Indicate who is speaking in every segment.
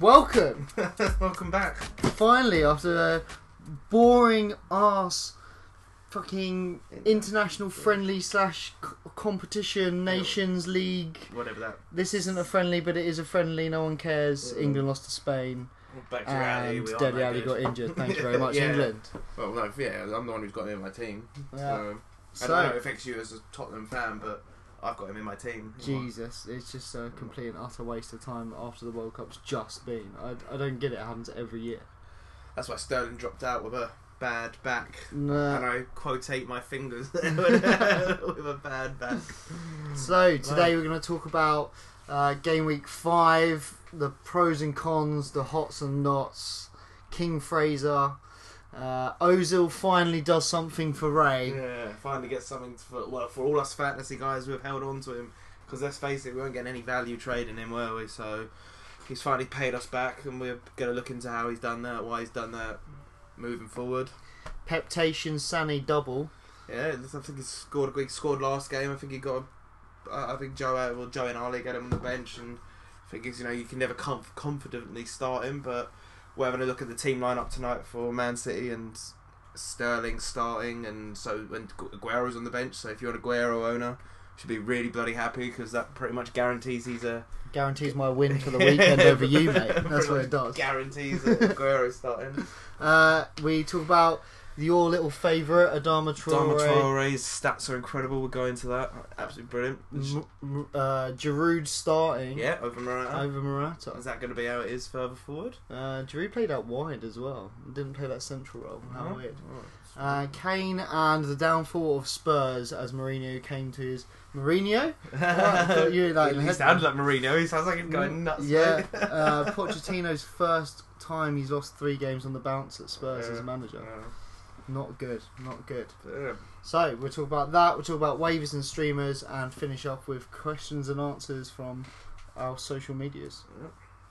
Speaker 1: Welcome!
Speaker 2: Welcome back.
Speaker 1: Finally, after a boring ass fucking international friendly slash c- competition nations league.
Speaker 2: Whatever that.
Speaker 1: This isn't a friendly, but it is a friendly. No one cares.
Speaker 2: Mm-hmm.
Speaker 1: England lost to Spain,
Speaker 2: Back to reality.
Speaker 1: and
Speaker 2: We are
Speaker 1: Deli
Speaker 2: that
Speaker 1: Ali
Speaker 2: good.
Speaker 1: got injured. Thank you very much,
Speaker 2: Yeah.
Speaker 1: England.
Speaker 2: Well, like, yeah, I'm the one who's got him in my team.
Speaker 1: Yeah.
Speaker 2: So, I don't know if
Speaker 1: So,
Speaker 2: it affects you as a Tottenham fan, but I've got him in my team.
Speaker 1: Jesus, it's just a complete and utter waste of time after the World Cup's just been. I, I don't get it. It happens every year.
Speaker 2: That's why Sterling dropped out with a bad back. and
Speaker 1: No.
Speaker 2: I quotate my fingers with a bad back.
Speaker 1: So today we're going to talk about uh, game week five, the pros and cons, the hots and nots. King Fraser, uh, Ozil finally does something for Ray.
Speaker 2: Yeah, finally get something for well for all us fantasy guys who have held on to him because let's face it, we weren't getting any value trading him, were we? So he's finally paid us back, and we're gonna look into how he's done that, why he's done that, moving forward.
Speaker 1: Peptation Sani double.
Speaker 2: Yeah, I think he scored. He scored last game. I think he got. a- I I think Joe uh, well Joe and Ali got him on the bench, and I think it's, you know you can never conf- confidently start him, but we're having a look at the team lineup tonight for Man City and Sterling starting, and so and Gu- Aguero's on the bench. So if you're an Aguero owner, you should be really bloody happy because that pretty much guarantees he's a
Speaker 1: Guarantees my win for the weekend over you, mate. That's
Speaker 2: Pretty
Speaker 1: what
Speaker 2: much
Speaker 1: it does.
Speaker 2: Guarantees that Aguero's starting.
Speaker 1: Uh, we talk about your little favourite, Adama
Speaker 2: Dama
Speaker 1: Traore.
Speaker 2: Traore's stats are incredible. We'll go into that. Absolutely brilliant.
Speaker 1: M- m- uh, Giroud starting
Speaker 2: Yeah, over Morata.
Speaker 1: over Morata.
Speaker 2: Is that going to be how it is further forward?
Speaker 1: Uh, Giroud played out wide as well. Didn't play that central role. How
Speaker 2: No.
Speaker 1: Oh, weird.
Speaker 2: Alright.
Speaker 1: Uh, Kane and the downfall of Spurs as Mourinho came to his Mourinho. I thought you were like-
Speaker 2: he sounds like Mourinho. He sounds like he's going nuts.
Speaker 1: Mm, yeah,
Speaker 2: mate.
Speaker 1: uh, Pochettino's first time he's lost three games on the bounce at Spurs as
Speaker 2: Yeah.
Speaker 1: a manager. Not good. Not good.
Speaker 2: Yeah.
Speaker 1: So we'll talk about that. We'll talk about waivers and streamers, and finish up with questions and answers from our social medias.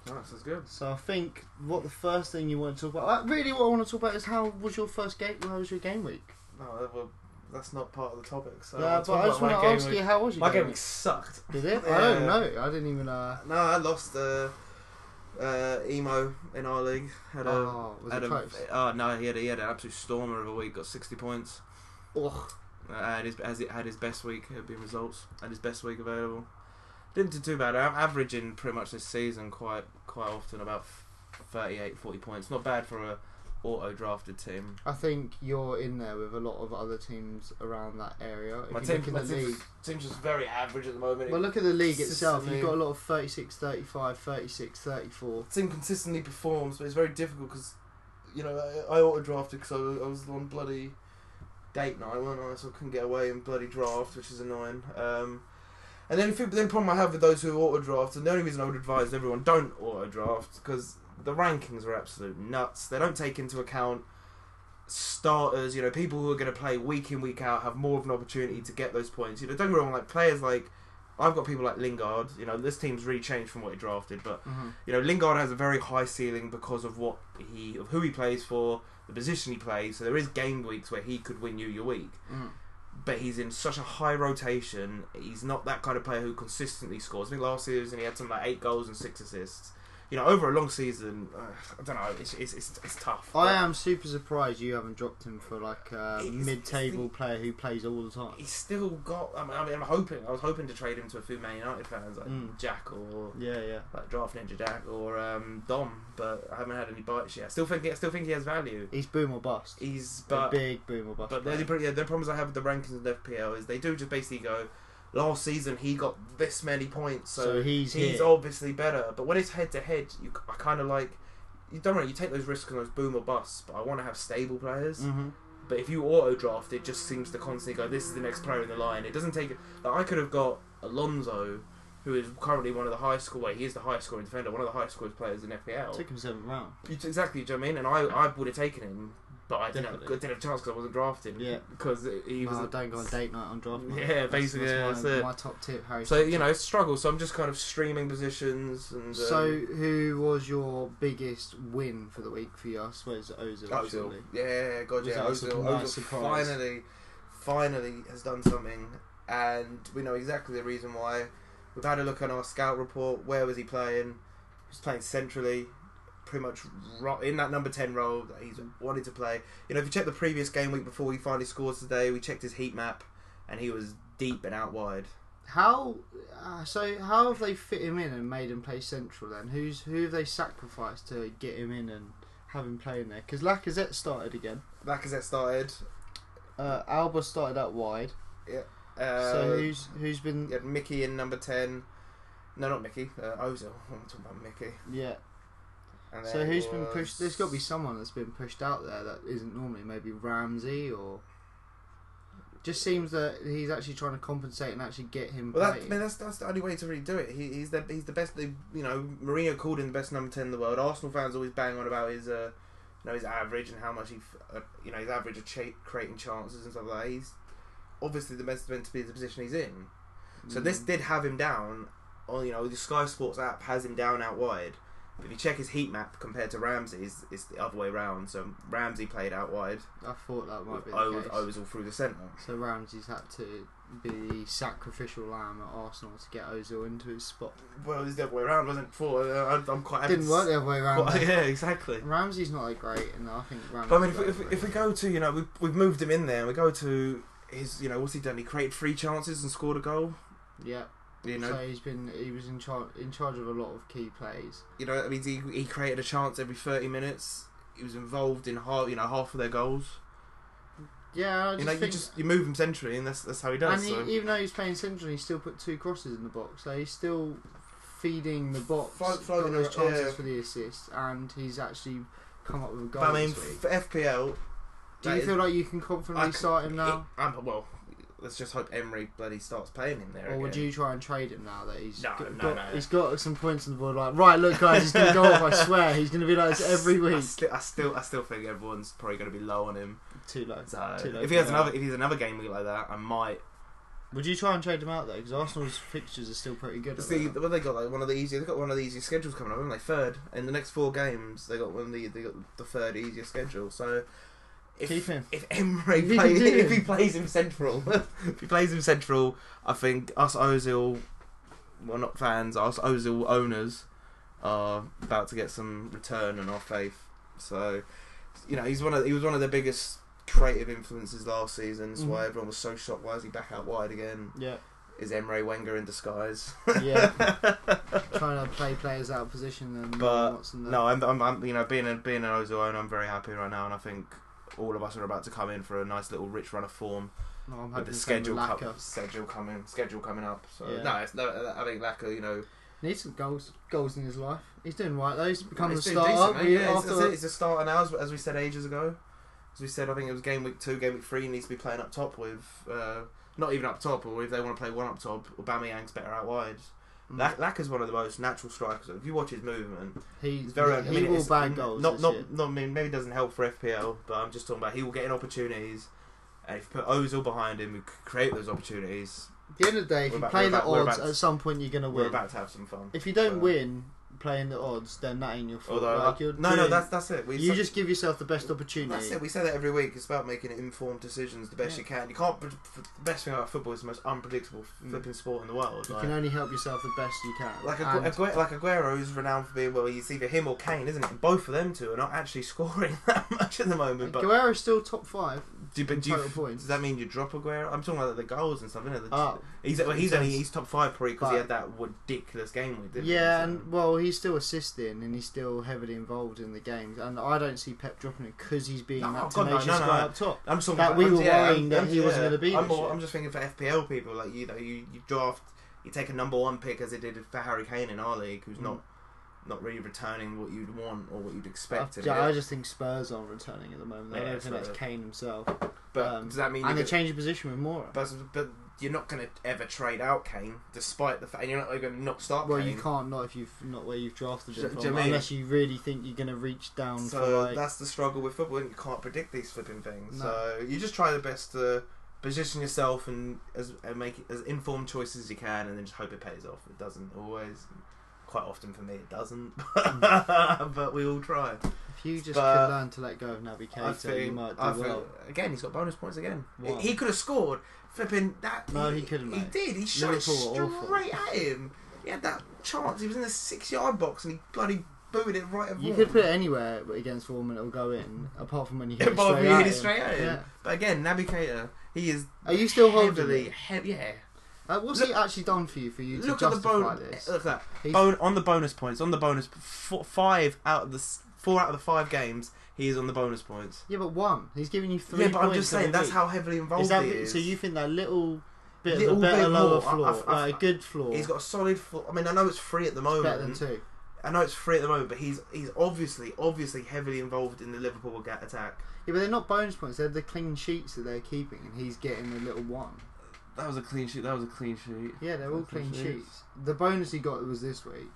Speaker 2: Nice, that's good.
Speaker 1: So I think what the first thing you want to talk about, uh, really, what I want to talk about is how was your first game? How was your game week?
Speaker 2: No, uh, well, that's not part of the topic. So
Speaker 1: yeah,
Speaker 2: I'll
Speaker 1: but
Speaker 2: talk
Speaker 1: I just want
Speaker 2: about my
Speaker 1: to
Speaker 2: game
Speaker 1: ask
Speaker 2: week.
Speaker 1: you how was your
Speaker 2: My
Speaker 1: game?
Speaker 2: game week sucked.
Speaker 1: Did it? I don't
Speaker 2: Yeah.
Speaker 1: know. I didn't even. Uh,
Speaker 2: No, I lost uh, uh, emo in our league. Had a.
Speaker 1: oh, was
Speaker 2: had
Speaker 1: it
Speaker 2: a-
Speaker 1: close?
Speaker 2: oh no, he had, a- he had an absolute stormer of a week. Got sixty points.
Speaker 1: Ugh.
Speaker 2: Uh, had his has it had his best week. Had been results. Had his best week available. Didn't do too bad. I'm averaging pretty much this season quite quite often about 38, 40 points. Not bad for a auto drafted team.
Speaker 1: I think you're in there with a lot of other teams around that area. If
Speaker 2: My
Speaker 1: you
Speaker 2: team,
Speaker 1: look at
Speaker 2: my
Speaker 1: the
Speaker 2: team's,
Speaker 1: league,
Speaker 2: team's just very average at the moment.
Speaker 1: well, look at the league itself.
Speaker 2: consistently-
Speaker 1: You've got a lot of 36, 35, 36, 34.
Speaker 2: team consistently performs, but it's very difficult because, you know, I, I auto drafted because I, was- I was on bloody date night, weren't I? So I couldn't get away and bloody draft, which is annoying. Um, and then the thing- the problem I have with those who auto draft, and the only reason I would advise everyone don't auto draft because the rankings are absolute nuts. They don't take into account starters. You know, people who are going to play week in week out have more of an opportunity to get those points. You know, don't get me wrong, like players like. I've got people like Lingard, you know, this team's really changed from what he drafted, but you know Lingard has a very high ceiling because of what he of who he plays for, the position he plays. So there is game weeks where he could win you your week,
Speaker 1: Mm.
Speaker 2: but he's in such a high rotation. He's not that kind of player who consistently scores. I think last season he had something like eight goals and six assists. You know, over a long season, uh, I don't know. It's it's it's, it's tough.
Speaker 1: I am super surprised you haven't dropped him for like a
Speaker 2: It's-
Speaker 1: mid-table player who plays all the time.
Speaker 2: He's still got. I mean, I mean, I'm hoping. I was hoping to trade him to a few Man United fans like
Speaker 1: Mm.
Speaker 2: Jack or
Speaker 1: Yeah, yeah.
Speaker 2: like Draft Ninja Jack or um, Dom, but I haven't had any bites yet. I still think I still think he has value.
Speaker 1: He's boom or bust.
Speaker 2: He's
Speaker 1: a
Speaker 2: but
Speaker 1: big boom or bust.
Speaker 2: but the
Speaker 1: player.
Speaker 2: only pro- yeah, the problems I have with the rankings and FPL is they do just basically go. Last season he got this many points, so,
Speaker 1: so he's
Speaker 2: he's
Speaker 1: here.
Speaker 2: obviously better. But when it's head to head, you I kind of like you don't know you take those risks and those boom or busts. But I want to have stable players.
Speaker 1: Mhm.
Speaker 2: But if you auto draft, it just seems to constantly go. This is the next player in the line. It doesn't take. Like, I could have got Alonso, who is currently one of the highest score. Well, he is the highest scoring defender, one of the highest scoring players in FPL.
Speaker 1: Took him seventh round.
Speaker 2: You t- Exactly, do you know what I mean? And I, I would have taken him, but I didn't, have, I
Speaker 1: Definitely.
Speaker 2: didn't have a chance because I wasn't drafted.
Speaker 1: Yeah.
Speaker 2: Because he was.
Speaker 1: No,
Speaker 2: a-
Speaker 1: don't go on date night on draft night.
Speaker 2: Yeah,
Speaker 1: That's-
Speaker 2: basically, yeah,
Speaker 1: that's,
Speaker 2: that's
Speaker 1: my,
Speaker 2: it.
Speaker 1: my top tip, Harry.
Speaker 2: So, you know, struggle. So I'm just kind of streaming positions and. Um,
Speaker 1: So, who was your biggest win for the week for you? I suppose Ozil.
Speaker 2: Ozil.
Speaker 1: surely.
Speaker 2: Yeah, God,
Speaker 1: Was
Speaker 2: yeah.
Speaker 1: that a
Speaker 2: Ozil,
Speaker 1: surprise,
Speaker 2: Ozil
Speaker 1: surprise?
Speaker 2: finally, finally has done something, and we know exactly the reason why. We've had a look on our scout report. Where was he playing? He was playing centrally. pretty much ro- in that number ten role that he's wanted to play. You know, if you check the previous game week before he finally scores today, we checked his heat map, and he was deep and out wide.
Speaker 1: How uh, so? How have they fit him in and made him play central? Then who's who have they sacrificed to get him in and have him play in there? Because Lacazette started again.
Speaker 2: Lacazette started.
Speaker 1: Uh, Alba started out wide.
Speaker 2: Uh,
Speaker 1: so who's who's been
Speaker 2: you had Mickey in number ten. No, not Mickey. Uh, Ozil. I'm talking about Mickey.
Speaker 1: yeah?
Speaker 2: And
Speaker 1: So
Speaker 2: who's
Speaker 1: who's been pushed? There's got to be someone that's been pushed out there that isn't normally maybe Ramsey or. Just seems that he's actually trying to compensate and actually get him.
Speaker 2: Well, that, I
Speaker 1: playing.
Speaker 2: mean, that's that's the only way to really do it. He, he's the he's the best. They, you know, Mourinho called him the best number ten in the world. Arsenal fans always bang on about his, uh, you know, his average and how much he, f- uh, you know, his average of cha- creating chances and stuff like that. He's obviously the best meant to be in the position he's in.
Speaker 1: Mm.
Speaker 2: So this did have him down. On you know, the Sky Sports app has him down out wide. But if you check his heat map compared to Ramsey's, it's the other way round. So Ramsey played out wide.
Speaker 1: I thought that might
Speaker 2: With
Speaker 1: be the
Speaker 2: Oz-
Speaker 1: case.
Speaker 2: Ozil through the centre.
Speaker 1: So Ramsey's had to be the sacrificial lamb at Arsenal to get Ozil into his spot.
Speaker 2: Well, it was the other way around, wasn't it? Before uh, I- I'm quite happy
Speaker 1: Didn't
Speaker 2: to
Speaker 1: work the other way around.
Speaker 2: Well,
Speaker 1: though.
Speaker 2: yeah, exactly.
Speaker 1: Ramsey's not that great, and I think Ramsey.
Speaker 2: But I mean, if, we- if, we- if we go to you know we've, we've moved him in there, and we go to his you know what's he done? He created three chances and scored a goal.
Speaker 1: yeah,
Speaker 2: You know,
Speaker 1: so he's been he was in charge in charge of a lot of key plays.
Speaker 2: you know that means he he created a chance every thirty minutes. He was involved in half you know half of their goals.
Speaker 1: Yeah, I just
Speaker 2: You know, you
Speaker 1: think,
Speaker 2: just you move him centrally, and that's that's how he
Speaker 1: and
Speaker 2: does.
Speaker 1: he,
Speaker 2: so.
Speaker 1: even though he's playing central, he still put two crosses in the box, so he's still feeding the box,
Speaker 2: Flo- floating
Speaker 1: got those
Speaker 2: around,
Speaker 1: chances
Speaker 2: yeah.
Speaker 1: for the assist, and he's actually come up with a goal.
Speaker 2: but I mean,
Speaker 1: this week.
Speaker 2: for FPL.
Speaker 1: Do
Speaker 2: that
Speaker 1: you
Speaker 2: is-
Speaker 1: feel like you can confidently
Speaker 2: I c-
Speaker 1: start him now?
Speaker 2: he- I'm, well, let's just hope Emery bloody starts playing him there.
Speaker 1: Or would
Speaker 2: again.
Speaker 1: you try and trade him now that he's
Speaker 2: No,
Speaker 1: got,
Speaker 2: no,
Speaker 1: got-
Speaker 2: no.
Speaker 1: he's got some points on the board? Like, right, look, guys, he's gonna go off. I swear, he's gonna be like this every
Speaker 2: I
Speaker 1: week.
Speaker 2: still, I still, I still think everyone's probably going to be low on him.
Speaker 1: Too low.
Speaker 2: So
Speaker 1: Too low
Speaker 2: if he has
Speaker 1: for
Speaker 2: another if he has another game week like that, I might
Speaker 1: Would you try and trade him out though? Because Arsenal's fixtures are still pretty good. at
Speaker 2: see.
Speaker 1: the moment.
Speaker 2: Well, they got like one of the easiest. They got one of the easiest schedules coming up, haven't they? Third in the next four games, they got one of the they got the third easiest schedule. So if
Speaker 1: Keep him.
Speaker 2: if Emre
Speaker 1: You
Speaker 2: plays
Speaker 1: can do
Speaker 2: if
Speaker 1: it.
Speaker 2: he plays him central, if he plays him central, I think us Ozil, well not fans, us Ozil owners are about to get some return on our faith. So you know he's one of he was one of the biggest creative influences last season. That's why
Speaker 1: Mhm.
Speaker 2: everyone was so shocked. Why is he back out wide again?
Speaker 1: Yeah,
Speaker 2: Is Emre Wenger in disguise?
Speaker 1: yeah. Trying to play players out of position and
Speaker 2: But,
Speaker 1: Watson there.
Speaker 2: No, I'm, I'm, I'm you know being a, being an Ozil owner, I'm very happy right now, and I think all of us are about to come in for a nice little rich run of form.
Speaker 1: no, I'm
Speaker 2: with
Speaker 1: hoping
Speaker 2: the
Speaker 1: the
Speaker 2: schedule
Speaker 1: schedule
Speaker 2: com- schedule coming schedule coming up. So
Speaker 1: Yeah.
Speaker 2: no, it's no, I think Lacquer, you know,
Speaker 1: Needs some goals, goals in his life. He's doing right though. He's become a
Speaker 2: it's doing
Speaker 1: starter.
Speaker 2: decent,
Speaker 1: We-
Speaker 2: mate. yeah, it's, it's,
Speaker 1: after-
Speaker 2: it's a starter now, as, as we said ages ago. As we said, I think it was game week two, game week three. He needs to be playing up top with, uh, not even up top, or if they want to play one up top, Aubameyang's better out wide.
Speaker 1: Mm.
Speaker 2: Lacquer's one of the most natural strikers. If you watch his movement,
Speaker 1: He's
Speaker 2: He's very. I
Speaker 1: he
Speaker 2: mean,
Speaker 1: will
Speaker 2: it's-
Speaker 1: bag goals.
Speaker 2: Not,
Speaker 1: this
Speaker 2: not,
Speaker 1: year.
Speaker 2: not. I mean, maybe it doesn't help for FPL, but I'm just talking about he will get in opportunities, and if you put Ozil behind him, we could create those opportunities.
Speaker 1: At the end of the day, if
Speaker 2: We're
Speaker 1: you
Speaker 2: about-
Speaker 1: play
Speaker 2: we're
Speaker 1: the
Speaker 2: about- we're
Speaker 1: odds,
Speaker 2: about-
Speaker 1: at some point you're gonna
Speaker 2: We're
Speaker 1: win.
Speaker 2: about to have some fun.
Speaker 1: If you don't
Speaker 2: But-
Speaker 1: win playing the odds, then that ain't your fault.
Speaker 2: Uh, Although,
Speaker 1: like,
Speaker 2: I-
Speaker 1: you're
Speaker 2: no, no,
Speaker 1: doing-
Speaker 2: that's that's it. We
Speaker 1: you
Speaker 2: said-
Speaker 1: just give yourself the best opportunity.
Speaker 2: that's it. We say that every week. It's about making informed decisions the best you can. You can't. pred- f- The best thing about football is the most unpredictable
Speaker 1: Mm.
Speaker 2: flipping sport in the world.
Speaker 1: You
Speaker 2: Like,
Speaker 1: can only help yourself the best you can.
Speaker 2: like,
Speaker 1: And-
Speaker 2: Agu- Agu- like Aguero is renowned for being well. It's either him or Kane, isn't it? And both of them two are not actually scoring that much at the moment. But
Speaker 1: Guerrero's still top five.
Speaker 2: do, but do you,
Speaker 1: total points.
Speaker 2: does that mean you drop Aguero? I'm talking about the goals and stuff. Isn't it? The-
Speaker 1: Oh,
Speaker 2: he's well, he's only
Speaker 1: Yes.
Speaker 2: he's top five probably because he
Speaker 1: But-
Speaker 2: had that ridiculous game we did.
Speaker 1: yeah, and well, he's still assisting and he's still heavily involved in the games. And I don't see Pep dropping him because he's being
Speaker 2: No,
Speaker 1: that
Speaker 2: God, no,
Speaker 1: tenacious
Speaker 2: no, no.
Speaker 1: guy up top.
Speaker 2: I'm talking
Speaker 1: That
Speaker 2: about,
Speaker 1: we
Speaker 2: I'm-
Speaker 1: were
Speaker 2: yeah,
Speaker 1: worrying
Speaker 2: I'm-
Speaker 1: that
Speaker 2: I'm-
Speaker 1: he wasn't
Speaker 2: yeah.
Speaker 1: gonna be
Speaker 2: I'm,
Speaker 1: this
Speaker 2: more-
Speaker 1: year.
Speaker 2: I'm just thinking for FPL people, like you know, you, you draft, you take a number one pick as they did for Harry Kane in our league, who's
Speaker 1: Mm.
Speaker 2: not not really returning what you'd want or what you'd expect.
Speaker 1: I,
Speaker 2: of
Speaker 1: Uh, yeah, I
Speaker 2: him.
Speaker 1: just think Spurs aren't returning at the moment. I
Speaker 2: Yeah,
Speaker 1: don't
Speaker 2: that's
Speaker 1: think that's
Speaker 2: right.
Speaker 1: Kane himself.
Speaker 2: but
Speaker 1: um,
Speaker 2: does that mean?
Speaker 1: and
Speaker 2: you
Speaker 1: they're changing position with Mora.
Speaker 2: but, but you're not going to ever trade out Kane, despite the fact you're not going to not start.
Speaker 1: Well,
Speaker 2: Kane.
Speaker 1: you can't not if you've not where you've drafted
Speaker 2: Do-
Speaker 1: him
Speaker 2: do
Speaker 1: from,
Speaker 2: you mean-
Speaker 1: unless you really think you're going to reach down for
Speaker 2: So
Speaker 1: like
Speaker 2: that's the struggle with football, and you can't predict these flipping things.
Speaker 1: No.
Speaker 2: So you just try the best to position yourself and as and make as informed choices as you can, and then just hope it pays off. It doesn't always. Quite often for me, it doesn't.
Speaker 1: Mm.
Speaker 2: but we all try.
Speaker 1: If you just
Speaker 2: But-
Speaker 1: could learn to let go of Naby
Speaker 2: I
Speaker 1: Keita, you
Speaker 2: think,
Speaker 1: might do
Speaker 2: I think-
Speaker 1: well.
Speaker 2: again, he's got bonus points again.
Speaker 1: Wow.
Speaker 2: He could have scored flipping that.
Speaker 1: No, he couldn't,
Speaker 2: He
Speaker 1: mate.
Speaker 2: did. He shot it
Speaker 1: Liverpool were awful.
Speaker 2: straight at him. He had that chance. He was in the six-yard box and he bloody booted it right at
Speaker 1: You
Speaker 2: Vaughan.
Speaker 1: could put it anywhere against Foreman, it'll go in, apart from when you hit it
Speaker 2: Above
Speaker 1: straight,
Speaker 2: me,
Speaker 1: at
Speaker 2: hit
Speaker 1: him.
Speaker 2: it straight at him.
Speaker 1: Yeah.
Speaker 2: But again, Naby Keita, he is
Speaker 1: Are you still holding
Speaker 2: heavily,
Speaker 1: it?
Speaker 2: heavy. yeah.
Speaker 1: Uh, what's he actually done for you for you to
Speaker 2: Look at the uh,
Speaker 1: justify
Speaker 2: bonus.
Speaker 1: this?
Speaker 2: Look at that.
Speaker 1: He's-
Speaker 2: Bon- on the bonus points. On the bonus, four, five out of the s- four out of the five games, he is on the bonus points.
Speaker 1: Yeah, but one. He's giving you three.
Speaker 2: Yeah, but I'm
Speaker 1: points
Speaker 2: just saying
Speaker 1: every
Speaker 2: that's
Speaker 1: week.
Speaker 2: how heavily involved
Speaker 1: Is that,
Speaker 2: he is.
Speaker 1: So you think that little bit
Speaker 2: Little
Speaker 1: of a better
Speaker 2: bit
Speaker 1: lower
Speaker 2: more. I-
Speaker 1: floor,
Speaker 2: I've- I've-
Speaker 1: like a good floor,
Speaker 2: He's got a solid. Full, I mean, I know it's free at the moment.
Speaker 1: better than two.
Speaker 2: I know it's free at the moment, but he's he's obviously obviously heavily involved in the Liverpool ga- attack.
Speaker 1: Yeah, but they're not bonus points. They're the clean sheets that they're keeping, and he's getting the little one.
Speaker 2: That was a clean sheet. That was a clean sheet.
Speaker 1: Yeah, they're all clean
Speaker 2: Clean sheets.
Speaker 1: sheets. The bonus he got was this week,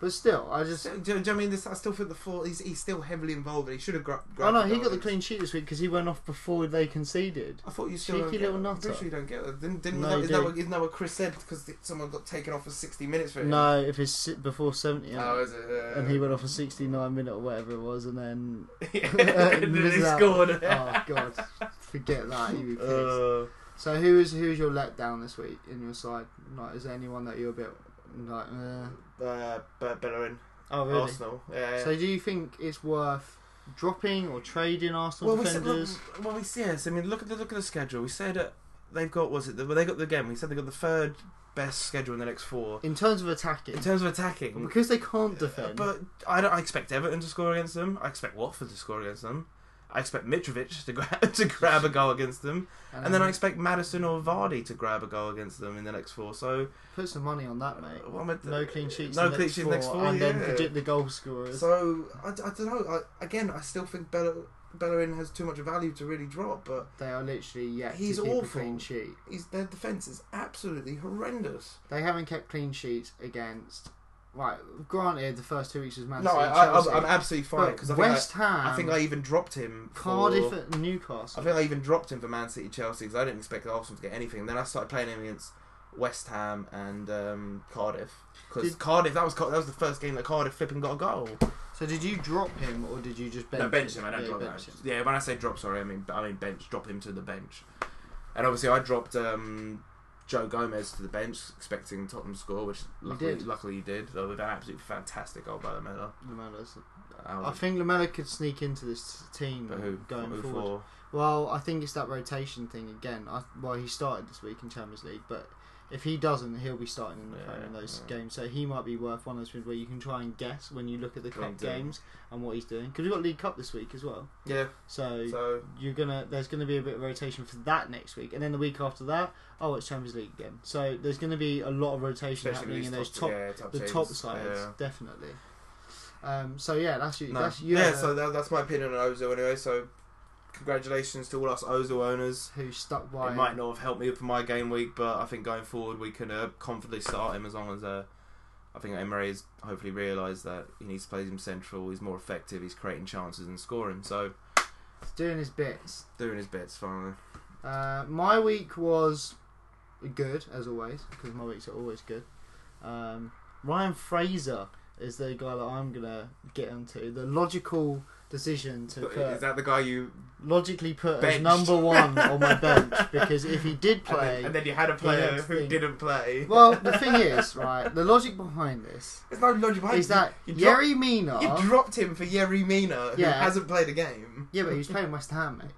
Speaker 1: but still, I just.
Speaker 2: Mm. So, do, do you know what I mean this? I still think the floor. He's, he's still heavily involved. and He should have gra-
Speaker 1: Oh
Speaker 2: grabbed.
Speaker 1: no, he got the
Speaker 2: goal.
Speaker 1: clean sheet this week because he went off before they conceded.
Speaker 2: I thought you still
Speaker 1: Cheeky
Speaker 2: don't get
Speaker 1: little
Speaker 2: that. I'm
Speaker 1: nutter.
Speaker 2: pretty sure you don't get that. Didn't, didn't
Speaker 1: No,
Speaker 2: that,
Speaker 1: you
Speaker 2: isn't, that
Speaker 1: do.
Speaker 2: what, isn't that what Chris said? Because th- someone got taken off for 60 minutes for him.
Speaker 1: No, if it's si- before seventy,
Speaker 2: Oh, is it? Uh,
Speaker 1: and he went off a sixty-nine minute or whatever it was, and then
Speaker 2: yeah,
Speaker 1: and
Speaker 2: and then he
Speaker 1: missed out.
Speaker 2: scored.
Speaker 1: oh god, forget that. You'd be pissed.
Speaker 2: Uh,
Speaker 1: So who is who's your letdown this week in your side? Like, is there anyone that you're a bit like? Uh,
Speaker 2: uh, Be- Bellerin,
Speaker 1: oh
Speaker 2: Arsenal. Yeah.
Speaker 1: So do you think it's worth dropping or trading Arsenal
Speaker 2: well, we said,
Speaker 1: defenders?
Speaker 2: look, well, we yes. I mean, look at the look at the schedule. We said uh, they've got was it? The, well, they got the game. We said they got the third best schedule in the next four
Speaker 1: in terms of attacking,
Speaker 2: in terms of attacking.
Speaker 1: because they can't defend.
Speaker 2: But I don't I expect Everton to score against them. I expect Watford to score against them. I expect Mitrovic to grab to grab a goal against them, and
Speaker 1: Um,
Speaker 2: then I expect Madison or Vardy to grab a goal against them in the next four. So
Speaker 1: put some money on that, mate.
Speaker 2: what am I-
Speaker 1: No clean sheets.
Speaker 2: No
Speaker 1: in the
Speaker 2: clean sheets next four.
Speaker 1: and
Speaker 2: yeah.
Speaker 1: then predict the goal scorers.
Speaker 2: so I, don't know. I, again, I still think Bella, Bellerin has too much value to really drop, but
Speaker 1: they are literally yet
Speaker 2: He's
Speaker 1: to keep a
Speaker 2: awful.
Speaker 1: clean sheet.
Speaker 2: he's, their defense is absolutely horrendous.
Speaker 1: They haven't kept clean sheets against. Right, granted, the first two weeks was Man
Speaker 2: no,
Speaker 1: City.
Speaker 2: I, I, I'm,
Speaker 1: Chelsea,
Speaker 2: I'm absolutely fine
Speaker 1: but
Speaker 2: because I, think
Speaker 1: West
Speaker 2: I-
Speaker 1: Ham.
Speaker 2: I think I even dropped him. for-
Speaker 1: Cardiff at Newcastle.
Speaker 2: I think I even dropped him for Man City, Chelsea because I didn't expect Arsenal to get anything. Then I started playing him against West Ham and um, Cardiff because
Speaker 1: Did-
Speaker 2: Cardiff that was Car- that was the first game that Cardiff flipping got a goal.
Speaker 1: so did you drop him or did you just bench
Speaker 2: no, bench
Speaker 1: him?
Speaker 2: him. I don't
Speaker 1: Yeah,
Speaker 2: drop
Speaker 1: bench
Speaker 2: him.
Speaker 1: him.
Speaker 2: Yeah, when I say drop, sorry, I mean I mean bench. Drop him to the bench. And obviously, I dropped um, Joe Gomez to the bench, expecting Tottenham score, which luckily,
Speaker 1: did.
Speaker 2: luckily you did uh, with an absolutely fantastic goal by the Miller.
Speaker 1: Lamella's- I think Lamella could sneak into this team
Speaker 2: But who?
Speaker 1: going
Speaker 2: who
Speaker 1: forward.
Speaker 2: for?
Speaker 1: Well, I think it's that rotation thing again. I, well, he started this week in Champions League, but if he doesn't, he'll be starting in, the
Speaker 2: Yeah,
Speaker 1: Premier in those
Speaker 2: yeah.
Speaker 1: games. So he might be worth one of those things where you can try and guess when you look at the
Speaker 2: What
Speaker 1: cup
Speaker 2: he's doing.
Speaker 1: games and what he's doing. Because we've got League Cup this week as well,
Speaker 2: Yeah.
Speaker 1: so,
Speaker 2: So
Speaker 1: you're gonna there's gonna be a bit of rotation for that next week, and then the week after that, oh, it's Champions League again. So there's gonna be a lot of rotation happening
Speaker 2: especially these
Speaker 1: in those
Speaker 2: top,
Speaker 1: top
Speaker 2: yeah, top
Speaker 1: the
Speaker 2: teams.
Speaker 1: top sides,
Speaker 2: Yeah.
Speaker 1: definitely. Um, so yeah, that's you.
Speaker 2: No.
Speaker 1: That's you.
Speaker 2: yeah, so that, that's my opinion on Ozil anyway. So congratulations to all us Ozil owners.
Speaker 1: who stuck by
Speaker 2: It might not have helped me for my game week, but I think going forward we can uh, confidently start him as long as uh, I think Emery has hopefully realised that he needs to play him central. He's more effective. He's creating chances and scoring. So
Speaker 1: doing his bits.
Speaker 2: doing his bits finally.
Speaker 1: Uh, my week was good as always because my weeks are always good. Um, Ryan Fraser is the guy that I'm gonna get into. The logical decision to
Speaker 2: But
Speaker 1: put,
Speaker 2: Is that the guy you
Speaker 1: logically put as
Speaker 2: Benched.
Speaker 1: number one on my bench because if he did
Speaker 2: and
Speaker 1: play.
Speaker 2: then, and then you had a player
Speaker 1: next
Speaker 2: who
Speaker 1: thing.
Speaker 2: didn't play?
Speaker 1: well, the thing is, right? The logic behind this
Speaker 2: there's no logic behind
Speaker 1: is
Speaker 2: it.
Speaker 1: that
Speaker 2: you, you, dropped-
Speaker 1: Yerry Mina.
Speaker 2: you dropped him for Yerry Mina, who
Speaker 1: Yeah.
Speaker 2: hasn't played a game.
Speaker 1: Yeah, but he was playing West Ham, mate.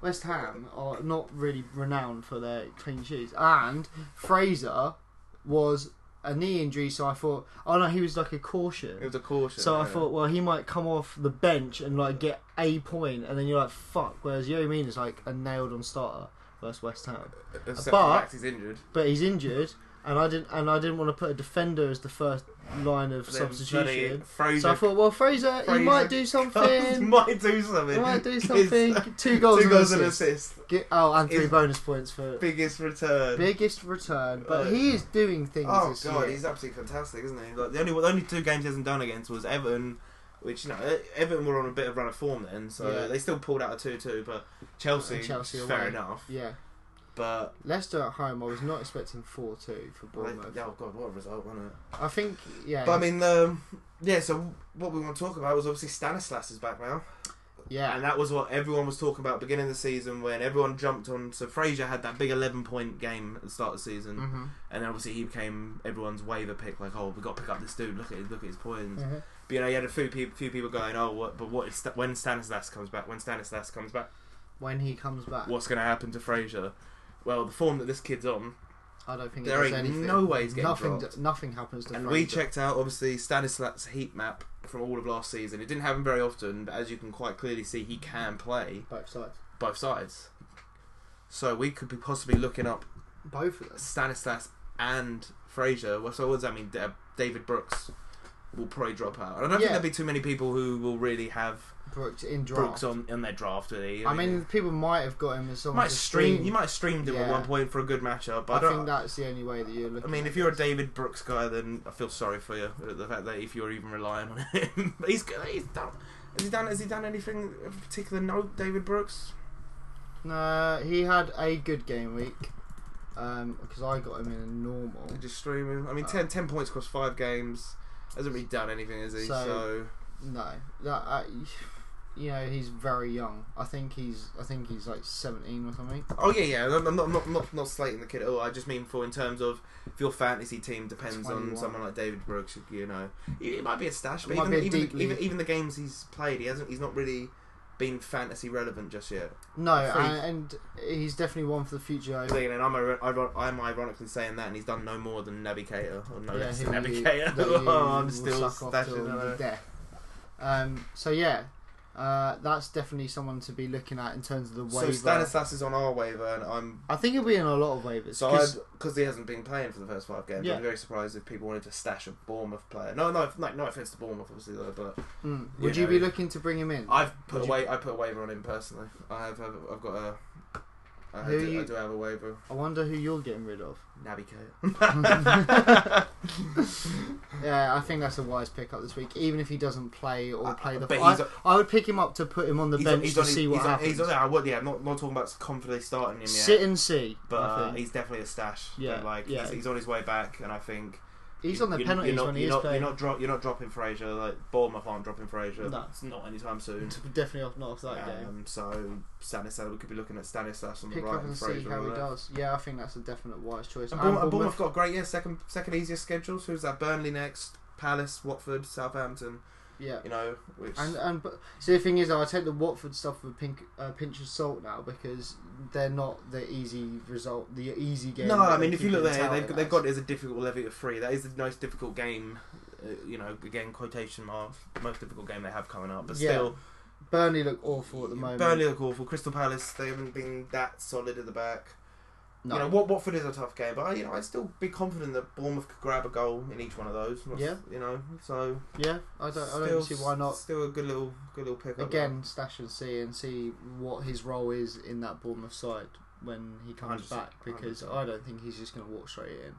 Speaker 1: West Ham are not really renowned for their clean sheets. And Fraser was a knee injury, so I thought, oh no, he was like a caution.
Speaker 2: It was a caution.
Speaker 1: so I
Speaker 2: yeah.
Speaker 1: thought, well, he might come off the bench and like get a point, and then you're like, fuck. Whereas Yo Min is like a nailed on starter versus West Ham,
Speaker 2: Except for the
Speaker 1: But-
Speaker 2: fact he's injured.
Speaker 1: but he's injured, and I didn't and I didn't want to put a defender as the first line of
Speaker 2: Then bloody
Speaker 1: substitution.
Speaker 2: Fraser
Speaker 1: So I thought, well, Fraser,
Speaker 2: Fraser
Speaker 1: he might do
Speaker 2: Coles
Speaker 1: something.
Speaker 2: might do something.
Speaker 1: He might do
Speaker 2: His-
Speaker 1: something. Two goals,
Speaker 2: two goals and
Speaker 1: assist.
Speaker 2: assist.
Speaker 1: Get, oh, and three
Speaker 2: Is-
Speaker 1: bonus points for
Speaker 2: Biggest return.
Speaker 1: biggest return. But
Speaker 2: Oh.
Speaker 1: he is doing things.
Speaker 2: oh
Speaker 1: this
Speaker 2: god,
Speaker 1: year.
Speaker 2: he's absolutely fantastic, isn't he? Like the only the only two games he hasn't done against was Everton, which you know E-, Everton were on a bit of run of form then, so
Speaker 1: Yeah.
Speaker 2: they still pulled out a two-two. But Chelsea,
Speaker 1: And Chelsea
Speaker 2: fair
Speaker 1: away.
Speaker 2: enough.
Speaker 1: yeah.
Speaker 2: But
Speaker 1: Leicester at home. I was not expecting four two for Bournemouth.
Speaker 2: like, oh god, what a result, wasn't it?
Speaker 1: I think yeah.
Speaker 2: But I mean, um, yeah. So what we want to talk about was obviously Stanislas is back now.
Speaker 1: Yeah.
Speaker 2: And that was what everyone was talking about beginning of the season when everyone jumped on. So Frazier had that big 11 point game at the start of the season.
Speaker 1: hmm
Speaker 2: And then obviously he became everyone's waiver pick. Like, oh, we've got to pick up this dude. Look at his, look at his points.
Speaker 1: hmm
Speaker 2: But you know, you had a few people, few people going, oh, what, but what if Sta- when Stanislas comes back? When Stanislas comes back,
Speaker 1: When he comes back,
Speaker 2: what's going to happen to Frazier? Well, the form that this kid's on,
Speaker 1: I don't think it
Speaker 2: there
Speaker 1: does
Speaker 2: ain't
Speaker 1: anything.
Speaker 2: no way he's getting
Speaker 1: nothing.
Speaker 2: dropped.
Speaker 1: d- nothing happens to.
Speaker 2: and we
Speaker 1: Fraser.
Speaker 2: checked out obviously Stanislas' heat map from all of last season. It didn't happen very often, but as you can quite clearly see, he can play
Speaker 1: both sides.
Speaker 2: both sides. So we could be possibly looking up
Speaker 1: Both of us.
Speaker 2: Stanislas and Frazier. Well, so what does that mean? Da- David Brooks will probably drop out. And I don't
Speaker 1: Yeah.
Speaker 2: think there'll be too many people who will really have
Speaker 1: Brooks in
Speaker 2: Brooks
Speaker 1: draft.
Speaker 2: on in their draft. Really.
Speaker 1: I mean, people might have got him as
Speaker 2: you
Speaker 1: someone
Speaker 2: might
Speaker 1: to
Speaker 2: stream.
Speaker 1: stream.
Speaker 2: You might have streamed him at
Speaker 1: Yeah.
Speaker 2: one point for a good matchup. But I,
Speaker 1: I
Speaker 2: don't.
Speaker 1: think that's the only way that you're looking.
Speaker 2: I mean,
Speaker 1: at
Speaker 2: if you're a
Speaker 1: this.
Speaker 2: David Brooks guy, then I feel sorry for you. uh, The fact that if you're even relying on him, But he's good. He's done. Has he done? Has he done anything of particular note, David Brooks?
Speaker 1: no, he had a good game week. Um, because I got him in a normal.
Speaker 2: Just streaming. I
Speaker 1: Uh,
Speaker 2: mean, 10, 10 points across five games. Hasn't really done anything, has he?
Speaker 1: So-
Speaker 2: so
Speaker 1: No, that uh, you know he's very young. I think he's I think he's like seventeen or something.
Speaker 2: Oh yeah, yeah. I'm I'm not, I'm not, I'm not, not slating the kid at all. I just mean for in terms of if your fantasy team depends on
Speaker 1: 21.
Speaker 2: someone like David Brooks, you know, it might be a stash,
Speaker 1: It
Speaker 2: but
Speaker 1: might
Speaker 2: even,
Speaker 1: be a
Speaker 2: even,
Speaker 1: deep
Speaker 2: the, even
Speaker 1: league.
Speaker 2: even the games he's played, he hasn't. He's not really been fantasy relevant just yet.
Speaker 1: No,
Speaker 2: Free.
Speaker 1: and, and he's definitely one for the future.
Speaker 2: And I'm, ir- iron- I'm ironically saying that, and he's done no more than Naby Keita, or no less
Speaker 1: he-
Speaker 2: than Naby
Speaker 1: he-
Speaker 2: Keita.
Speaker 1: that you
Speaker 2: Oh, I'm
Speaker 1: will
Speaker 2: still
Speaker 1: suck off till
Speaker 2: stashing.
Speaker 1: the
Speaker 2: on it.
Speaker 1: death. Um, so yeah, uh, that's definitely someone to be looking at in terms of the
Speaker 2: So
Speaker 1: waiver.
Speaker 2: Stanislas is on our waiver, and I'm
Speaker 1: I think he'll be in a lot of waivers.
Speaker 2: So
Speaker 1: 'cause-
Speaker 2: because he hasn't been playing for the first five games,
Speaker 1: Yeah.
Speaker 2: I'd be very surprised if people wanted to stash a Bournemouth player. No, no, no, no offense to Bournemouth, obviously though, but
Speaker 1: mm,
Speaker 2: you
Speaker 1: would you
Speaker 2: know-
Speaker 1: be looking to bring him in?
Speaker 2: I've put
Speaker 1: Would
Speaker 2: a wa- I put a waiver on him personally. I have, have I've got a. I,
Speaker 1: Who
Speaker 2: do,
Speaker 1: you-
Speaker 2: I do have a waiver.
Speaker 1: I wonder who you're getting rid of.
Speaker 2: Naby Keita.
Speaker 1: Yeah, I think that's a wise pickup this week, even if he doesn't play or
Speaker 2: I-
Speaker 1: play the.
Speaker 2: but
Speaker 1: I,
Speaker 2: he's a-
Speaker 1: I would pick him up to put him on the
Speaker 2: He's on-
Speaker 1: bench
Speaker 2: he's
Speaker 1: to
Speaker 2: on-
Speaker 1: see what
Speaker 2: he's on-
Speaker 1: happens.
Speaker 2: He's on, I would, yeah, I'm not, not talking about confidently starting him yet.
Speaker 1: Sit and see.
Speaker 2: but
Speaker 1: I
Speaker 2: uh,
Speaker 1: think.
Speaker 2: he's definitely a stash.
Speaker 1: Yeah,
Speaker 2: Yeah, like
Speaker 1: yeah.
Speaker 2: He's, he's on his way back, and I think
Speaker 1: He's
Speaker 2: you-
Speaker 1: on the
Speaker 2: you're-
Speaker 1: penalties
Speaker 2: you're not,
Speaker 1: when he
Speaker 2: you're
Speaker 1: is
Speaker 2: not,
Speaker 1: playing.
Speaker 2: You're not, dro- you're not dropping Fraser. Like Bournemouth aren't dropping Fraser.
Speaker 1: No.
Speaker 2: It's not anytime soon.
Speaker 1: Definitely off, not off that game.
Speaker 2: Um, so Stanislas, we could be looking at Stanislas on the
Speaker 1: Pick
Speaker 2: right
Speaker 1: up and see
Speaker 2: Fraser
Speaker 1: how
Speaker 2: on
Speaker 1: he
Speaker 2: the left.
Speaker 1: does. Yeah, I think that's a definite wise choice. And
Speaker 2: And Bournemouth, Bournemouth
Speaker 1: Bournemouth-
Speaker 2: got a great year. Second, second easiest schedule. So who's that? Burnley next, Palace, Watford, Southampton.
Speaker 1: yeah.
Speaker 2: You know, which
Speaker 1: And and but, see the thing is, though, I take the Watford stuff with pink, uh, pinch of salt now because they're not the easy result, the easy game.
Speaker 2: no,
Speaker 1: that
Speaker 2: I mean
Speaker 1: they
Speaker 2: if you
Speaker 1: keep
Speaker 2: look
Speaker 1: being
Speaker 2: there,
Speaker 1: touted
Speaker 2: they've, they've
Speaker 1: as.
Speaker 2: got it as a difficult levy of three. That is a nice difficult game. Uh, you know, again quotation marks, most difficult game they have coming up. But
Speaker 1: Yeah,
Speaker 2: still,
Speaker 1: Burnley look awful at the moment.
Speaker 2: Burnley look awful. Crystal Palace, they haven't been that solid at the back.
Speaker 1: no.
Speaker 2: You know, Wat- Watford is a tough game, but I, you know, I'd still be confident that Bournemouth could grab a goal in each one of those. Not-
Speaker 1: Yeah.
Speaker 2: You know, so
Speaker 1: yeah, I don't, I don't see why not.
Speaker 2: Still a good little, good little pickup.
Speaker 1: Again, stash and see and see what his role is in that Bournemouth side when he comes
Speaker 2: 100%,
Speaker 1: back because
Speaker 2: 100%.
Speaker 1: I don't think he's just going to walk straight in.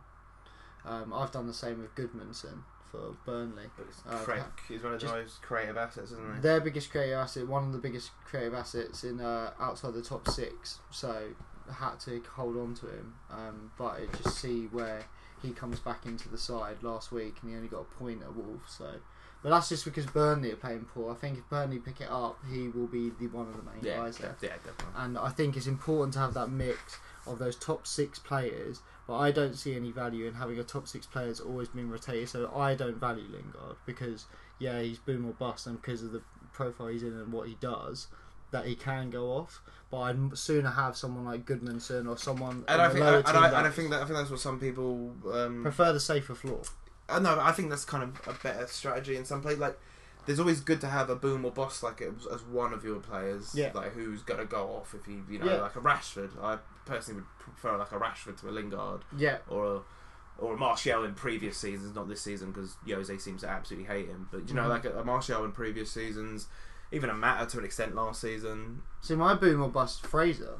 Speaker 1: Um, I've done the same with Goodmanson for Burnley.
Speaker 2: But it's
Speaker 1: Uh,
Speaker 2: Craig. He's one of the
Speaker 1: just-
Speaker 2: most creative assets, isn't he?
Speaker 1: Their biggest creative asset, one of the biggest creative assets in uh, outside the top six. So had to hold on to him, um, but it just see where he comes back into the side last week, and he only got a point at Wolves. So, but that's just because Burnley are playing poor. I think if Burnley pick it up, he will be the one of the main
Speaker 2: yeah,
Speaker 1: guys
Speaker 2: yeah,
Speaker 1: there.
Speaker 2: yeah, definitely.
Speaker 1: And I think it's important to have that mix of those top six players. But I don't see any value in having a top six player that's always been rotated. So I don't value Lingard because yeah, he's boom or bust, and because of the profile he's in and what he does, that he can go off. But I'd m- sooner have someone like Goodmanson or someone.
Speaker 2: And
Speaker 1: on
Speaker 2: I
Speaker 1: the
Speaker 2: think,
Speaker 1: lower
Speaker 2: and
Speaker 1: team
Speaker 2: I, and I
Speaker 1: that's-
Speaker 2: think that I think that's what some people. Um,
Speaker 1: prefer the safer floor.
Speaker 2: I know. I think that's kind of a better strategy in some places. Like, there's always good to have a boom or boss like it was- as one of your players.
Speaker 1: Yeah.
Speaker 2: Like who's gonna go off if you you know
Speaker 1: Yeah.
Speaker 2: like a Rashford. I personally would prefer like a Rashford to a Lingard.
Speaker 1: Yeah,
Speaker 2: or a or a Martial in previous seasons, not this season because Jose seems to absolutely hate him. But you know,
Speaker 1: Mhm.
Speaker 2: like a, a Martial in previous seasons, even a Matter to an extent last season.
Speaker 1: so my boom or bust Fraser.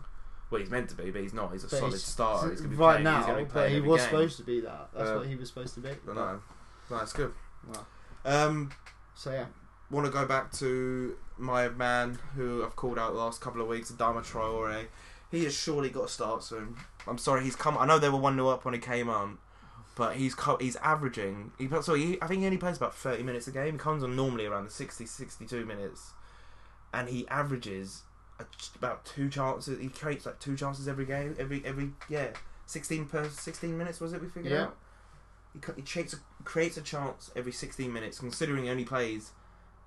Speaker 2: Well, he's meant to be, but he's not. He's a
Speaker 1: but
Speaker 2: solid
Speaker 1: he's-
Speaker 2: starter. He's gonna be
Speaker 1: right
Speaker 2: playing, he's
Speaker 1: now,
Speaker 2: gonna be
Speaker 1: but
Speaker 2: playing
Speaker 1: he
Speaker 2: every
Speaker 1: was
Speaker 2: game.
Speaker 1: supposed to be that. That's
Speaker 2: Uh,
Speaker 1: what he was supposed to be.
Speaker 2: No, no, no, it's good.
Speaker 1: Wow.
Speaker 2: Um,
Speaker 1: So yeah,
Speaker 2: want to go back to my man who I've called out the last couple of weeks, Adama Traore. He has surely got to start soon. I'm sorry, he's come. I know they were one 0 up when he came on, but he's co- he's averaging. He so he, I think he only plays about 30 minutes a game. He comes on normally around the 60, 62 minutes, and he averages a- about two chances. He creates like two chances every game, every every yeah, sixteen per sixteen minutes was it we figured
Speaker 1: Yeah.
Speaker 2: out. He, cr- he creates a, creates a chance every sixteen minutes, considering he only plays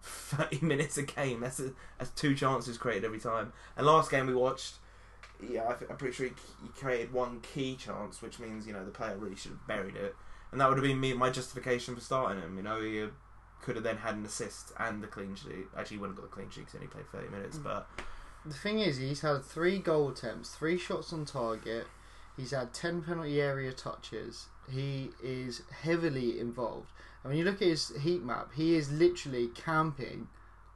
Speaker 2: thirty minutes a game. That's a, that's two chances created every time. And last game we watched. Yeah, I th- I'm pretty sure he, c- he created one key chance, which means you know the player really should have buried it, and that would have been me my justification for starting him. You know, he uh, could have then had an assist and the clean sheet. Actually, he wouldn't have got the clean sheet because he only played 30 minutes.
Speaker 1: Mm.
Speaker 2: But
Speaker 1: The thing is, he's had three goal attempts, three shots on target. He's had ten penalty area touches. He is heavily involved. And when you look at his heat map, he is literally camping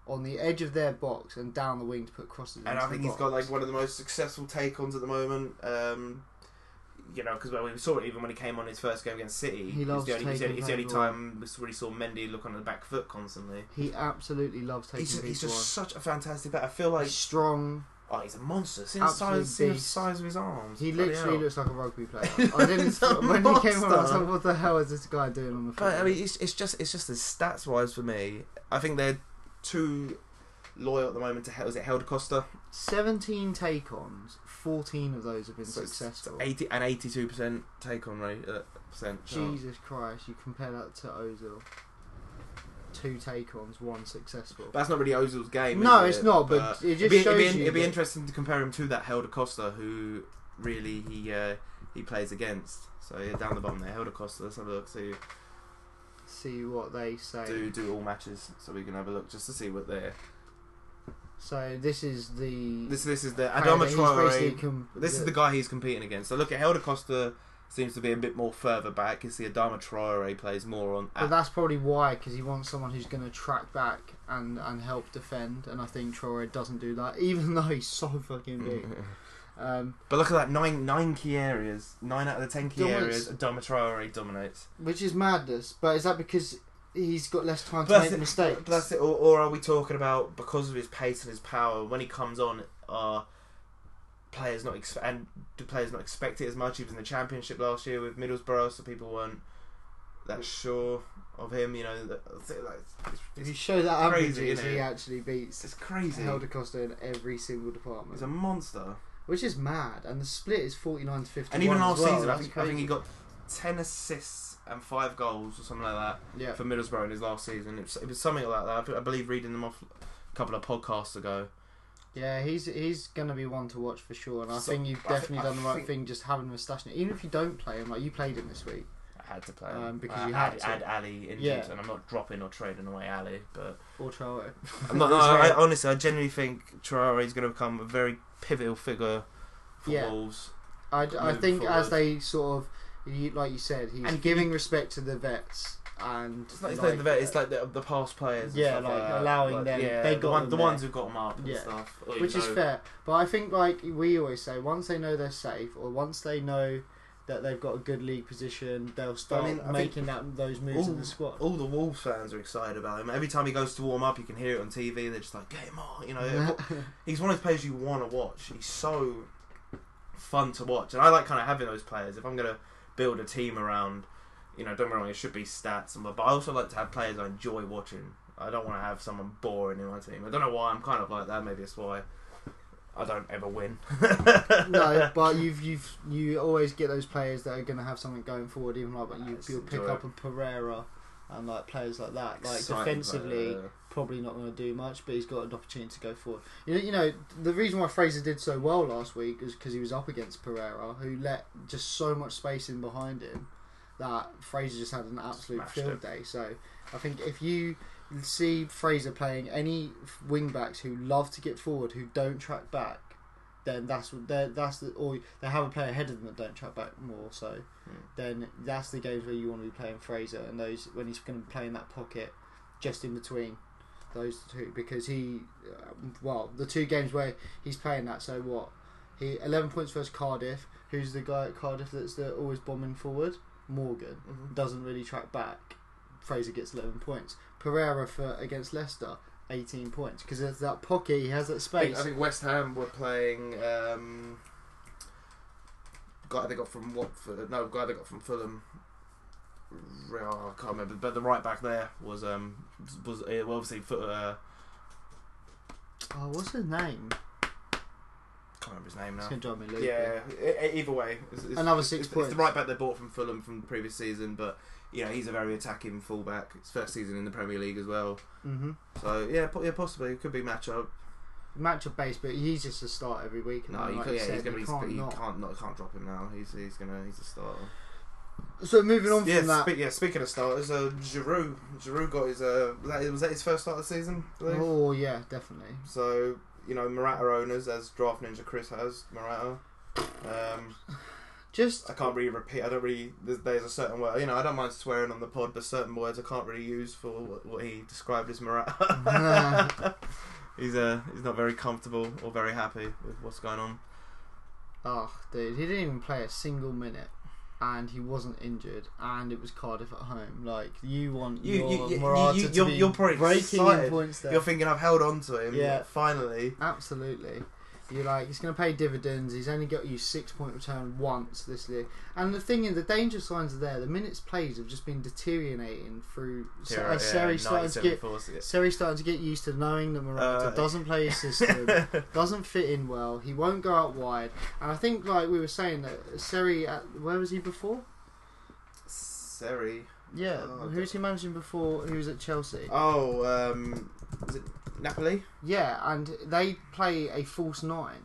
Speaker 1: on the edge of their box and down the wing to put crosses.
Speaker 2: and
Speaker 1: into
Speaker 2: I think
Speaker 1: the
Speaker 2: he's got
Speaker 1: box.
Speaker 2: like one of the most successful take ons at the moment. Um, you know, because well, we saw it even when he came on his first game against City.
Speaker 1: He
Speaker 2: It's
Speaker 1: loves
Speaker 2: the only, it's the only-
Speaker 1: taking
Speaker 2: it's the only
Speaker 1: people on.
Speaker 2: time we s- really saw Mendy look on the back foot constantly.
Speaker 1: He absolutely loves taking
Speaker 2: He's just,
Speaker 1: people
Speaker 2: he's just
Speaker 1: on.
Speaker 2: such a fantastic player. I feel like
Speaker 1: he's strong.
Speaker 2: oh, he's a monster. See the
Speaker 1: Absolute
Speaker 2: size, see the
Speaker 1: beast.
Speaker 2: size of his arms.
Speaker 1: He
Speaker 2: Bloody
Speaker 1: literally
Speaker 2: hell.
Speaker 1: looks like a rugby player. I didn't
Speaker 2: He's a
Speaker 1: when he came on. I was
Speaker 2: monster.
Speaker 1: like, "What the hell is this guy doing on the field?"
Speaker 2: But I mean, it's, it's just it's just the stats wise for me. I think they're too loyal at the moment to Hel- is it Helder Costa.
Speaker 1: 17 take ons, 14 of those have been
Speaker 2: So it's-
Speaker 1: successful.
Speaker 2: Eighty and eighty-two percent take on rate uh, percent. chance.
Speaker 1: Jesus Christ, you compare that to Ozil. Two take ons, one successful.
Speaker 2: But that's not really Ozil's game.
Speaker 1: no,
Speaker 2: is
Speaker 1: it's
Speaker 2: it?
Speaker 1: not, but, it
Speaker 2: it'd
Speaker 1: just
Speaker 2: be,
Speaker 1: shows
Speaker 2: it'd be,
Speaker 1: you.
Speaker 2: it'd be
Speaker 1: that-
Speaker 2: interesting to compare him to that Helder Costa, who really he uh, he plays against. So yeah, down the bottom there, Helder Costa. Let's have a look. See
Speaker 1: see what they say.
Speaker 2: do do all matches, so we can have a look just to see what they're.
Speaker 1: So this is the.
Speaker 2: This this is the
Speaker 1: player
Speaker 2: Adama
Speaker 1: that Mm. he's basically
Speaker 2: Traore.
Speaker 1: com-
Speaker 2: This is the guy he's competing against. So look at Helder Costa. Seems to be a bit more further back. You see Adama Traore plays more on.
Speaker 1: But that's probably why, because he wants someone who's going to track back and, and help defend, and I think Traore doesn't do that, even though he's so fucking
Speaker 2: Mm.
Speaker 1: big. Um,
Speaker 2: But look at that nine nine key areas, nine out of the ten key
Speaker 1: Dominates.
Speaker 2: areas. Adama Traore dominates.
Speaker 1: which is madness, but is that because he's got less time to
Speaker 2: But
Speaker 1: make
Speaker 2: that's it-
Speaker 1: mistakes?
Speaker 2: But that's it. Or, or are we talking about because of his pace and his power? When he comes on, are players not ex- and do players not expect it as much? He was in the championship last year with Middlesbrough, so people weren't that sure of him. You know, that, like,
Speaker 1: If
Speaker 2: it's,
Speaker 1: you
Speaker 2: it's,
Speaker 1: show that averages,
Speaker 2: crazy, isn't
Speaker 1: he
Speaker 2: it?
Speaker 1: actually beats
Speaker 2: it's crazy.
Speaker 1: Helder Costa in every single
Speaker 2: He's
Speaker 1: department,
Speaker 2: a monster.
Speaker 1: which is mad. And the split is forty nine to fifty.
Speaker 2: And even last
Speaker 1: well.
Speaker 2: season, I
Speaker 1: That's
Speaker 2: think, I think he
Speaker 1: crazy.
Speaker 2: got ten assists and five goals or something like that.
Speaker 1: yeah.
Speaker 2: for Middlesbrough in his last season. It was, it was something like that. I be- I believe reading them off a couple of podcasts ago.
Speaker 1: Yeah, he's he's gonna be one to watch for sure, and I
Speaker 2: So,
Speaker 1: think you've
Speaker 2: I thi-
Speaker 1: definitely
Speaker 2: I
Speaker 1: done the right
Speaker 2: think-
Speaker 1: thing just having Moustache. Even if you don't play him, like you played him this week.
Speaker 2: I had to play
Speaker 1: Um,
Speaker 2: him.
Speaker 1: because
Speaker 2: I
Speaker 1: you
Speaker 2: had,
Speaker 1: had to.
Speaker 2: had Ali injured,
Speaker 1: Yeah.
Speaker 2: and I'm not dropping or trading away Ali. But
Speaker 1: Or Traore.
Speaker 2: I'm not, no, I, I- honestly, I genuinely think Traore is going to become a very pivotal figure for
Speaker 1: Yeah.
Speaker 2: Wolves.
Speaker 1: I, I
Speaker 2: Moving
Speaker 1: think as
Speaker 2: forward.
Speaker 1: they sort of, you, like you said, he's
Speaker 2: And
Speaker 1: giving respect to the vets and
Speaker 2: It's not, it's like, the vet, it's like the, the past players. and
Speaker 1: Yeah,
Speaker 2: stuff
Speaker 1: like,
Speaker 2: that.
Speaker 1: allowing them-
Speaker 2: Yeah,
Speaker 1: they
Speaker 2: the,
Speaker 1: got
Speaker 2: one-
Speaker 1: them
Speaker 2: the
Speaker 1: there.
Speaker 2: ones who got them up and
Speaker 1: Yeah.
Speaker 2: stuff. or you
Speaker 1: which is
Speaker 2: know,
Speaker 1: fair. But I think, like we always say, once they know they're safe, or once they know that they've got a good league position, they'll start
Speaker 2: mean, I think
Speaker 1: making that those moves
Speaker 2: all-
Speaker 1: in the squad.
Speaker 2: All the Wolves fans are excited about him. Every time he goes to warm up, you can hear it on TV. They're just like, get him on. You know, he's one of those players you want to watch. He's so fun to watch, and I like kind of having those players. If I'm gonna build a team around, you know, don't get me wrong, it should be stats, and but I also like to have players I enjoy watching. I don't want to have someone boring in my team. I don't know why I'm kind of like that. Maybe it's why I don't ever win.
Speaker 1: no, but you've you've you always get those players that are going to have something going forward. Even like, like you,
Speaker 2: That's
Speaker 1: you'll pick
Speaker 2: enjoy-
Speaker 1: up a Pereira and like players like that. Like
Speaker 2: Exciting
Speaker 1: defensively,
Speaker 2: player.
Speaker 1: probably not going to do much, but he's got an opportunity to go forward. You know, you know the reason why Fraser did so well last week is because he was up against Pereira, who let just so much space in behind him that Fraser just had an absolute
Speaker 2: Smashed
Speaker 1: field
Speaker 2: it.
Speaker 1: day. So I think if you see Fraser playing any wing backs who love to get forward, who don't track back, then that's what they're, that's the or they have a player ahead of them that don't track back more. So
Speaker 2: Hmm.
Speaker 1: then that's the games where you want to be playing Fraser and those when he's going to play in that pocket just in between those two because he uh, well the two games where he's playing that so what he 11 points versus Cardiff who's the guy at Cardiff that's the, always bombing forward Morgan
Speaker 2: Mhm.
Speaker 1: doesn't really track back Fraser gets 11 points Pereira for against Leicester 18 points because it's that pocket he has that
Speaker 2: I
Speaker 1: space
Speaker 2: think, I think West Ham were playing um, guy they got from Watford. No, guy they got from Fulham. Re- oh, I can't remember, eh, but the right back there was um was uh, well, obviously for, uh,
Speaker 1: Oh, what's his name?
Speaker 2: Can't remember his name
Speaker 1: It's
Speaker 2: now.
Speaker 1: gonna drive me loopy.
Speaker 2: Yeah, e- e- either way, it's, it's,
Speaker 1: Another
Speaker 2: it's-
Speaker 1: six
Speaker 2: it's,
Speaker 1: points.
Speaker 2: It's the right back they bought from Fulham from the previous season, but you know he's a very attacking fullback. It's first season in the Premier League as well,
Speaker 1: Mm-hmm.
Speaker 2: so yeah, po- yeah, possibly it could be matchup.
Speaker 1: Matchup base, but he's just a start every week. and
Speaker 2: No,
Speaker 1: then,
Speaker 2: you
Speaker 1: like
Speaker 2: could,
Speaker 1: you
Speaker 2: yeah,
Speaker 1: said,
Speaker 2: he's gonna
Speaker 1: you
Speaker 2: be.
Speaker 1: can't
Speaker 2: you
Speaker 1: not.
Speaker 2: can't not can't drop him now. He's he's gonna he's a starter.
Speaker 1: So moving on
Speaker 2: yeah,
Speaker 1: from that.
Speaker 2: spe- yeah. Speaking of starters, uh, Giroud Giroud got his uh was that, was that his first start of the season? I believe?
Speaker 1: Oh yeah, definitely.
Speaker 2: So you know Morata owners as Draft Ninja Chris has Morata. Um,
Speaker 1: Just
Speaker 2: I can't really repeat. I don't really. There's, there's a certain word. You know, I don't mind swearing on the pod, but certain words I can't really use for what, what he described as Morata. he's uh he's not very comfortable or very happy with what's going on.
Speaker 1: oh, dude, he didn't even play a single minute, and he wasn't injured, and it was Cardiff at home. Like you want
Speaker 2: You-
Speaker 1: your
Speaker 2: you- you-
Speaker 1: Morata
Speaker 2: you-
Speaker 1: to
Speaker 2: you're-
Speaker 1: be
Speaker 2: you're probably
Speaker 1: breaking in
Speaker 2: excited.
Speaker 1: points there.
Speaker 2: You're thinking I've held on to him.
Speaker 1: Yeah.
Speaker 2: Finally.
Speaker 1: Absolutely. You're like, he's going to pay dividends. He's only got you six point return once this year. And the thing is, the danger signs are there. The minutes played have just been deteriorating through. So,
Speaker 2: Yeah,
Speaker 1: as Seri starting to get
Speaker 2: 1974, so yeah.
Speaker 1: Seri starting to get used to knowing that Morata
Speaker 2: Uh,
Speaker 1: doesn't play his system, doesn't fit in well. He won't go out wide. And I think, like we were saying, that Seri, at, where was he before?
Speaker 2: Seri.
Speaker 1: Yeah,
Speaker 2: Oh,
Speaker 1: who's he managing before? Who was at Chelsea?
Speaker 2: Oh, um, is it Napoli?
Speaker 1: yeah, and they play a false nine.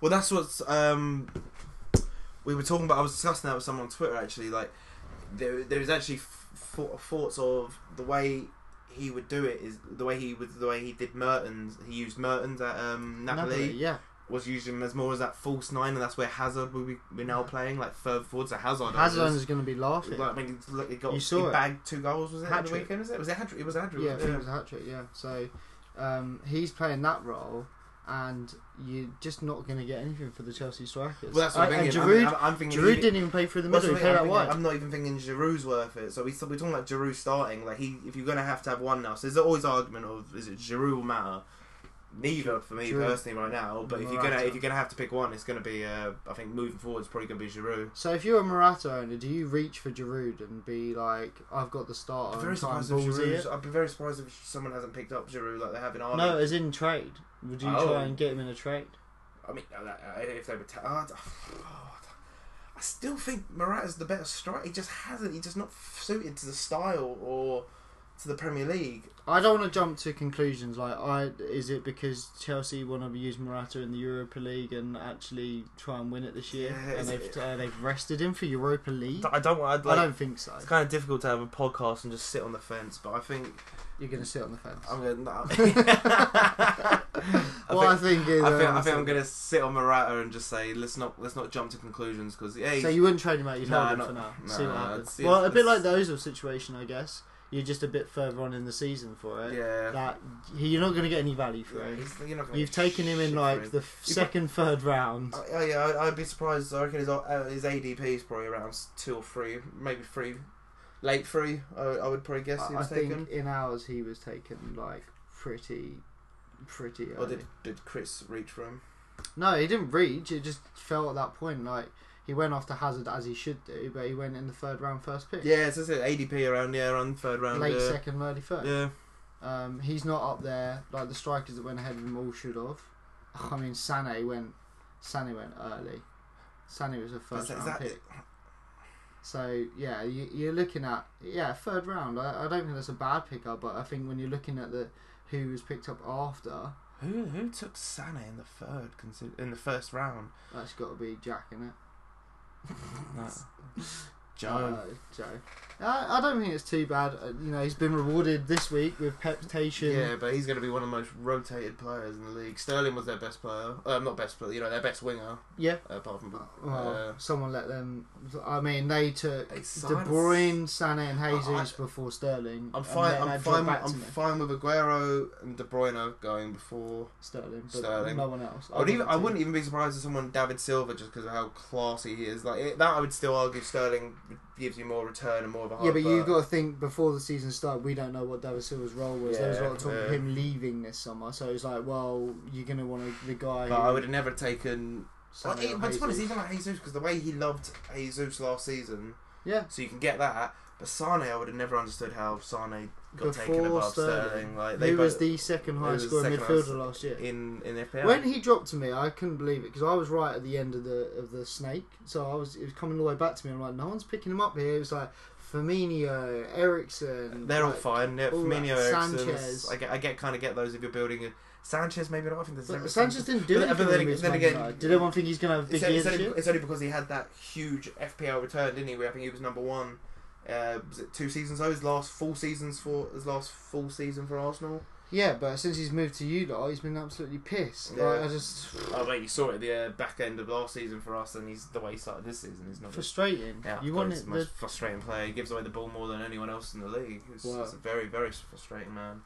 Speaker 2: Well, that's what's um, we were talking about. I was discussing that with someone on Twitter actually. Like, there, there is actually f- thought- thoughts of the way he would do it is the way he would the way he did Mertens. He used Mertens at um, Napoli,
Speaker 1: yeah.
Speaker 2: was using him as more as that false nine, and that's where Hazard will be we're now playing like third forward. So Hazard,
Speaker 1: Hazard is going to be laughing.
Speaker 2: Oh, Like, I mean, he's- look, he got
Speaker 1: You saw
Speaker 2: he
Speaker 1: it.
Speaker 2: bagged two goals. Was it at the
Speaker 1: Hat-trick.
Speaker 2: weekend? Was it? Was it Hadrick? It was Hadrick.
Speaker 1: Yeah, I think it was a hat trick. Yeah, so um, he's playing that role, and you're just not going to get anything for the Chelsea strikers.
Speaker 2: Well, that's what
Speaker 1: Uh,
Speaker 2: I'm
Speaker 1: and
Speaker 2: thinking. I'm-
Speaker 1: Giroud,
Speaker 2: I'm, I'm thinking
Speaker 1: Giroud
Speaker 2: he-
Speaker 1: didn't even play through the
Speaker 2: Well,
Speaker 1: middle. He
Speaker 2: that's what
Speaker 1: played
Speaker 2: I'm
Speaker 1: out wide.
Speaker 2: thinking. I'm not even thinking Giroud's worth it. So we, so we're talking like Giroud starting. Like he, if you're gonna have to have one now, so there's always argument of is it Giroud or Mata? Neither for me
Speaker 1: Giroud.
Speaker 2: personally right now. But if you're gonna
Speaker 1: Morata.
Speaker 2: if you're gonna have to pick one, it's gonna be uh, I think moving forward it's probably gonna be Giroud.
Speaker 1: So if you're a Morata owner, do you reach for Giroud and be like, "I've got the starter"?
Speaker 2: I'm
Speaker 1: and
Speaker 2: very
Speaker 1: try and
Speaker 2: surprised if
Speaker 1: ballsy it?
Speaker 2: Giroud. I'd be very surprised if someone hasn't picked up Giroud like they have in Ireland.
Speaker 1: No, as in trade. Would you
Speaker 2: Oh.
Speaker 1: try and get him in a trade?
Speaker 2: I mean uh, uh, if they were. ta- oh, I d- oh, I d- I still think Morata's the better striker. He just hasn't. He's just not suited to the style or to the Premier League.
Speaker 1: I don't want to jump to conclusions. Like, I is it because Chelsea want to use Morata in the Europa League and actually try and win it this year,
Speaker 2: Yeah,
Speaker 1: and
Speaker 2: is
Speaker 1: they've
Speaker 2: it-
Speaker 1: uh, they've rested him for Europa League?
Speaker 2: I don't want.
Speaker 1: I don't think so.
Speaker 2: It's kind of difficult to have a podcast and just sit on the fence, but I think
Speaker 1: You're going to sit on the fence.
Speaker 2: I'm gonna. No. I,
Speaker 1: what
Speaker 2: think,
Speaker 1: I think is,
Speaker 2: I think I
Speaker 1: um,
Speaker 2: think I'm gonna sit on Murata and just say let's not let's not jump to conclusions because yeah,
Speaker 1: So
Speaker 2: he's-
Speaker 1: you wouldn't trade him out. You'd
Speaker 2: Nah,
Speaker 1: hold him
Speaker 2: not-
Speaker 1: for now.
Speaker 2: nah,
Speaker 1: see what
Speaker 2: nah,
Speaker 1: happens.
Speaker 2: it's- it's-
Speaker 1: well, a bit like
Speaker 2: it's-
Speaker 1: the Ozil situation, I guess. You're just a bit further on in the season for it.
Speaker 2: yeah,
Speaker 1: That you're not going to get any value for
Speaker 2: yeah,
Speaker 1: him.
Speaker 2: he's- you're not gonna
Speaker 1: You've
Speaker 2: get
Speaker 1: taken him
Speaker 2: shit
Speaker 1: in
Speaker 2: for
Speaker 1: like
Speaker 2: him.
Speaker 1: the f- second, third round.
Speaker 2: Oh, yeah, I- I'd be surprised. I reckon his, uh, his ADP is probably around two or three, maybe three, late three. I, I would probably guess he
Speaker 1: I, I
Speaker 2: was taken.
Speaker 1: think in ours he was taken like pretty, pretty
Speaker 2: Or
Speaker 1: early.
Speaker 2: did did Chris reach for him?
Speaker 1: No, he didn't reach. It just fell at that point. Like he went after Hazard as he should do, but he went in the third round first pick.
Speaker 2: Yeah, uh, so it's ADP around yeah, around third round.
Speaker 1: Late
Speaker 2: yeah.
Speaker 1: second, early third.
Speaker 2: Yeah.
Speaker 1: Um, he's not up there. Like the strikers that went ahead of him all should have. I mean, Sané went. Sané went early. Sané was a
Speaker 2: Is
Speaker 1: first
Speaker 2: that- is
Speaker 1: round
Speaker 2: that-
Speaker 1: pick. So yeah, you, you're looking at yeah third round. I, I don't think that's a bad pickup, but I think when you're looking at the who was picked up after,
Speaker 2: Who who took Sané in the third consi- in the first round?
Speaker 1: that's got to be Jack in it.
Speaker 2: Joe.
Speaker 1: Uh, Joe. I, I don't think it's too bad. Uh, you know, he's been rewarded this week with peptation.
Speaker 2: yeah, but he's going to be one of the most rotated players in the league. Sterling was their best player, uh, not best player, you know, their best winger
Speaker 1: yeah.
Speaker 2: apart from.
Speaker 1: Well,
Speaker 2: Uh,
Speaker 1: someone let them. I mean, they took
Speaker 2: They
Speaker 1: De
Speaker 2: signed-
Speaker 1: Bruyne, Sané, and Jesus
Speaker 2: I-
Speaker 1: before Sterling.
Speaker 2: I'm
Speaker 1: and
Speaker 2: fine.
Speaker 1: then
Speaker 2: I'm
Speaker 1: they dropped
Speaker 2: fine.
Speaker 1: back
Speaker 2: I'm
Speaker 1: to me.
Speaker 2: fine with Aguero and De Bruyne going before.
Speaker 1: Sterling, but
Speaker 2: Sterling.
Speaker 1: no one else.
Speaker 2: I would even. I
Speaker 1: do.
Speaker 2: wouldn't even be surprised if someone David Silva just because of how classy he is. Like it, that, I would still argue Sterling gives you more return and more of a.
Speaker 1: Yeah,
Speaker 2: hype,
Speaker 1: but you've got to think before the season started, we don't know what David Silva's role was. there was a lot of
Speaker 2: Yeah,
Speaker 1: talk of
Speaker 2: yeah.
Speaker 1: him leaving this summer, so it's like, well, you're going to want to, the guy.
Speaker 2: But I
Speaker 1: who-
Speaker 2: would have never taken.
Speaker 1: Sané
Speaker 2: Like,
Speaker 1: or
Speaker 2: but to be honest,
Speaker 1: Jesus.
Speaker 2: even like Jesus, because the way he loved Jesus last season,
Speaker 1: Yeah,
Speaker 2: So you can get that. But Sane, I would have never understood how Sane got taken
Speaker 1: Before
Speaker 2: above
Speaker 1: Sterling.
Speaker 2: Sterling. Like they
Speaker 1: who was
Speaker 2: both-
Speaker 1: the second
Speaker 2: who
Speaker 1: highest
Speaker 2: was the
Speaker 1: scoring
Speaker 2: second highest-
Speaker 1: midfielder last year.
Speaker 2: in in FPL.
Speaker 1: When he dropped to me, I couldn't believe it because I was right at the end of the of the snake. So I was it was coming all the way back to me. I'm like, no one's picking him up here. It was like Firmino, Ericsson.
Speaker 2: They're all
Speaker 1: like-
Speaker 2: fine. Yeah,
Speaker 1: all
Speaker 2: Firmino,
Speaker 1: that.
Speaker 2: Sanchez.
Speaker 1: Sanchez.
Speaker 2: I get, I get kind of get those if you're building a Sanchez. Maybe not. I think there's
Speaker 1: But
Speaker 2: never-
Speaker 1: Sanchez didn't do anything.
Speaker 2: But- but then-
Speaker 1: when he was
Speaker 2: then
Speaker 1: Man
Speaker 2: again-
Speaker 1: United. did everyone think he's going to have a big
Speaker 2: It's,
Speaker 1: year
Speaker 2: it's,
Speaker 1: this
Speaker 2: only,
Speaker 1: year?
Speaker 2: it's only because he had that huge FPL return, didn't he? Where I think he was number one. Uh, was it two seasons? ago? his last full seasons for his last full season for Arsenal.
Speaker 1: Yeah, but since he's moved to you lot, he's been absolutely pissed. Like,
Speaker 2: Yeah.
Speaker 1: I just
Speaker 2: Oh wait, you saw it at the uh, back end of last season for us, and he's the way he started this season is not.
Speaker 1: frustrating.
Speaker 2: Yeah,
Speaker 1: you
Speaker 2: God,
Speaker 1: want
Speaker 2: he's
Speaker 1: it.
Speaker 2: the
Speaker 1: The,
Speaker 2: most frustrating player. He gives away the ball more than anyone else in the league. It's,
Speaker 1: Wow.
Speaker 2: it's a very, very frustrating man.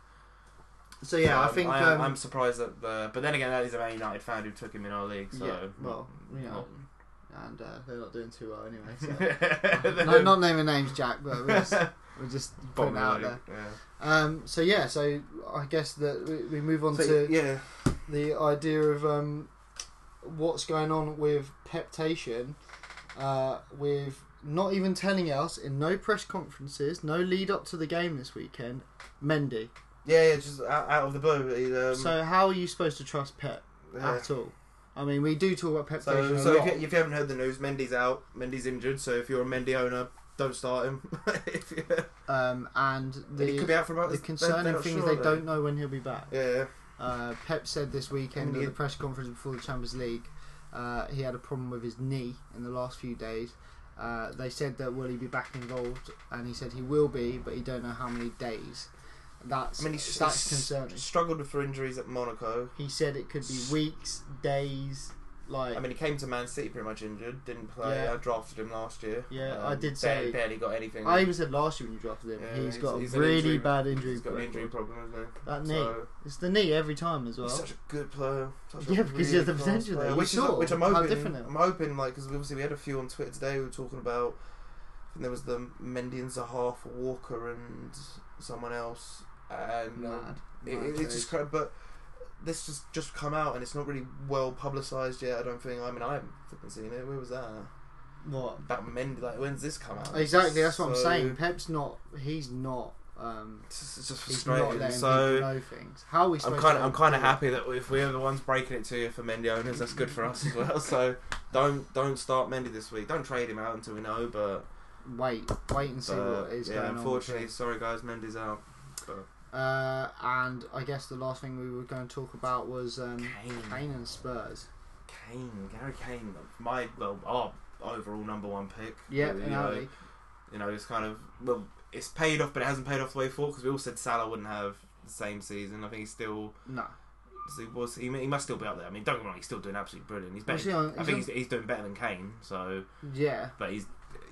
Speaker 1: so yeah, I
Speaker 2: Um,
Speaker 1: think.
Speaker 2: I
Speaker 1: um,
Speaker 2: am, I'm surprised that the. But then again, that is a Man United fan who took him in our league. So
Speaker 1: Yeah, well, you know. and uh, they're not doing too well anyway. So. no,
Speaker 2: no,
Speaker 1: not naming names, Jack, but we're just, we're just putting it out there. Um, so yeah, so I guess that we, we move on to
Speaker 2: yeah,
Speaker 1: the idea of um, what's going on with peptation, uh, with not even telling us in no press conferences, no lead up to the game this weekend, Mendy.
Speaker 2: yeah, yeah, just out, out of the blue. he, Um,
Speaker 1: so how are you supposed to trust Pep
Speaker 2: yeah.
Speaker 1: at all? I mean, we do talk about
Speaker 2: so,
Speaker 1: peptation a
Speaker 2: so
Speaker 1: lot.
Speaker 2: if, you, if you haven't heard the news, Mendy's out. Mendy's injured. So if you're a Mendy owner, don't start him. if you,
Speaker 1: um, and
Speaker 2: he could
Speaker 1: the
Speaker 2: be out for about.
Speaker 1: the concerning thing is they don't know when he'll be back.
Speaker 2: Yeah, yeah.
Speaker 1: Uh, Pep said this weekend
Speaker 2: And
Speaker 1: at
Speaker 2: he-
Speaker 1: the press conference before the Champions League, uh, he had a problem with his knee in the last few days. Uh, they said that will he be back involved, and he said he will be, but he don't know how many days. That's
Speaker 2: I mean, he's,
Speaker 1: that's
Speaker 2: he's
Speaker 1: concerning.
Speaker 2: struggled with injuries at Monaco.
Speaker 1: He said it could be weeks, days, like
Speaker 2: I mean, he came to Man City pretty much injured, didn't play.
Speaker 1: Yeah.
Speaker 2: I drafted him last year. Um,
Speaker 1: Yeah, I did
Speaker 2: barely,
Speaker 1: say-
Speaker 2: barely got anything.
Speaker 1: I even said last year when you drafted him,
Speaker 2: Yeah,
Speaker 1: he's
Speaker 2: he's-
Speaker 1: got
Speaker 2: he's
Speaker 1: a
Speaker 2: an
Speaker 1: really
Speaker 2: injury-
Speaker 1: bad injury.
Speaker 2: he's got an
Speaker 1: record.
Speaker 2: injury problem, isn't he?
Speaker 1: That knee,
Speaker 2: So-
Speaker 1: it's the knee every time as well.
Speaker 2: He's such a good player. Such a
Speaker 1: Yeah, because he has the
Speaker 2: class
Speaker 1: potential there.
Speaker 2: player,
Speaker 1: You
Speaker 2: Which, is,
Speaker 1: saw
Speaker 2: which I'm
Speaker 1: how
Speaker 2: hoping.
Speaker 1: different it
Speaker 2: I'm hoping, like, because obviously we had a few on Twitter today who were talking about. I think there was the Mendy and Zaha for Walker and someone else, and um,
Speaker 1: Mad,
Speaker 2: it,
Speaker 1: mad
Speaker 2: it, it's just kind of, but this just just come out and it's not really well publicised yet. I don't think. I mean, I haven't fucking seen it. Where was that?
Speaker 1: what
Speaker 2: That Mendy. Like, when's this come out?
Speaker 1: exactly? That's what I'm
Speaker 2: So,
Speaker 1: saying. Pep's not. He's not. Um,
Speaker 2: It's just, it's just
Speaker 1: He's not
Speaker 2: frustrating.
Speaker 1: letting
Speaker 2: So.
Speaker 1: people know things. How are we
Speaker 2: I'm
Speaker 1: supposed
Speaker 2: kind of
Speaker 1: to
Speaker 2: I'm kind of happy that if we're the ones breaking it to you for Mendy owners, that's good for us as well. So don't don't start Mendy this week. Don't trade him out until we know. But,
Speaker 1: Wait, wait and see
Speaker 2: but
Speaker 1: what is
Speaker 2: yeah,
Speaker 1: going on.
Speaker 2: unfortunately, sorry guys, Mendy's out.
Speaker 1: Uh, and I guess the last thing we were going to talk about was um,
Speaker 2: Kane,
Speaker 1: Kane and Spurs.
Speaker 2: Kane, Gary Kane, my well, our overall number one pick.
Speaker 1: Yeah,
Speaker 2: you
Speaker 1: in
Speaker 2: know,
Speaker 1: our league.
Speaker 2: you know, it's kind of well, it's paid off, but it hasn't paid off the way forward because we all said Salah wouldn't have the same season. I think he's still.
Speaker 1: no.
Speaker 2: He was he, he must still be out there. I mean, don't get me wrong, he's still doing absolutely brilliant. He's
Speaker 1: Was he
Speaker 2: better.
Speaker 1: on- he's
Speaker 2: I think
Speaker 1: on-
Speaker 2: he's, he's doing better than Kane. So
Speaker 1: Yeah.
Speaker 2: but he's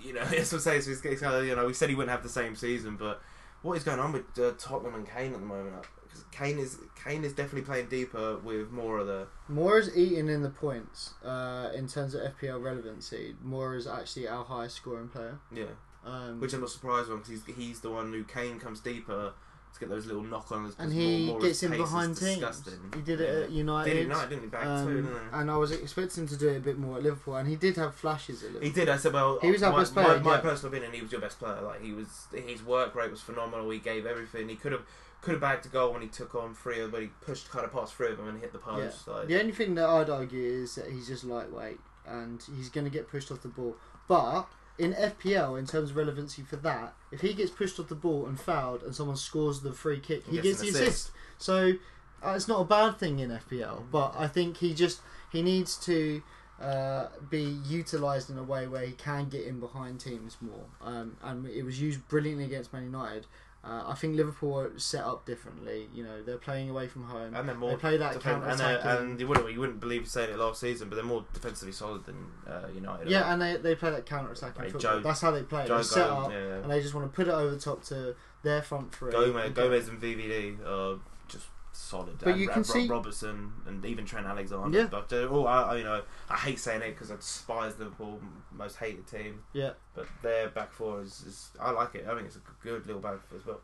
Speaker 2: you know that's what I'm saying. So he's, he's kind of, you know we said he wouldn't have the same season, but what is going on with uh, Tottenham and Kane at the moment? Because Kane is Kane is definitely playing deeper with more of the
Speaker 1: Moore's eating in the points uh, in terms of FPL relevancy. Moore is actually our highest scoring player.
Speaker 2: yeah,
Speaker 1: Um,
Speaker 2: which I'm not surprised on because he's he's the one who Kane comes deeper to get those little knock ons
Speaker 1: and he gets in
Speaker 2: his pace
Speaker 1: behind
Speaker 2: is
Speaker 1: teams.
Speaker 2: disgusting.
Speaker 1: He did it at
Speaker 2: Yeah.
Speaker 1: United.
Speaker 2: Did he not? Didn't he back
Speaker 1: um,
Speaker 2: too? Didn't he?
Speaker 1: and I was expecting him to do it a bit more at Liverpool, and he did have flashes at Liverpool.
Speaker 2: He did. I said, well,
Speaker 1: He was our
Speaker 2: my,
Speaker 1: best player,
Speaker 2: My, my
Speaker 1: yeah.
Speaker 2: personal opinion, he was your best player. Like he was, his work rate was phenomenal. He gave everything. He could have could have bagged a goal when he took on three of, but he pushed kind of past three of them and hit the post. Like,
Speaker 1: The only thing that I'd argue is that he's just lightweight and he's going to get pushed off the ball. But in FPL, in terms of relevancy for that, if he gets pushed off the ball and fouled and someone scores the free kick, he gets,
Speaker 2: an
Speaker 1: the assist. So uh, it's not a bad thing in FPL, but I think he just he needs to uh, be utilised in a way where he can get in behind teams more. Um, and it was used brilliantly against Man United. Uh, I think Liverpool are set up differently. You know, they're playing away from home.
Speaker 2: And
Speaker 1: They
Speaker 2: they're more
Speaker 1: play that
Speaker 2: defend-
Speaker 1: counter
Speaker 2: and, they're-
Speaker 1: attack.
Speaker 2: and you wouldn't you wouldn't believe you saying it last season, but they're more defensively solid than uh, United.
Speaker 1: Yeah, and they, they play that counter attack
Speaker 2: Like
Speaker 1: football.
Speaker 2: Joe-
Speaker 1: That's how they play. it.
Speaker 2: Joe
Speaker 1: they set
Speaker 2: Gomez,
Speaker 1: up and they just want to put it over the top to their front three.
Speaker 2: yeah. Gomez,
Speaker 1: And-
Speaker 2: Gomez and VVD are just solid.
Speaker 1: But
Speaker 2: and
Speaker 1: you
Speaker 2: Ra-
Speaker 1: can
Speaker 2: Ra-
Speaker 1: see-
Speaker 2: Robertson and even Trent Alexander.
Speaker 1: Yeah.
Speaker 2: But they're all, I, I- you know, I hate saying it because I despise Liverpool, most hated team.
Speaker 1: Yeah,
Speaker 2: But their back four is, is I like it. I think it's a g- good little back four as well.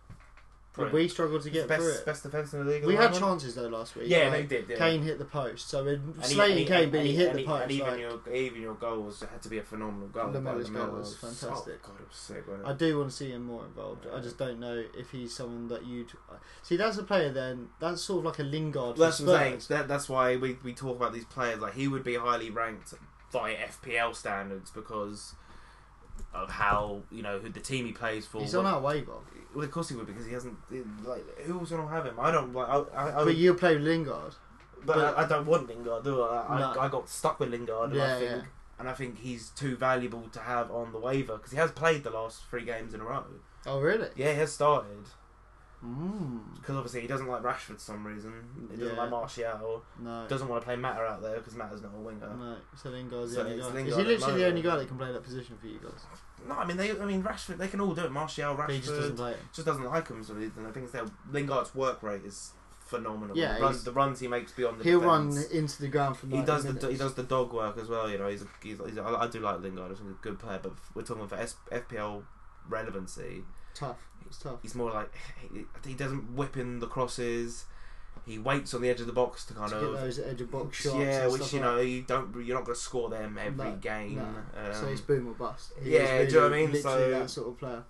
Speaker 1: But
Speaker 2: Brilliant.
Speaker 1: we struggled to get
Speaker 3: best,
Speaker 1: through it.
Speaker 3: best defense in the league. at
Speaker 1: We
Speaker 3: the
Speaker 1: had
Speaker 3: moment.
Speaker 1: chances though last week.
Speaker 2: Yeah,
Speaker 1: like,
Speaker 2: they did. Yeah.
Speaker 1: Kane hit the post, so it
Speaker 2: And he- and
Speaker 1: Slayton
Speaker 2: he-
Speaker 1: came, but
Speaker 2: and
Speaker 1: he hit
Speaker 2: and
Speaker 1: the post.
Speaker 2: And even
Speaker 1: like,
Speaker 2: your even your goals had to be a phenomenal goal.
Speaker 1: Lamelo's
Speaker 2: Like,
Speaker 1: goal
Speaker 2: Lamelo
Speaker 1: was fantastic.
Speaker 2: Oh, God, it was sick. Wasn't
Speaker 1: I
Speaker 2: it?
Speaker 1: do want to see him more involved. I just don't know if he's someone that you'd see. That's a player. Then that's sort of like a Lingard. For
Speaker 2: That's
Speaker 1: Spurs.
Speaker 2: what I'm saying. That, that's why we, we talk about these players. Like he would be highly ranked by FPL standards because of how you know who the team he plays for.
Speaker 1: He's on our waiver.
Speaker 2: Well, of course he would because he hasn't. Like who else gonna have him? I don't. Like I. I, I
Speaker 1: But you play Lingard.
Speaker 2: But,
Speaker 1: But-
Speaker 2: I, I don't want Lingard, do I? I,
Speaker 1: No.
Speaker 2: I, I got stuck with Lingard, and
Speaker 1: Yeah,
Speaker 2: I think,
Speaker 1: yeah.
Speaker 2: and I think he's too valuable to have on the waiver because he has played the last three games in a row.
Speaker 1: Oh really?
Speaker 2: Yeah, he has started
Speaker 1: Mm.
Speaker 2: because obviously he doesn't like Rashford for some reason. He doesn't
Speaker 1: Yeah.
Speaker 2: like Martial.
Speaker 1: No.
Speaker 2: Doesn't want to play Matter out there because Matter's not a winger.
Speaker 1: No. So Lingard's
Speaker 2: So
Speaker 1: the only
Speaker 2: it's
Speaker 1: guy.
Speaker 2: Lingard
Speaker 1: Is he
Speaker 2: at the
Speaker 1: literally the
Speaker 2: moment.
Speaker 1: only guy that can play that position for you guys?
Speaker 2: No, I mean they. I mean Rashford. They can all do it. Martial,
Speaker 1: But he just
Speaker 2: Rashford
Speaker 1: doesn't play it.
Speaker 2: just doesn't like him. So and I think it's their, Lingard's work rate is phenomenal.
Speaker 1: Yeah,
Speaker 2: the, run,
Speaker 1: he's-
Speaker 2: the runs he makes beyond the
Speaker 1: He'll
Speaker 2: defense.
Speaker 1: run into the ground for.
Speaker 2: He
Speaker 1: 90
Speaker 2: does
Speaker 1: minutes.
Speaker 2: the he does the dog work as well. You know, he's a, he's, he's a, I I do like Lingard. I think he's a good player, but we're talking for S, FPL relevancy.
Speaker 1: tough. It's tough.
Speaker 2: He's more like he, he doesn't whip in the crosses. He waits on the edge of the box to kind
Speaker 1: to get
Speaker 2: of
Speaker 1: those edge of box shots.
Speaker 2: yeah,
Speaker 1: and
Speaker 2: which
Speaker 1: stuff
Speaker 2: you
Speaker 1: like
Speaker 2: know you don't you're not going to score them every
Speaker 1: No,
Speaker 2: game.
Speaker 1: no.
Speaker 2: Um,
Speaker 1: So he's boom or bust. He
Speaker 2: yeah,
Speaker 1: is
Speaker 2: do you know what I
Speaker 1: really
Speaker 2: mean?
Speaker 1: Literally
Speaker 2: So-
Speaker 1: that sort of player.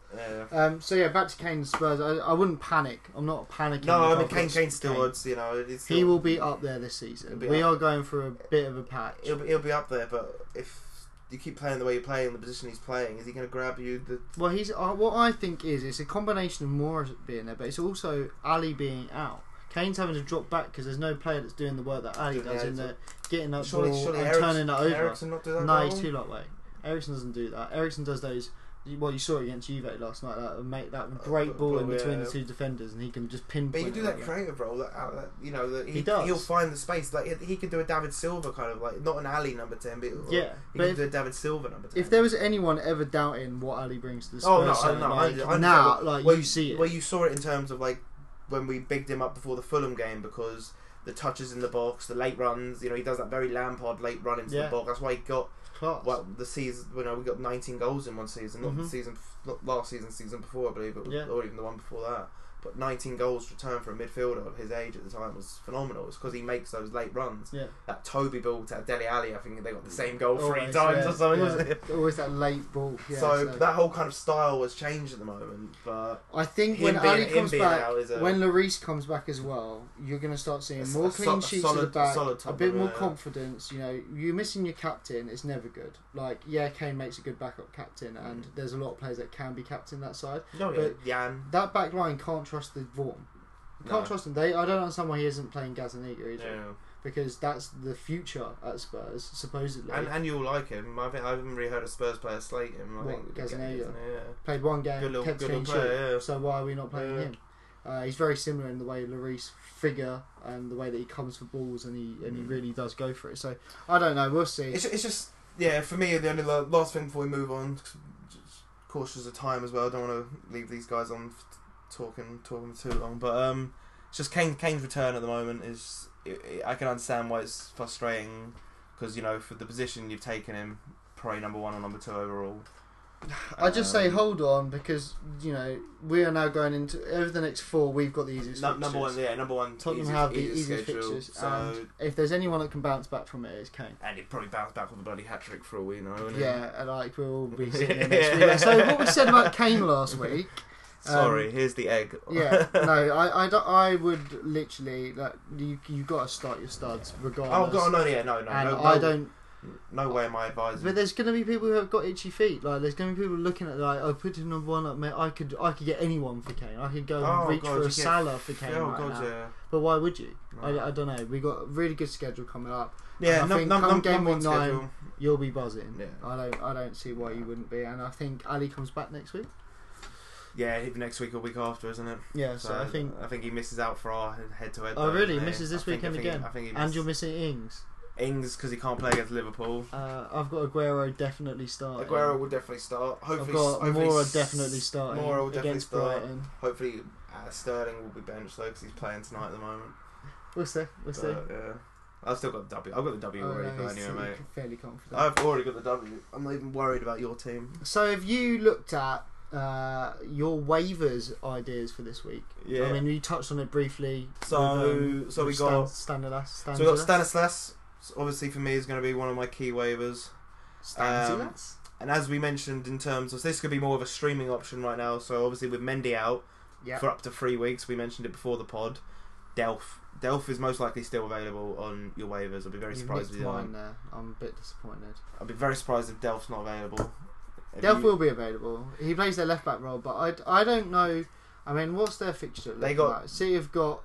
Speaker 2: yeah.
Speaker 1: Um, so yeah, back to Kane and Spurs. I, I wouldn't panic. I'm not panicking.
Speaker 2: No,
Speaker 1: if
Speaker 2: I mean
Speaker 1: I've
Speaker 2: Kane
Speaker 1: got
Speaker 2: Kane Stewards. You know, it's
Speaker 1: He will be up there this season.
Speaker 2: He'll be
Speaker 1: We
Speaker 2: up.
Speaker 1: are going for a bit of a patch.
Speaker 2: He'll be, he'll be up there, but if you keep playing the way you're playing, the position he's playing, is he going to grab you? The
Speaker 1: Well, he's uh, what I think is it's a combination of Morris being there, but it's also Ali being out. Kane's having to drop back because there's no player that's doing the work that Ali
Speaker 2: Doing the
Speaker 1: does in
Speaker 2: Ali
Speaker 1: the getting up
Speaker 2: surely,
Speaker 1: ball
Speaker 2: surely
Speaker 1: and
Speaker 2: Eriks-
Speaker 1: turning it over.
Speaker 2: Eriksen not do that
Speaker 1: No,
Speaker 2: role?
Speaker 1: he's too lot way. Ericsson doesn't do that. Ericsson does those. Well, you saw it against Juve last night. That make that great
Speaker 2: Uh,
Speaker 1: ball in
Speaker 2: ball,
Speaker 1: between
Speaker 2: yeah.
Speaker 1: the two defenders, and he can just
Speaker 2: But
Speaker 1: pinpoint.
Speaker 2: he can do
Speaker 1: it
Speaker 2: that
Speaker 1: like
Speaker 2: creative role that, uh, that you know that he,
Speaker 1: He does.
Speaker 2: will find the space. Like he, he could do a David Silva kind of like not an alley number ten, but
Speaker 1: Yeah,
Speaker 2: he
Speaker 1: but
Speaker 2: could
Speaker 1: if-
Speaker 2: do a David Silva number ten.
Speaker 1: If there was anyone ever doubting what Ali brings to the Spurs,
Speaker 2: oh no, I,
Speaker 1: side,
Speaker 2: no, I-
Speaker 1: like,
Speaker 2: I,
Speaker 1: now
Speaker 2: understand.
Speaker 1: like
Speaker 2: Well,
Speaker 1: you see it.
Speaker 2: Well, you saw it in terms of like when we bigged him up before the Fulham game because the touches in the box, the late runs. You know he does that very Lampard late run into
Speaker 1: Yeah.
Speaker 2: the box. That's why he got
Speaker 1: class.
Speaker 2: well the season. You know we got nineteen goals in one season, not the
Speaker 1: Mhm.
Speaker 2: season, not last season, season before I believe, but
Speaker 1: Yeah.
Speaker 2: or even the one before that. But 19 goals returned for a midfielder of his age at the time was phenomenal. It's because he makes those late runs
Speaker 1: yeah,
Speaker 2: that Toby ball to Deli Alley. I think they got the same goal Oh, three
Speaker 1: Always,
Speaker 2: times
Speaker 1: yeah,
Speaker 2: or something.
Speaker 1: yeah.
Speaker 2: wasn't it?
Speaker 1: Always that late ball. Yeah,
Speaker 2: so
Speaker 1: so-
Speaker 2: that whole kind of style has changed at the moment. But
Speaker 1: I think
Speaker 2: him
Speaker 1: when
Speaker 2: being-
Speaker 1: Ali
Speaker 2: him
Speaker 1: comes
Speaker 2: being
Speaker 1: back,
Speaker 2: out is a-
Speaker 1: when Lloris comes back as well, you're going to start
Speaker 2: A
Speaker 1: seeing
Speaker 2: s-
Speaker 1: more
Speaker 2: a so-
Speaker 1: clean
Speaker 2: a
Speaker 1: sheets at
Speaker 2: solid-
Speaker 1: the
Speaker 2: a
Speaker 1: back,
Speaker 2: solid
Speaker 1: a
Speaker 2: top
Speaker 1: bit
Speaker 2: of
Speaker 1: more
Speaker 2: it.
Speaker 1: confidence. You know, you're missing your captain. It's never good. Like, yeah, Kane makes a good backup captain,
Speaker 2: Mm.
Speaker 1: and there's a lot of players that can be captain that side.
Speaker 2: no, yeah,
Speaker 1: But-
Speaker 2: Jan.
Speaker 1: That back line can't trust the Vaughan. Can't
Speaker 2: No.
Speaker 1: trust him. They, I don't understand why he isn't playing Gazaniga either,
Speaker 2: Yeah.
Speaker 1: because that's the future at Spurs, supposedly.
Speaker 2: And and you'll like him. I think I haven't really heard a Spurs player slate him. I
Speaker 1: What,
Speaker 2: think
Speaker 1: Gazzaniga?
Speaker 2: Yeah.
Speaker 1: Played one game,
Speaker 2: Good little-
Speaker 1: kept
Speaker 2: good
Speaker 1: clean
Speaker 2: little player,
Speaker 1: sheet,
Speaker 2: yeah.
Speaker 1: So why are we not playing
Speaker 2: Yeah.
Speaker 1: him? Uh, he's very similar in the way Lloris figure and the way that he comes for balls and he and he
Speaker 2: Mm.
Speaker 1: really does go for it. So I don't know. We'll see.
Speaker 2: It's it's just yeah. For me, the only la- last thing before we move on, 'cause just cautious of time as well. I don't want to leave these guys on f- talking talking too long. But um, it's just Kane Kane's return at the moment is i I I can understand why it's frustrating because you know for the position you've taken him, probably number one or number two overall.
Speaker 1: I just say
Speaker 2: Um,
Speaker 1: hold on because you know we are now going into over the next four. We've got the easiest.
Speaker 2: nu-
Speaker 1: fixtures.
Speaker 2: number one, yeah, number one.
Speaker 1: Tottenham
Speaker 2: easiest-
Speaker 1: have the
Speaker 2: easiest
Speaker 1: easiest
Speaker 2: schedule,
Speaker 1: fixtures,
Speaker 2: so-
Speaker 1: and if there's anyone that can bounce back from it, it's Kane.
Speaker 2: and he'd probably bounce back with a bloody hat trick for all we know. wouldn't he?
Speaker 1: Yeah, and like we'll all be sitting here next week. So what we said about Kane last week.
Speaker 2: Sorry, here's the egg.
Speaker 1: um, Yeah, no, I, I, don't- I would literally like you you got to start your studs regardless.
Speaker 2: Oh god, no, yeah, no, no,
Speaker 1: and
Speaker 2: no, no,
Speaker 1: I don't
Speaker 2: no way am I advising.
Speaker 1: But there's going to be people who have got itchy feet. Like there's going to be people looking at like, oh, put in a one up, mate. I could, I could get anyone for Kane. I could go and reach
Speaker 2: Oh, God,
Speaker 1: for
Speaker 2: you
Speaker 1: a
Speaker 2: get-
Speaker 1: Salah for Kane.
Speaker 2: Oh
Speaker 1: right
Speaker 2: god,
Speaker 1: now.
Speaker 2: yeah.
Speaker 1: But why would you?
Speaker 2: No.
Speaker 1: I, I don't know. We got a really good schedule coming up.
Speaker 2: Yeah,
Speaker 1: I
Speaker 2: num-
Speaker 1: think
Speaker 2: num-
Speaker 1: come
Speaker 2: num-
Speaker 1: game
Speaker 2: number
Speaker 1: week
Speaker 2: one
Speaker 1: nine-
Speaker 2: schedule.
Speaker 1: You'll be buzzing.
Speaker 2: Yeah.
Speaker 1: I don't, I don't see why you wouldn't be. And I think Ali comes back next week.
Speaker 2: Yeah, even next week or week after, isn't it?
Speaker 1: Yeah. So, I think.
Speaker 2: I think he misses out for our head to head.
Speaker 1: Oh, really? Misses this weekend again?
Speaker 2: I think he
Speaker 1: And
Speaker 2: misses
Speaker 1: you're missing Ings.
Speaker 2: Ings because he can't play against Liverpool.
Speaker 1: Uh, I've got Aguero definitely starting.
Speaker 2: Aguero will definitely start.
Speaker 1: I've
Speaker 2: Hopefully,
Speaker 1: got
Speaker 2: hopefully
Speaker 1: Mora
Speaker 2: s-
Speaker 1: definitely starting
Speaker 2: Mora will definitely
Speaker 1: against
Speaker 2: start.
Speaker 1: Brighton.
Speaker 2: Hopefully, uh, Sterling will be benched though because he's playing tonight at the moment.
Speaker 1: We'll see. We'll see.
Speaker 2: But, yeah, I've still got the W. I've got the W
Speaker 1: Oh,
Speaker 2: already
Speaker 1: no,
Speaker 2: for
Speaker 1: he's
Speaker 2: anyway, mate.
Speaker 1: fairly confident.
Speaker 2: I've already got the W. I'm not even worried about your team.
Speaker 1: So have you looked at uh, your waivers ideas for this week.
Speaker 2: Yeah.
Speaker 1: I mean, you touched on it briefly. um,
Speaker 2: So- so we
Speaker 1: with
Speaker 2: got-
Speaker 1: Stan, Stanislas. Stan
Speaker 2: so we got Stanislas. so Obviously, for me, is going to be one of my key waivers. um,
Speaker 1: Stanislas.
Speaker 2: And as we mentioned, in terms of this could be more of a streaming option right now. So obviously, with Mendy out
Speaker 1: Yeah.
Speaker 2: for up to three weeks, we mentioned it before the pod. Delph, Delph is most likely still available on your waivers. I'd be very
Speaker 1: You've
Speaker 2: surprised if
Speaker 1: nicked
Speaker 2: he um,
Speaker 1: mine
Speaker 2: aren't.
Speaker 1: there. I'm a bit disappointed.
Speaker 2: I'd be very surprised if Delph's not available. Have
Speaker 1: Delph
Speaker 2: you-
Speaker 1: will be available. He plays their left back role, but I, I don't know. I mean, what's their fixture? looking
Speaker 2: They got-
Speaker 1: like? City have got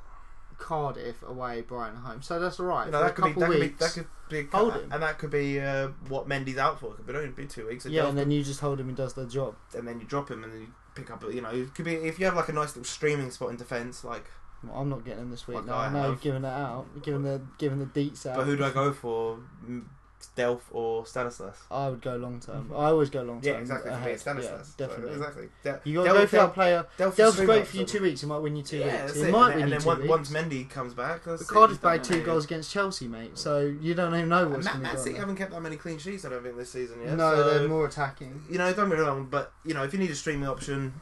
Speaker 1: Cardiff away, Brighton home, so that's all right.
Speaker 2: You know,
Speaker 1: for
Speaker 2: that
Speaker 1: a
Speaker 2: could be
Speaker 1: couple
Speaker 2: that, could be
Speaker 1: weeks,
Speaker 2: that could be a
Speaker 1: Hold him.
Speaker 2: and that could be uh, what Mendy's out for. It could be only be two weeks. So
Speaker 1: yeah,
Speaker 2: Delph
Speaker 1: and then you just hold him and does their job.
Speaker 2: could- and then you drop him and then you pick up. You know, it could be if you have like a nice little streaming spot in defence, like.
Speaker 1: Well, I'm not getting him this week.
Speaker 2: Like
Speaker 1: now.
Speaker 2: I
Speaker 1: I know
Speaker 2: have.
Speaker 1: you've given it out, given the given the deets out.
Speaker 2: But who do I go for? M- Delph or Stanislas?
Speaker 1: I would go long term. Um, I always go long term.
Speaker 2: Mm-hmm. Mhm. Yeah, exactly. For me,
Speaker 1: ahead.
Speaker 2: it's Stanislas.
Speaker 1: Yeah,
Speaker 2: So,
Speaker 1: definitely.
Speaker 2: exactly. Del-
Speaker 1: You got to go for that player.
Speaker 2: Delph's
Speaker 1: Delph's
Speaker 2: three
Speaker 1: great
Speaker 2: months,
Speaker 1: for you
Speaker 2: so-
Speaker 1: two weeks. He might win you two
Speaker 2: yeah,
Speaker 1: weeks.
Speaker 2: that's
Speaker 1: He
Speaker 2: it.
Speaker 1: might
Speaker 2: and,
Speaker 1: win
Speaker 2: and
Speaker 1: you
Speaker 2: then
Speaker 1: two
Speaker 2: one,
Speaker 1: weeks.
Speaker 2: once Mendy comes back,
Speaker 1: But
Speaker 2: that's it,
Speaker 1: Cardiff
Speaker 2: you've
Speaker 1: by
Speaker 2: done
Speaker 1: two
Speaker 2: it.
Speaker 1: goals against Chelsea, mate. So you don't even know
Speaker 2: And
Speaker 1: what's
Speaker 2: Man,
Speaker 1: going to
Speaker 2: Man
Speaker 1: go. on
Speaker 2: City
Speaker 1: there.
Speaker 2: haven't kept that many clean sheets, I don't think, this season yet.
Speaker 1: No,
Speaker 2: so,
Speaker 1: they're more attacking.
Speaker 2: You know, don't get me wrong, but you know, if you need a streaming option,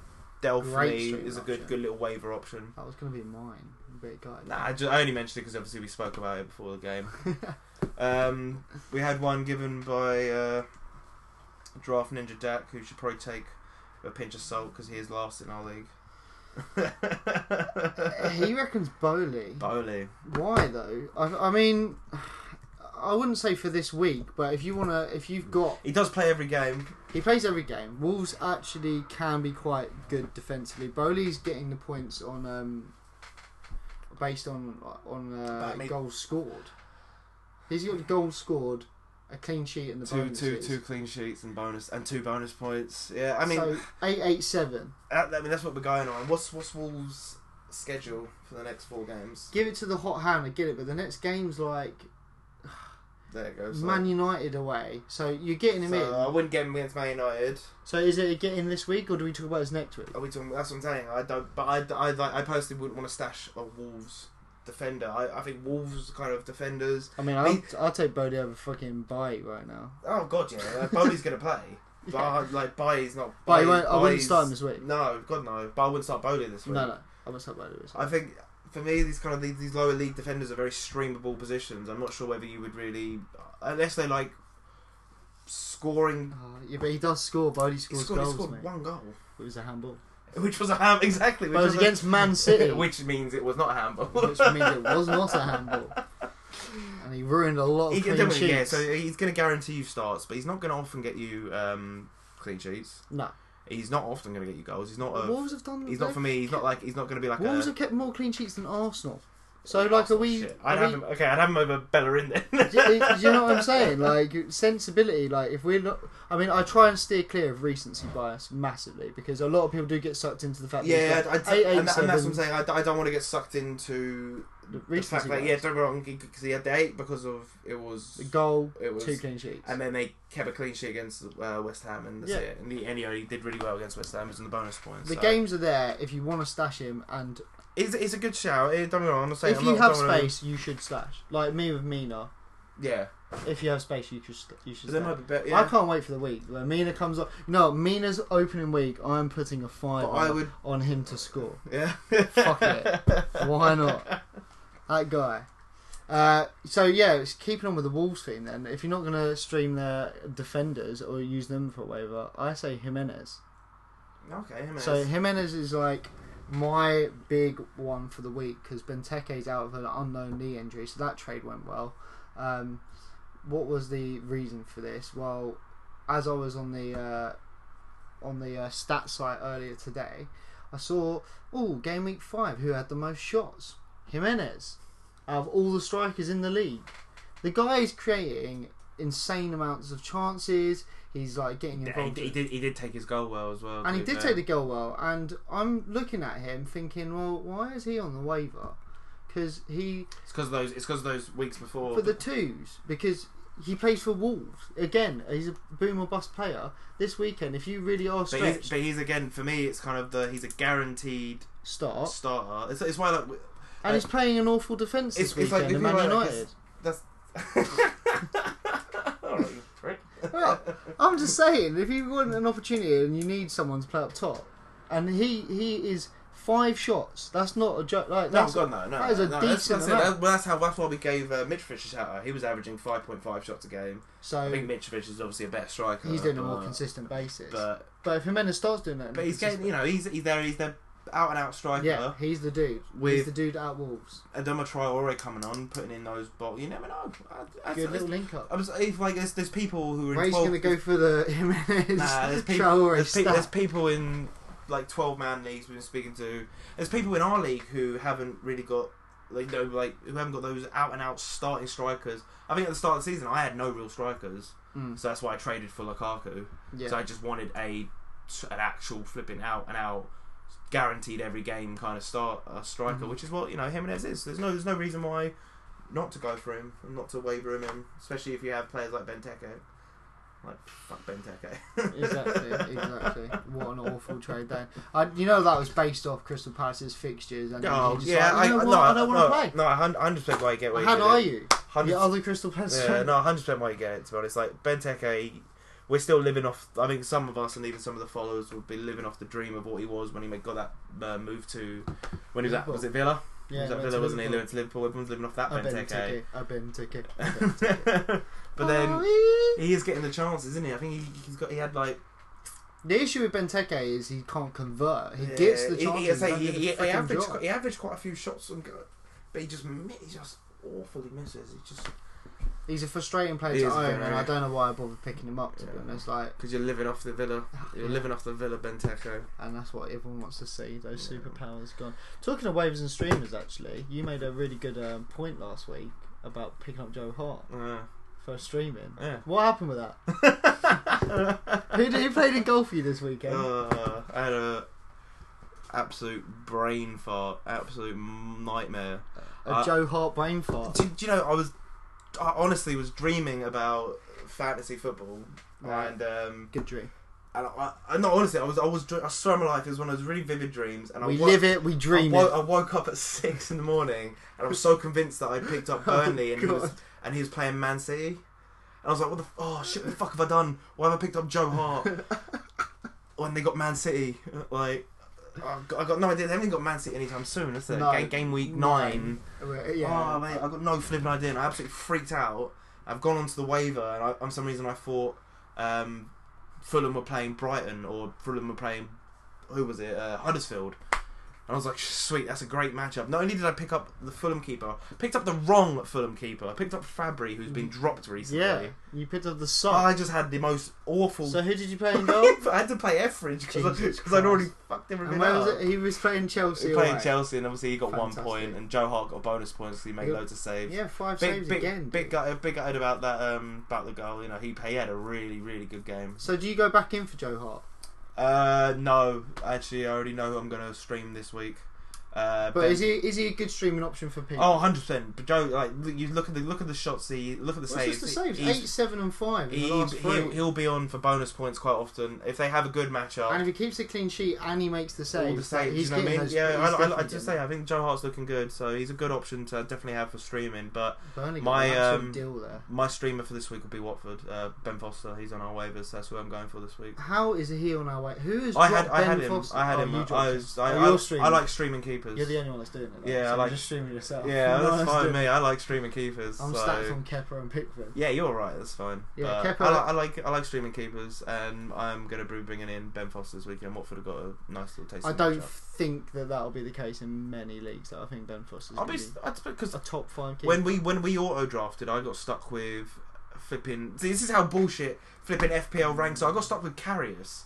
Speaker 2: Delph for
Speaker 1: Great
Speaker 2: me
Speaker 1: streaming
Speaker 2: is a good,
Speaker 1: option.
Speaker 2: good little waiver option.
Speaker 1: That was going to Oh, be mine. But it got
Speaker 2: Nah, I, ju- I only mentioned it because obviously we spoke about it before the game. um, we had one given by uh, Draft Ninja Dak, who should probably take a pinch of salt because he is last in our league.
Speaker 1: Uh, he reckons Bowley.
Speaker 2: Bowley.
Speaker 1: Why though? I, I mean, I wouldn't say for this week, but if you wanna, if you've got,
Speaker 2: He does play every game.
Speaker 1: he plays every game. Wolves actually can be quite good defensively. Bowley's getting the points on, um, based on on uh,
Speaker 2: But I mean-
Speaker 1: goals scored. He's got goals scored, a clean sheet, and the
Speaker 2: Two, two,
Speaker 1: bonuses.
Speaker 2: two clean sheets and bonus and two bonus points. Yeah, I mean,
Speaker 1: so eight eight seven.
Speaker 2: that- I mean that's what we're going on. What's what's Wolves' schedule for the next four games?
Speaker 1: Give it to the hot hand. I get it, but the next game's like
Speaker 2: There it goes. So,
Speaker 1: Man United away, so you're getting him
Speaker 2: so I
Speaker 1: in.
Speaker 2: wouldn't get him against Man United.
Speaker 1: So is it getting this week, or do we talk about this next week?
Speaker 2: Are we talking? That's what I'm saying. I don't. But I, I, like, I personally wouldn't want to stash a Wolves defender. I, I think Wolves kind of defenders.
Speaker 1: I mean, I'll, I'll take Bodie over fucking bite right now.
Speaker 2: Oh God, yeah. Like, Bowley's gonna play. But
Speaker 1: Yeah.
Speaker 2: I- like Bowley's not.
Speaker 1: But he won't- I wouldn't
Speaker 2: Bowley's-
Speaker 1: start him this week.
Speaker 2: No, God no. But I wouldn't start Bowley this week.
Speaker 1: No, no, I must have Bodie.
Speaker 2: I think for me, these kind of these, these lower league defenders are very streamable positions. I'm not sure whether you would really, unless they like scoring.
Speaker 1: Oh, yeah, but he does score. Bodie
Speaker 2: He
Speaker 1: scores
Speaker 2: scored, he
Speaker 1: goals,
Speaker 2: scored
Speaker 1: mate.
Speaker 2: one goal,
Speaker 1: It was a handball.
Speaker 2: which was a ham exactly. Which
Speaker 1: But it was against Man City, which
Speaker 2: which means it was not a handball.
Speaker 1: means it was not a handball. And he ruined a lot of
Speaker 2: He can
Speaker 1: clean
Speaker 2: definitely- yeah,
Speaker 1: sheets.
Speaker 2: so he's going to guarantee you starts, but he's not going to often get you um, clean sheets.
Speaker 1: No,
Speaker 2: He's not often going to get you goals. He's not.
Speaker 1: The
Speaker 2: A,
Speaker 1: Wolves have done.
Speaker 2: he's not for me. He's not like. He's not going to be like.
Speaker 1: Wolves
Speaker 2: a,
Speaker 1: have kept more clean sheets than Arsenal. So like, are we?
Speaker 2: Shit. I'd
Speaker 1: Are
Speaker 2: have
Speaker 1: we
Speaker 2: him. Okay, I'd have him over Bellerin then.
Speaker 1: do, you- do you know what I'm saying? Like sensibility. Like if we're not, I mean, I try and steer clear of recency bias massively because a lot of people do get sucked into the fact.
Speaker 2: Yeah,
Speaker 1: that
Speaker 2: I, I,
Speaker 1: he's got eight, eight,
Speaker 2: and, that, and that's what I'm
Speaker 1: seven
Speaker 2: saying. I, I don't want to get sucked into
Speaker 1: The
Speaker 2: the fact
Speaker 1: recency
Speaker 2: that
Speaker 1: bias.
Speaker 2: yeah, don't get me wrong, because he had the eight because of it was
Speaker 1: The goal,
Speaker 2: it was,
Speaker 1: two clean sheets.
Speaker 2: and then they kept a clean sheet against uh, West Ham, and that's
Speaker 1: Yeah.
Speaker 2: it. And he, and he only did really well against West Ham, was in the bonus points.
Speaker 1: the
Speaker 2: so.
Speaker 1: games are there if you want to stash him, and
Speaker 2: is it's a good shout. eh, Don't get me wrong, I'm not saying
Speaker 1: if
Speaker 2: I'm
Speaker 1: you
Speaker 2: not-
Speaker 1: have
Speaker 2: don't wanna-
Speaker 1: space, you should stash. Like me with Mina,
Speaker 2: yeah,
Speaker 1: if you have space, you should st- you should.
Speaker 2: there
Speaker 1: stash.
Speaker 2: might be better.
Speaker 1: I
Speaker 2: Yeah.
Speaker 1: can't wait for the week where Mina comes up. No, Mina's opening week. I'm putting a five
Speaker 2: But I
Speaker 1: on,
Speaker 2: would,
Speaker 1: on him to score.
Speaker 2: yeah.
Speaker 1: Fuck it. Why not? That guy. Uh, so yeah, it's keeping on with the Wolves theme. Then, if you're not going to stream their defenders or use them for a waiver, I say Jimenez.
Speaker 2: okay, Jimenez.
Speaker 1: So Jimenez is like my big one for the week because Benteke's out with an unknown knee injury, so that trade went well. Um, what was the reason for this? Well, as I was on the uh, on the uh, stat site earlier today, I saw oh game week five who had the most shots Jimenez out of all the strikers in the league. The guy is creating insane amounts of chances. He's like getting
Speaker 2: Yeah, he,
Speaker 1: involved.
Speaker 2: did- he did. He did take his goal well as well.
Speaker 1: And he
Speaker 2: to
Speaker 1: did
Speaker 2: be
Speaker 1: take
Speaker 2: fair.
Speaker 1: the goal well, and I'm looking at him thinking, well, why is he on the waiver? Because he
Speaker 2: It's because those. It's because those weeks before.
Speaker 1: for the twos because he plays for Wolves again. He's a boom or bust player. This weekend, if you really are
Speaker 2: But he's,
Speaker 1: stretched,
Speaker 2: but he's again for me. It's kind of the he's a guaranteed
Speaker 1: start,
Speaker 2: starter. It's, it's why like w-
Speaker 1: and he's playing an awful defence this
Speaker 2: It's- it's like,
Speaker 1: weekend. in
Speaker 2: if
Speaker 1: Man
Speaker 2: you like,
Speaker 1: United.
Speaker 2: Alright, Oh, you prick.
Speaker 1: Well, I'm just saying, if you want an opportunity and you need someone to play up top, and he he is five shots. That's not a joke. Like
Speaker 2: No,
Speaker 1: that's
Speaker 2: God, no, no.
Speaker 1: that is a
Speaker 2: no,
Speaker 1: decent
Speaker 2: That's, that's,
Speaker 1: amount.
Speaker 2: it. That- well, that's how. That's why we gave uh, Mitrovic a shout out. He was averaging five point five shots a game. I
Speaker 1: so
Speaker 2: think Mitrovic is obviously a better striker.
Speaker 1: Um, he's doing a more
Speaker 2: but-
Speaker 1: consistent basis. But,
Speaker 2: But
Speaker 1: if Jimenez starts doing that,
Speaker 2: but he's getting. You know, he's he's there. He's their out and out striker.
Speaker 1: yeah, he's the dude. he's
Speaker 2: With-
Speaker 1: the dude at Wolves.
Speaker 2: Adama Traore coming on, putting in those balls. You never know. I, I,
Speaker 1: Good
Speaker 2: I,
Speaker 1: little link up.
Speaker 2: I'm just, if like there's, there's people who are in
Speaker 1: Ray's
Speaker 2: 12
Speaker 1: gonna go for the Jimenez
Speaker 2: Nah, there's people.
Speaker 1: Traore
Speaker 2: there's, pe-
Speaker 1: stat.
Speaker 2: there's people in like twelve man leagues we've been speaking to. There's people in our league who haven't really got like no like who haven't got those out and out starting strikers. I think at the start of the season I had no real strikers,
Speaker 1: Mm,
Speaker 2: so that's why I traded for Lukaku.
Speaker 1: yeah.
Speaker 2: So I just wanted a an actual flipping out and out guaranteed every game kind of start uh, striker,
Speaker 1: Mhm.
Speaker 2: which is what you know Jimenez is. There's no there's no reason why not to go for him and not to waver him in, especially if you have players like Benteke. Like fuck Benteke.
Speaker 1: exactly, exactly. What an awful trade then. I, you know that was based off Crystal Palace's fixtures, and
Speaker 2: Oh
Speaker 1: you're just
Speaker 2: yeah,
Speaker 1: like,
Speaker 2: I,
Speaker 1: you know
Speaker 2: no,
Speaker 1: what? I
Speaker 2: no,
Speaker 1: don't want to play.
Speaker 2: No, hundred percent why you get. What
Speaker 1: How
Speaker 2: you
Speaker 1: are
Speaker 2: did.
Speaker 1: you?
Speaker 2: Hundred.
Speaker 1: The other Crystal Palace
Speaker 2: yeah,
Speaker 1: fan?
Speaker 2: no, hundred percent why you get it. To be honest, like Benteke, we're still living off. I think some of us and even some of the followers will be living off the dream of what he was when he made- got that uh, move to when he was at was it Villa?
Speaker 1: Yeah,
Speaker 2: was
Speaker 1: no,
Speaker 2: at Villa,
Speaker 1: it's
Speaker 2: wasn't he?
Speaker 1: Liverpool.
Speaker 2: Living to Liverpool, everyone's living off that
Speaker 1: I've been
Speaker 2: Benteke.
Speaker 1: ticket. I've been ticket.
Speaker 2: but then
Speaker 1: Oh, yeah.
Speaker 2: he is getting the chances, isn't he? I think he, he's got. He had like
Speaker 1: the issue with Benteke is he can't convert. Uh, He gets the
Speaker 2: he-
Speaker 1: chance.
Speaker 2: He,
Speaker 1: He,
Speaker 2: I'd say
Speaker 1: he,
Speaker 2: he, he, he averaged,
Speaker 1: job.
Speaker 2: he averaged quite a few shots on goal, but he just mi- he just awfully misses. He just
Speaker 1: He's a frustrating player
Speaker 2: He
Speaker 1: to
Speaker 2: is a
Speaker 1: own,
Speaker 2: player,
Speaker 1: and I
Speaker 2: yeah.
Speaker 1: don't know why I bother picking him up. To be
Speaker 2: Yeah.
Speaker 1: honest, like,
Speaker 2: because you're living off the Villa, you're living off the Villa Benteke.
Speaker 1: and that's what everyone wants to see. Those
Speaker 2: Yeah.
Speaker 1: superpowers gone. Talking of waves and streamers, actually, you made a really good um, point last week about picking up Joe Hart
Speaker 2: Uh,
Speaker 1: for streaming.
Speaker 2: yeah.
Speaker 1: What happened with that? who, did, who played in goal for you this weekend?
Speaker 2: Uh, I had a absolute brain fart, absolute nightmare.
Speaker 1: a
Speaker 2: uh,
Speaker 1: Joe Hart brain fart.
Speaker 2: Do, do you know I was, I honestly was dreaming about fantasy football
Speaker 1: Right.
Speaker 2: and um
Speaker 1: Good dream.
Speaker 2: and I, I no honestly I was I was dr- I swear on my life it was one of those really vivid dreams and
Speaker 1: we
Speaker 2: I wa-
Speaker 1: live it, we dream
Speaker 2: I, wo-
Speaker 1: it.
Speaker 2: I woke up at six in the morning and I was so convinced that I picked up Burnley and he was
Speaker 1: Oh, God.
Speaker 2: and he was playing Man City. And I was like, what the f- oh shit, what the fuck have I done? Why have I picked up Joe Hart when they got Man City? Like, I've got, I've got no idea. They haven't got Man City anytime soon. That's it.
Speaker 1: No.
Speaker 2: Game, game week
Speaker 1: Nine.
Speaker 2: nine.
Speaker 1: Uh, yeah.
Speaker 2: Oh mate, I've got no flipping idea. And I absolutely freaked out. I've gone onto the waiver and I, on some reason I thought um, Fulham were playing Brighton or Fulham were playing who was it uh, Huddersfield. And I was like, sweet, that's a great matchup. Not only did I pick up the Fulham keeper, I picked up the wrong Fulham keeper. I picked up Fabry, who's been dropped recently.
Speaker 1: Mm-hmm. yeah, you picked up the sock.
Speaker 2: I just had the most awful.
Speaker 1: So who did you play in goal?
Speaker 2: I had to play Effridge
Speaker 1: Jesus
Speaker 2: because I'd already
Speaker 1: Christ.
Speaker 2: fucked everything
Speaker 1: and where
Speaker 2: up.
Speaker 1: was it? He was playing Chelsea.
Speaker 2: Playing
Speaker 1: away.
Speaker 2: Chelsea, and obviously he got
Speaker 1: Fantastic.
Speaker 2: one point, and Joe Hart got bonus points. 'cause he made
Speaker 1: Yeah.
Speaker 2: loads of saves
Speaker 1: Yeah, five
Speaker 2: big,
Speaker 1: saves
Speaker 2: big,
Speaker 1: again.
Speaker 2: big gutted, big gutted about that um about the goal. You know, he he had a really really good game.
Speaker 1: So do you go back in for Joe Hart?
Speaker 2: Uh, no, actually, I already know who I'm gonna stream this week. Uh,
Speaker 1: But
Speaker 2: Ben-
Speaker 1: is he is he a good streaming option for people?
Speaker 2: Oh, 100 percent. But Joe, like look- you look at the look at the shots. He look at
Speaker 1: What's
Speaker 2: the saves.
Speaker 1: just the saves?
Speaker 2: He's-
Speaker 1: Eight, seven, and five in
Speaker 2: He,
Speaker 1: the last
Speaker 2: he'll,
Speaker 1: three.
Speaker 2: he'll be on for bonus points quite often if they have a good
Speaker 1: And
Speaker 2: matchup.
Speaker 1: if he keeps a clean sheet and he makes the
Speaker 2: All
Speaker 1: saves,
Speaker 2: the saves,
Speaker 1: he's
Speaker 2: you know what I
Speaker 1: getting
Speaker 2: mean?
Speaker 1: those.
Speaker 2: yeah,
Speaker 1: he's
Speaker 2: I, I, I
Speaker 1: definitely
Speaker 2: just
Speaker 1: getting
Speaker 2: say I think Joe Hart's looking good, so he's a good option to definitely have for streaming. But
Speaker 1: them. Burnley got
Speaker 2: my,
Speaker 1: an absolute
Speaker 2: um,
Speaker 1: deal there.
Speaker 2: my streamer for this week will be Watford, uh, Ben Foster. He's on our waivers, so that's who I'm going for this week.
Speaker 1: How is he on our way? Who is
Speaker 2: I had,
Speaker 1: Ben
Speaker 2: I had him.
Speaker 1: Foster?
Speaker 2: I had
Speaker 1: Oh,
Speaker 2: him.
Speaker 1: you
Speaker 2: I,
Speaker 1: dropped
Speaker 2: was,
Speaker 1: him.
Speaker 2: I,
Speaker 1: Oh,
Speaker 2: I,
Speaker 1: you're streaming.
Speaker 2: I like streaming keepers.
Speaker 1: You're the only one that's doing it. Like,
Speaker 2: Yeah, I
Speaker 1: so
Speaker 2: like-
Speaker 1: you're just streaming yourself.
Speaker 2: yeah,
Speaker 1: No,
Speaker 2: that's fine.
Speaker 1: doing-
Speaker 2: Me, I like streaming keepers.
Speaker 1: I'm
Speaker 2: so.
Speaker 1: stacked on Kepper and Pickford.
Speaker 2: Yeah, you're right. That's fine.
Speaker 1: Yeah,
Speaker 2: But
Speaker 1: Kepa-
Speaker 2: I, li- I like I like streaming keepers, and I'm gonna be bringing in Ben Foster this weekend. Watford have got a nice little taste.
Speaker 1: I
Speaker 2: of
Speaker 1: don't
Speaker 2: matchup.
Speaker 1: think that that'll be the case in many leagues. Though. I think Ben Foster's
Speaker 2: I'll
Speaker 1: gonna
Speaker 2: be
Speaker 1: be
Speaker 2: because
Speaker 1: a top five keeper.
Speaker 2: when we when we auto drafted, I got stuck with flipping. See, this is how bullshit flipping FPL ranks. are. I got stuck with Carrius.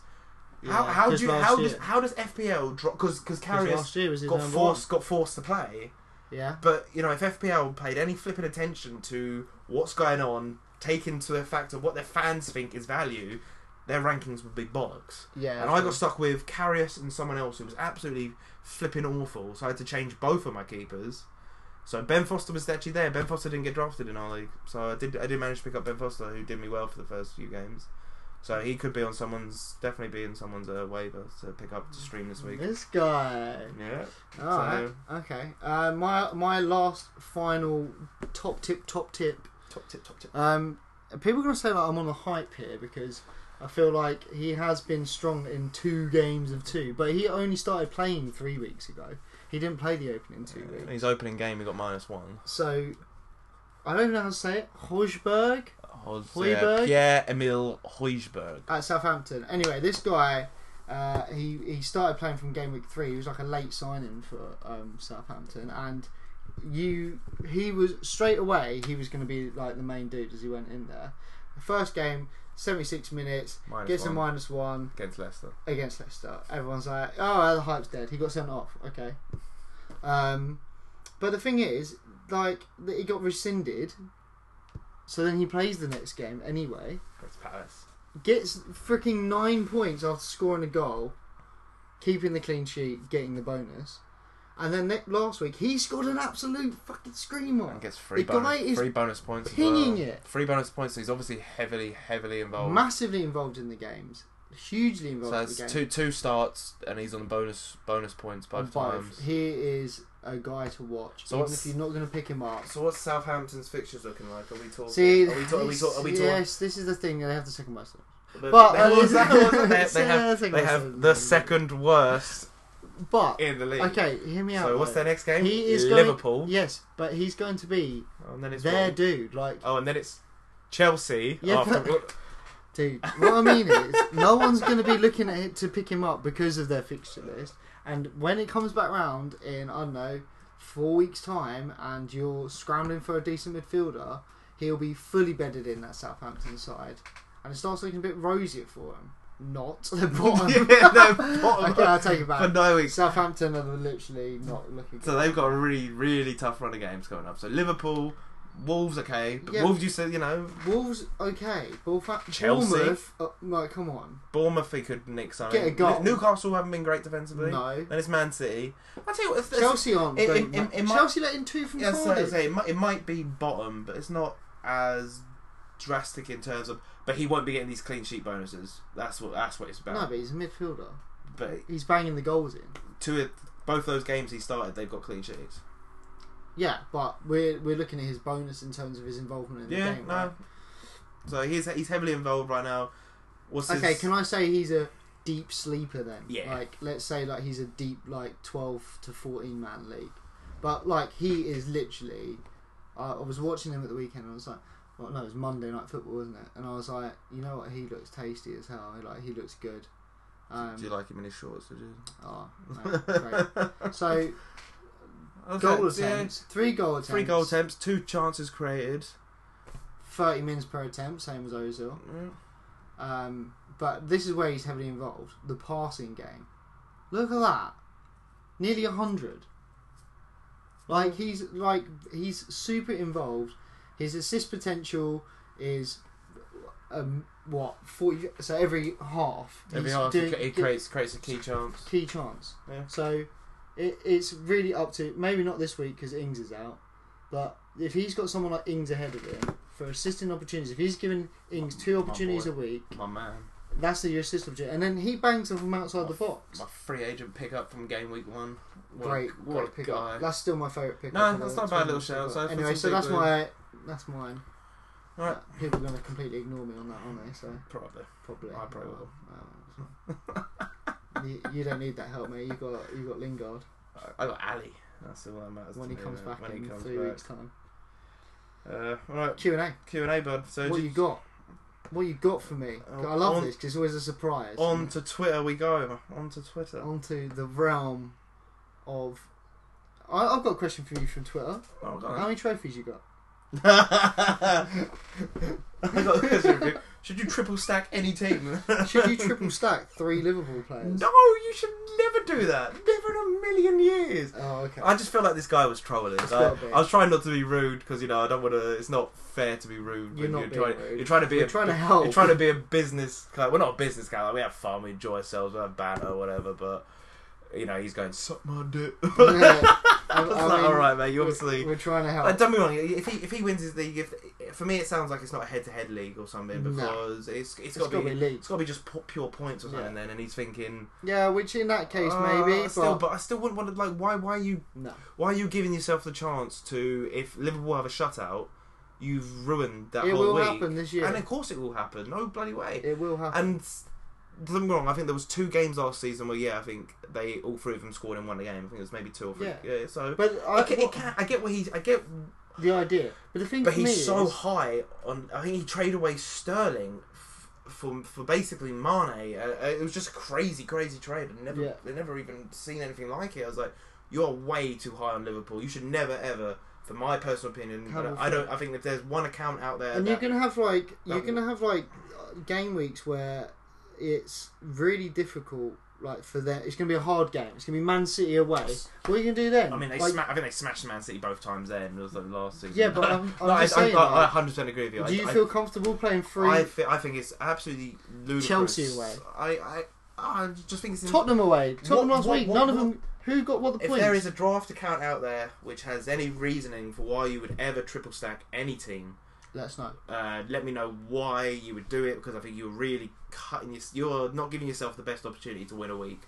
Speaker 2: how
Speaker 1: Yeah,
Speaker 2: how do
Speaker 1: just
Speaker 2: you
Speaker 1: last
Speaker 2: how
Speaker 1: year.
Speaker 2: does how does FPL drop? Because because
Speaker 1: 'Cause
Speaker 2: Carrius
Speaker 1: last year was his
Speaker 2: got
Speaker 1: number
Speaker 2: forced got forced to
Speaker 1: One.
Speaker 2: play.
Speaker 1: Yeah.
Speaker 2: But you know, if FPL paid any flipping attention to what's going on, take into the fact of what their fans think is value, their rankings would be bollocks.
Speaker 1: Yeah.
Speaker 2: and I
Speaker 1: true.
Speaker 2: got stuck with Carrius and someone else who was absolutely flipping awful, so I had to change both of my keepers. So Ben Foster was actually there. Ben Foster didn't get drafted in our league, so I did I did manage to pick up Ben Foster, who did me well for the first few games. So he could be on someone's definitely be in someone's uh, waiver to pick up to stream this week.
Speaker 1: This guy.
Speaker 2: Yeah.
Speaker 1: Alright, okay. Uh, my my last final top tip, top tip.
Speaker 2: Top tip, top tip.
Speaker 1: Um, people are going to say that I'm on the hype here because I feel like he has been strong in two games of two, but he only started playing three weeks ago. He didn't play the opening two
Speaker 2: In
Speaker 1: weeks.
Speaker 2: his opening game, he got minus one.
Speaker 1: So I don't know how to say it. Hojberg
Speaker 2: Jose
Speaker 1: Hoiberg?
Speaker 2: Pierre Emil Hoijberg.
Speaker 1: at Southampton. Anyway, this guy. Uh, he he started playing from game week three. He was like a late signing for um, Southampton, and you he was straight away he was going to be like the main dude as he went in there. The first game, seventy six minutes,
Speaker 2: Minus
Speaker 1: gets
Speaker 2: one
Speaker 1: a minus one,
Speaker 2: against Leicester.
Speaker 1: against Leicester. Everyone's like, oh, the hype's dead. He got sent off. Okay. Um, but the thing is, like, that he got rescinded. So then he plays the next game anyway.
Speaker 2: Against Palace.
Speaker 1: Gets freaking nine points after scoring a goal, keeping the clean sheet, getting the bonus. And then ne- last week, he scored an absolute fucking
Speaker 2: And
Speaker 1: screamer.
Speaker 2: gets three,
Speaker 1: The guy
Speaker 2: bonus,
Speaker 1: is
Speaker 2: three bonus points. as
Speaker 1: pinging
Speaker 2: well.
Speaker 1: it.
Speaker 2: Three bonus points. So he's obviously heavily, heavily involved.
Speaker 1: Massively involved in the games. Hugely
Speaker 2: so
Speaker 1: involved in the
Speaker 2: that's
Speaker 1: games.
Speaker 2: two two starts, and he's on bonus bonus points both times.
Speaker 1: He is a guy to watch.
Speaker 2: So
Speaker 1: even
Speaker 2: what's-
Speaker 1: if you're not going to pick him up,
Speaker 3: So what's Southampton's fixtures looking like? Are we talking?
Speaker 1: See,
Speaker 3: are we talking? Are we talking? Are we
Speaker 1: this-
Speaker 3: talking?
Speaker 1: yes, this is the thing. They have the second most.
Speaker 3: But,
Speaker 1: But
Speaker 2: They-
Speaker 1: uh,
Speaker 2: they- they
Speaker 1: so
Speaker 2: have-
Speaker 1: the second
Speaker 2: They
Speaker 1: most
Speaker 2: have
Speaker 1: of
Speaker 2: the
Speaker 1: them.
Speaker 2: second worst
Speaker 1: But
Speaker 2: in the league.
Speaker 1: okay, hear me out.
Speaker 2: So what's
Speaker 1: though.
Speaker 2: their next game?
Speaker 1: He is going-
Speaker 2: Liverpool.
Speaker 1: Yes, but he's going to be
Speaker 2: Oh, and then it's
Speaker 1: their
Speaker 2: Wolves.
Speaker 1: dude. Like,
Speaker 2: Oh, and then it's Chelsea.
Speaker 1: Yeah,
Speaker 2: after-
Speaker 1: dude, what I mean is, no one's going to be looking at it to pick him up because of their fixture list. And when it comes back round in I don't know four weeks' time, and you're scrambling for a decent midfielder, he'll be fully bedded in that Southampton side, and it starts looking a bit rosier for him. Not the bottom.
Speaker 2: Yeah, they're bottom
Speaker 1: okay, I'll take it back.
Speaker 2: for no weeks.
Speaker 1: Southampton are literally not looking good.
Speaker 2: So they've got a really, really tough run of games coming up. So Liverpool, Wolves, okay, but
Speaker 1: Yeah.
Speaker 2: Wolves used to, you know,
Speaker 1: Wolves, okay. Bournemouth,
Speaker 2: Chelsea?
Speaker 1: Bournemouth, uh, no, come on.
Speaker 2: Bournemouth they could nick something.
Speaker 1: Get a goal.
Speaker 2: New- Newcastle haven't been great defensively.
Speaker 1: No.
Speaker 2: Then it's Man City. I tell you what, it's, it's-
Speaker 1: Chelsea aren't.
Speaker 2: in-
Speaker 1: going
Speaker 2: in- in-
Speaker 1: ma-
Speaker 2: in my-
Speaker 1: Chelsea let in two from
Speaker 2: yeah, so I
Speaker 1: Cardiff.
Speaker 2: say it might, it might be bottom, but it's not as drastic in terms of. But he won't be getting these clean sheet bonuses. That's what that's what it's
Speaker 1: No,
Speaker 2: about.
Speaker 1: but he's a midfielder.
Speaker 2: But
Speaker 1: He's banging the goals in.
Speaker 2: two of both those games he started, they've got clean sheets.
Speaker 1: Yeah, but we're we're looking at his bonus in terms of his involvement in
Speaker 2: Yeah,
Speaker 1: the game.
Speaker 2: no.
Speaker 1: Right?
Speaker 2: So he's he's heavily involved right now. What's
Speaker 1: Okay,
Speaker 2: his,
Speaker 1: can I say he's a deep sleeper then?
Speaker 2: Yeah.
Speaker 1: Like, let's say like he's a deep like twelve to fourteen man league, but like he is literally. I I was watching him at the weekend. and I was like, well, no, it was Monday night football, wasn't it? And I was like, you know what? He looks tasty as hell. Like he looks good. Um,
Speaker 2: Do you like him in his shorts? Did you?
Speaker 1: oh, no, great. so goal
Speaker 2: Okay, yeah.
Speaker 1: attempts, three goal attempts,
Speaker 2: Three goal attempts, two chances created.
Speaker 1: thirty minutes per attempt, same as Ozil.
Speaker 2: Mm.
Speaker 1: Um, but this is where he's heavily involved the passing game. Look at that. Nearly 100. Like he's like he's super involved. His assist potential is um what 40 so every half
Speaker 2: Every
Speaker 1: he's
Speaker 2: half he,
Speaker 1: doing-
Speaker 2: cre- he creates creates a key chance.
Speaker 1: key chance.
Speaker 2: Yeah.
Speaker 1: So it, it's really up to maybe not this week because Ings is out, but if he's got someone like Ings ahead of him for assisting opportunities, if he's given Ings two opportunities a week,
Speaker 2: My man,
Speaker 1: that's the assist object, and then he bangs them from outside the box.
Speaker 2: my free agent pickup from game week one. What
Speaker 1: Great,
Speaker 2: a, what
Speaker 1: what
Speaker 2: a
Speaker 1: pick
Speaker 2: guy.
Speaker 1: up. That's still my favorite pick.
Speaker 2: No,
Speaker 1: up of
Speaker 2: that's
Speaker 1: the
Speaker 2: not a bad little
Speaker 1: tournament so
Speaker 2: shout, so
Speaker 1: far.
Speaker 2: for
Speaker 1: anyway, so
Speaker 2: something
Speaker 1: that's
Speaker 2: good.
Speaker 1: my that's mine.
Speaker 2: Right.
Speaker 1: Uh, people are going to completely ignore me on that, aren't they? So
Speaker 2: Probably.
Speaker 1: probably.
Speaker 2: I probably will.
Speaker 1: Um, you, you don't need that help, mate. You got you got Lingard
Speaker 2: I- I got Ali. That's the one that matters.
Speaker 1: when
Speaker 2: to
Speaker 1: he
Speaker 2: me,
Speaker 1: comes
Speaker 2: innit?
Speaker 1: back
Speaker 2: When he
Speaker 1: in
Speaker 2: comes
Speaker 1: three
Speaker 2: back.
Speaker 1: weeks' time.
Speaker 2: Uh, right,
Speaker 1: Q and A.
Speaker 2: Q and A, bud. So
Speaker 1: What
Speaker 2: just-
Speaker 1: you got? What you got for me?
Speaker 2: Oh,
Speaker 1: I love
Speaker 2: on-
Speaker 1: this 'cause it's always a surprise.
Speaker 2: on to Twitter we go. On to Twitter.
Speaker 1: onto the realm of. I, I've got a question for you from Twitter.
Speaker 2: Oh, go
Speaker 1: How
Speaker 2: on.
Speaker 1: many trophies you got?
Speaker 2: I got a question for you. Should you triple stack any team?
Speaker 1: Should you triple stack three Liverpool players?
Speaker 2: No, you should never do that. Never in a million years.
Speaker 1: Oh, okay.
Speaker 2: I just feel like this guy was trolling.
Speaker 1: It's
Speaker 2: Like,
Speaker 1: gotta be.
Speaker 2: I was trying not to be rude because you know I don't want to. It's not fair to be rude.
Speaker 1: You're
Speaker 2: when
Speaker 1: not
Speaker 2: you're
Speaker 1: being
Speaker 2: trying,
Speaker 1: rude.
Speaker 2: You're trying to be.
Speaker 1: We're
Speaker 2: a,
Speaker 1: trying to
Speaker 2: You're
Speaker 1: help.
Speaker 2: trying to be a business. Guy. We're not a business guy. Like, we have fun. We enjoy ourselves. We have banter, whatever. But you know, he's going suck my dick.
Speaker 1: Yeah. I- I
Speaker 2: That's like,
Speaker 1: mean,
Speaker 2: all right, mate. You
Speaker 1: we're-
Speaker 2: obviously.
Speaker 1: We're, trying to
Speaker 2: Like,
Speaker 1: help.
Speaker 2: Uh, don't be wrong. If he if he wins his league, if for me it sounds like it's not a head to head league or something
Speaker 1: No.
Speaker 2: because it's it's
Speaker 1: It's
Speaker 2: got to be,
Speaker 1: league.
Speaker 2: it's got to be just pu- pure points or something.
Speaker 1: Yeah.
Speaker 2: Then and he's thinking
Speaker 1: Yeah, which in that case
Speaker 2: "Uh,
Speaker 1: maybe,
Speaker 2: I
Speaker 1: but,
Speaker 2: still, but I still wouldn't want to like why why are you
Speaker 1: no.
Speaker 2: why are you giving yourself the chance to if Liverpool have a shutout you've ruined that
Speaker 1: it
Speaker 2: whole
Speaker 1: will
Speaker 2: week.
Speaker 1: happen this year.
Speaker 2: And of course it will happen. No bloody way.
Speaker 1: it will happen.
Speaker 2: And don't get me wrong, I think there was two games last season where yeah, I think they all three of them scored in one game. I think it was maybe two or three.
Speaker 1: Yeah.
Speaker 2: Yeah. so
Speaker 1: but I,
Speaker 2: I get, it
Speaker 1: what-
Speaker 2: can, I get what he's. I get,
Speaker 1: the idea. But the thing
Speaker 2: but
Speaker 1: for me
Speaker 2: he's so
Speaker 1: is,
Speaker 2: high on. I think he traded away Sterling f- for for basically Mane. Uh, uh, it was just a crazy, crazy trade. I never,
Speaker 1: Yeah.
Speaker 2: I never even seen anything like it. I was like, you are way too high on Liverpool. You should never ever. For my personal opinion,
Speaker 1: Have a
Speaker 2: I don't. I think if there's one account out there,
Speaker 1: and
Speaker 2: that,
Speaker 1: you're gonna have like you're
Speaker 2: that-
Speaker 1: gonna have like uh, game weeks where it's really difficult. Like for them, it's gonna be a hard game. It's gonna be Man City away. What are you gonna do then?
Speaker 2: I mean, they
Speaker 1: Like,
Speaker 2: sma- I think they smashed Man City both times. Then it was like last season.
Speaker 1: Yeah, but I'm- I'm
Speaker 2: No, I-
Speaker 1: just
Speaker 2: I,
Speaker 1: saying,
Speaker 2: I, I
Speaker 1: like,
Speaker 2: 100% agree with you. I,
Speaker 1: do you
Speaker 2: I,
Speaker 1: feel comfortable playing three
Speaker 2: I, thi- I think it's absolutely ludicrous.
Speaker 1: Chelsea away.
Speaker 2: I, I, I just think it's. in-
Speaker 1: Tottenham away? Tottenham
Speaker 2: Mm. What-
Speaker 1: last
Speaker 2: what-
Speaker 1: week.
Speaker 2: what-
Speaker 1: None of
Speaker 2: what-
Speaker 1: them. Who got what the
Speaker 2: if
Speaker 1: points?
Speaker 2: there is a draft account out there which has any reasoning for why you would ever triple stack any team,
Speaker 1: Let us know.
Speaker 2: uh, let me know why you would do it because I think you're really cutting. Your, you're not giving yourself the best opportunity to win a week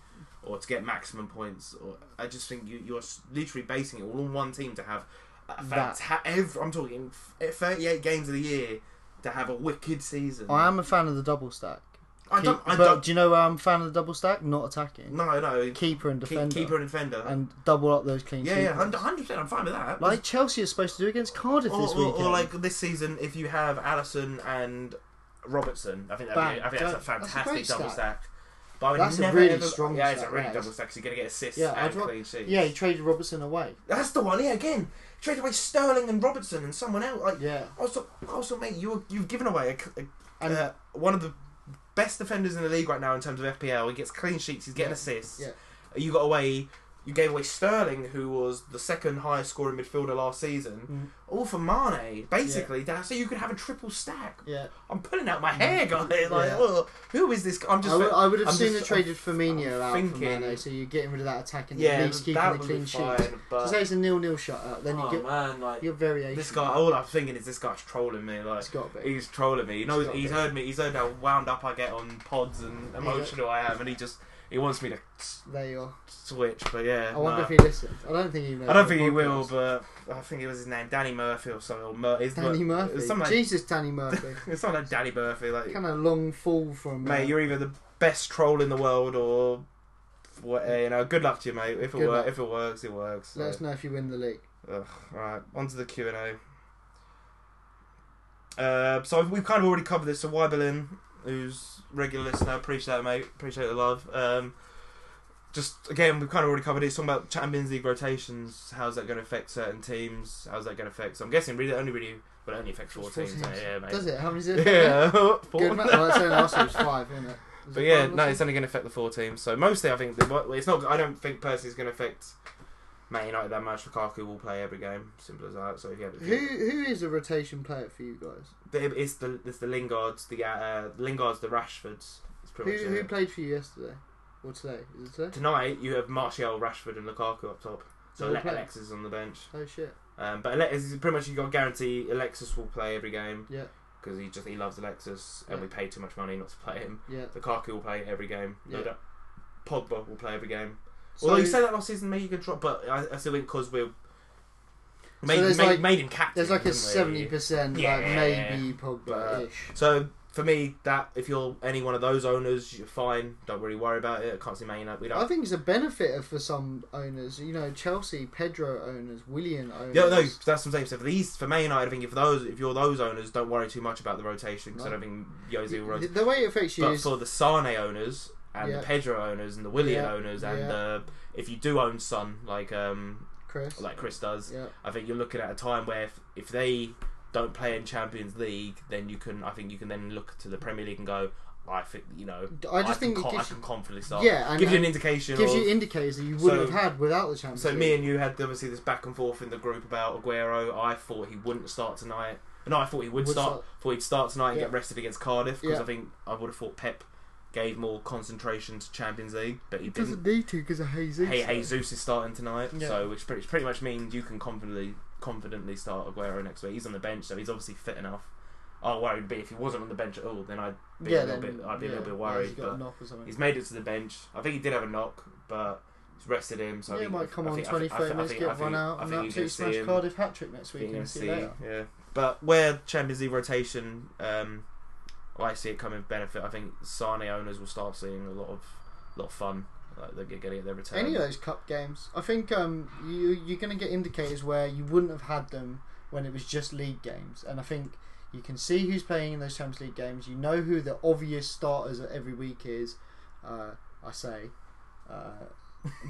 Speaker 2: or to get maximum points. Or I just think you, you're s- literally basing it all on one team to have. A
Speaker 1: That-
Speaker 2: fanta- ev- I'm talking f- 38 games of the year to have a wicked season.
Speaker 1: I am a fan of the double stack.
Speaker 2: I don't.
Speaker 1: Keep-
Speaker 2: I
Speaker 1: but
Speaker 2: don't.
Speaker 1: do you know where I'm a fan of the double stack? Not attacking.
Speaker 2: No, no.
Speaker 1: Keeper and
Speaker 2: Keep-
Speaker 1: defender.
Speaker 2: Keeper and defender.
Speaker 1: and double up those clean
Speaker 2: yeah,
Speaker 1: sheets.
Speaker 2: yeah, hundred percent. I'm fine with that.
Speaker 1: Like Chelsea is supposed to do against Cardiff
Speaker 2: or,
Speaker 1: this
Speaker 2: or,
Speaker 1: weekend.
Speaker 2: or like this season, if you have Allison and Robertson, I think that'd be,
Speaker 1: Bang.
Speaker 2: I think that's a
Speaker 1: That's a great
Speaker 2: fantastic double
Speaker 1: stack.
Speaker 2: stack. But I would
Speaker 1: That's a
Speaker 2: never,
Speaker 1: really
Speaker 2: ever-
Speaker 1: strong
Speaker 2: Yeah, it's
Speaker 1: stack,
Speaker 2: a really
Speaker 1: that
Speaker 2: double
Speaker 1: is.
Speaker 2: stack. 'cause you're gonna get assists
Speaker 1: Yeah, I'd
Speaker 2: and
Speaker 1: ro-
Speaker 2: clean sheets.
Speaker 1: yeah, he traded Robertson away.
Speaker 2: that's the one. Yeah, again, trade away Sterling and Robertson and someone else. Like
Speaker 1: Yeah,
Speaker 2: also, also, mate, you you've given away a, cl- a,
Speaker 1: and
Speaker 2: uh, one of the best defenders in the league right now in terms of FPL. He gets clean sheets. He's getting
Speaker 1: Yeah,
Speaker 2: assists.
Speaker 1: yeah.
Speaker 2: You got away. You gave away Sterling, who was the second highest scoring midfielder last season,
Speaker 1: Mm.
Speaker 2: all for Mane, basically. That, so you could have a triple stack.
Speaker 1: yeah,
Speaker 2: I'm pulling out my hair, guys.
Speaker 1: Mm.
Speaker 2: Like,
Speaker 1: Yeah.
Speaker 2: oh, who is this? guy? I'm
Speaker 1: I
Speaker 2: just.
Speaker 1: would- I would have
Speaker 2: I'm
Speaker 1: seen
Speaker 2: just-
Speaker 1: the traded Firmino
Speaker 2: I'm
Speaker 1: out
Speaker 2: thinking-
Speaker 1: for Mane, so you're getting rid of that attack and
Speaker 2: yeah,
Speaker 1: at least keeping
Speaker 2: that
Speaker 1: the
Speaker 2: would
Speaker 1: clean
Speaker 2: be
Speaker 1: sheet.
Speaker 2: fine,
Speaker 1: So
Speaker 2: but,
Speaker 1: say it's a nil-nil shutout, then
Speaker 2: oh
Speaker 1: you get
Speaker 2: man, like
Speaker 1: your variation.
Speaker 2: this guy. All I'm thinking is this guy's trolling me. Like,
Speaker 1: it's got to be.
Speaker 2: He's trolling me. He knows
Speaker 1: got
Speaker 2: he's
Speaker 1: me.
Speaker 2: heard me. He's heard how wound up I get on pods and emotional I am, and he just he wants me to s-
Speaker 1: There you are.
Speaker 2: switch. But yeah,
Speaker 1: I wonder
Speaker 2: nah.
Speaker 1: if he listens. I don't think he. knows
Speaker 2: I don't
Speaker 1: the
Speaker 2: think he will,
Speaker 1: podcast.
Speaker 2: but I think it was his name, Danny Murphy or something. Or Mur- his Mur-
Speaker 1: Danny
Speaker 2: it's
Speaker 1: Murphy.
Speaker 2: something like,
Speaker 1: Jesus, Danny Murphy.
Speaker 2: it's something like Danny Murphy. Like,
Speaker 1: kind of long fall from. uh,
Speaker 2: mate, you're either the best troll in the world or. What, eh, you know, good luck to you, mate. If it
Speaker 1: Good
Speaker 2: works,
Speaker 1: luck.
Speaker 2: if it works, it works.
Speaker 1: Let us know if you win the league.
Speaker 2: Ugh, right, on to the Q and A. Uh, so we've kind of already covered this. So why Berlin, who's a regular listener, appreciate that, mate. Appreciate the love. Um, just again, we've kind of already covered it. It's talking about Champions League rotations. How's that going to affect certain teams? How's that going to affect? So I'm guessing really only really, well, it only affects four
Speaker 1: It's four
Speaker 2: teams.
Speaker 1: teams.
Speaker 2: Yeah, mate.
Speaker 1: Does it? How many is it?
Speaker 2: Yeah,
Speaker 1: Good
Speaker 2: four.
Speaker 1: amount. Well, that's only last year was five, isn't it? Was
Speaker 2: But
Speaker 1: it
Speaker 2: yeah,
Speaker 1: five
Speaker 2: no,
Speaker 1: last
Speaker 2: it's only going to affect the four teams. So mostly, I think the, well, it's not. I don't think personally it's going to affect Man United that much. Lukaku will play every game. Simple as that. So if you had,
Speaker 1: year? Who who is a rotation player for you guys?
Speaker 2: But it- it's the it's the Lingards, the uh, Lingards, the Rashfords. It's
Speaker 1: Who
Speaker 2: pretty much
Speaker 1: who
Speaker 2: it.
Speaker 1: played for you yesterday or today? Is it today?
Speaker 2: Tonight you have Martial, Rashford, and Lukaku up top. So
Speaker 1: Who
Speaker 2: Ale-
Speaker 1: played?
Speaker 2: Alexis is on the bench,
Speaker 1: Oh shit!
Speaker 2: um, but Alexis pretty much you got guarantee Alexis will play every game.
Speaker 1: Yeah.
Speaker 2: Because he just he loves Alexis, and
Speaker 1: Yeah.
Speaker 2: we pay too much money not to play him.
Speaker 1: Yeah.
Speaker 2: Lukaku will play every game. No
Speaker 1: Yeah.
Speaker 2: doubt. Pogba will play every game.
Speaker 1: So,
Speaker 2: Although you say that last season, maybe you could drop, but I, I still think because we're made,
Speaker 1: there's
Speaker 2: made,
Speaker 1: like-
Speaker 2: made him captain.
Speaker 1: there's like a
Speaker 2: didn't we?
Speaker 1: seventy percent, like
Speaker 2: Yeah.
Speaker 1: maybe
Speaker 2: But-
Speaker 1: Pogba ish.
Speaker 2: So for me, that if you're any one of those owners, you're fine. Don't really worry about it. I can't see Man United. We
Speaker 1: I
Speaker 2: don't.
Speaker 1: think it's a benefit for some owners. You know, Chelsea, Pedro owners, Willian owners.
Speaker 2: Yeah, no, that's what I'm saying. So for these, for Man United, I think if those, if you're those owners, don't worry too much about the rotation because I
Speaker 1: No.
Speaker 2: don't think Jose will
Speaker 1: The,
Speaker 2: rotate.
Speaker 1: the way it affects you
Speaker 2: But
Speaker 1: is
Speaker 2: for the Sane owners and
Speaker 1: Yeah.
Speaker 2: the Pedro owners and the Willian
Speaker 1: Yeah,
Speaker 2: owners and
Speaker 1: yeah.
Speaker 2: uh, if you do own Son like um
Speaker 1: Chris.
Speaker 2: like Chris does,
Speaker 1: yeah,
Speaker 2: I think you're looking at a time where if, if they don't play in Champions League, then you can. I think you can then look to the Premier League and go. I think you know.
Speaker 1: I just think
Speaker 2: can,
Speaker 1: it
Speaker 2: con- I
Speaker 1: gives
Speaker 2: can
Speaker 1: you,
Speaker 2: confidently start.
Speaker 1: yeah, and,
Speaker 2: gives you an
Speaker 1: and
Speaker 2: indication.
Speaker 1: gives
Speaker 2: of,
Speaker 1: you indicators that you wouldn't
Speaker 2: So-
Speaker 1: have had without the Champions
Speaker 2: so
Speaker 1: League.
Speaker 2: me and you had obviously this back and forth in the group about Aguero. I thought he wouldn't start tonight. No, I thought he would,
Speaker 1: Would
Speaker 2: start.
Speaker 1: start.
Speaker 2: Thought he'd start tonight and
Speaker 1: Yeah.
Speaker 2: get rested against Cardiff because
Speaker 1: Yeah.
Speaker 2: I think I would have thought Pep gave more concentration to Champions League, but he didn't.
Speaker 1: doesn't need to because of Jesus.
Speaker 2: Hey, Jesus is starting tonight,
Speaker 1: Yeah.
Speaker 2: so which pretty, pretty much means you can confidently confidently start Aguero next week. He's on the bench, so he's obviously fit enough. I worried be if he wasn't on the bench at all, then I'd be a little bit I'd be a little bit worried.
Speaker 1: He's
Speaker 2: but
Speaker 1: got a knock or something.
Speaker 2: He's made it to the bench. I think he did have a knock, but rested him. So I
Speaker 1: yeah, it
Speaker 2: think-
Speaker 1: might come
Speaker 2: I
Speaker 1: on
Speaker 2: think- I
Speaker 1: 20,
Speaker 2: think- I
Speaker 1: 30
Speaker 2: think- I
Speaker 1: minutes,
Speaker 2: think- I
Speaker 1: get
Speaker 2: think-
Speaker 1: one
Speaker 2: I
Speaker 1: out, and
Speaker 2: think
Speaker 1: up
Speaker 2: you
Speaker 1: two
Speaker 2: can
Speaker 1: smash
Speaker 2: see him-
Speaker 1: Cardiff hat trick next
Speaker 2: I think
Speaker 1: week.
Speaker 2: you're
Speaker 1: And
Speaker 2: gonna
Speaker 1: see you later.
Speaker 2: Yeah, but where Champions League rotation, um, I see it coming benefit. I think Sane owners will start seeing a lot of lot of fun. Like they're getting their return.
Speaker 1: Any of those cup games, I think um, you you're going to get indicators where you wouldn't have had them when it was just league games, and I think you can see who's playing in those Champions League games. You know who the obvious starters at every week is. Uh, I say, uh,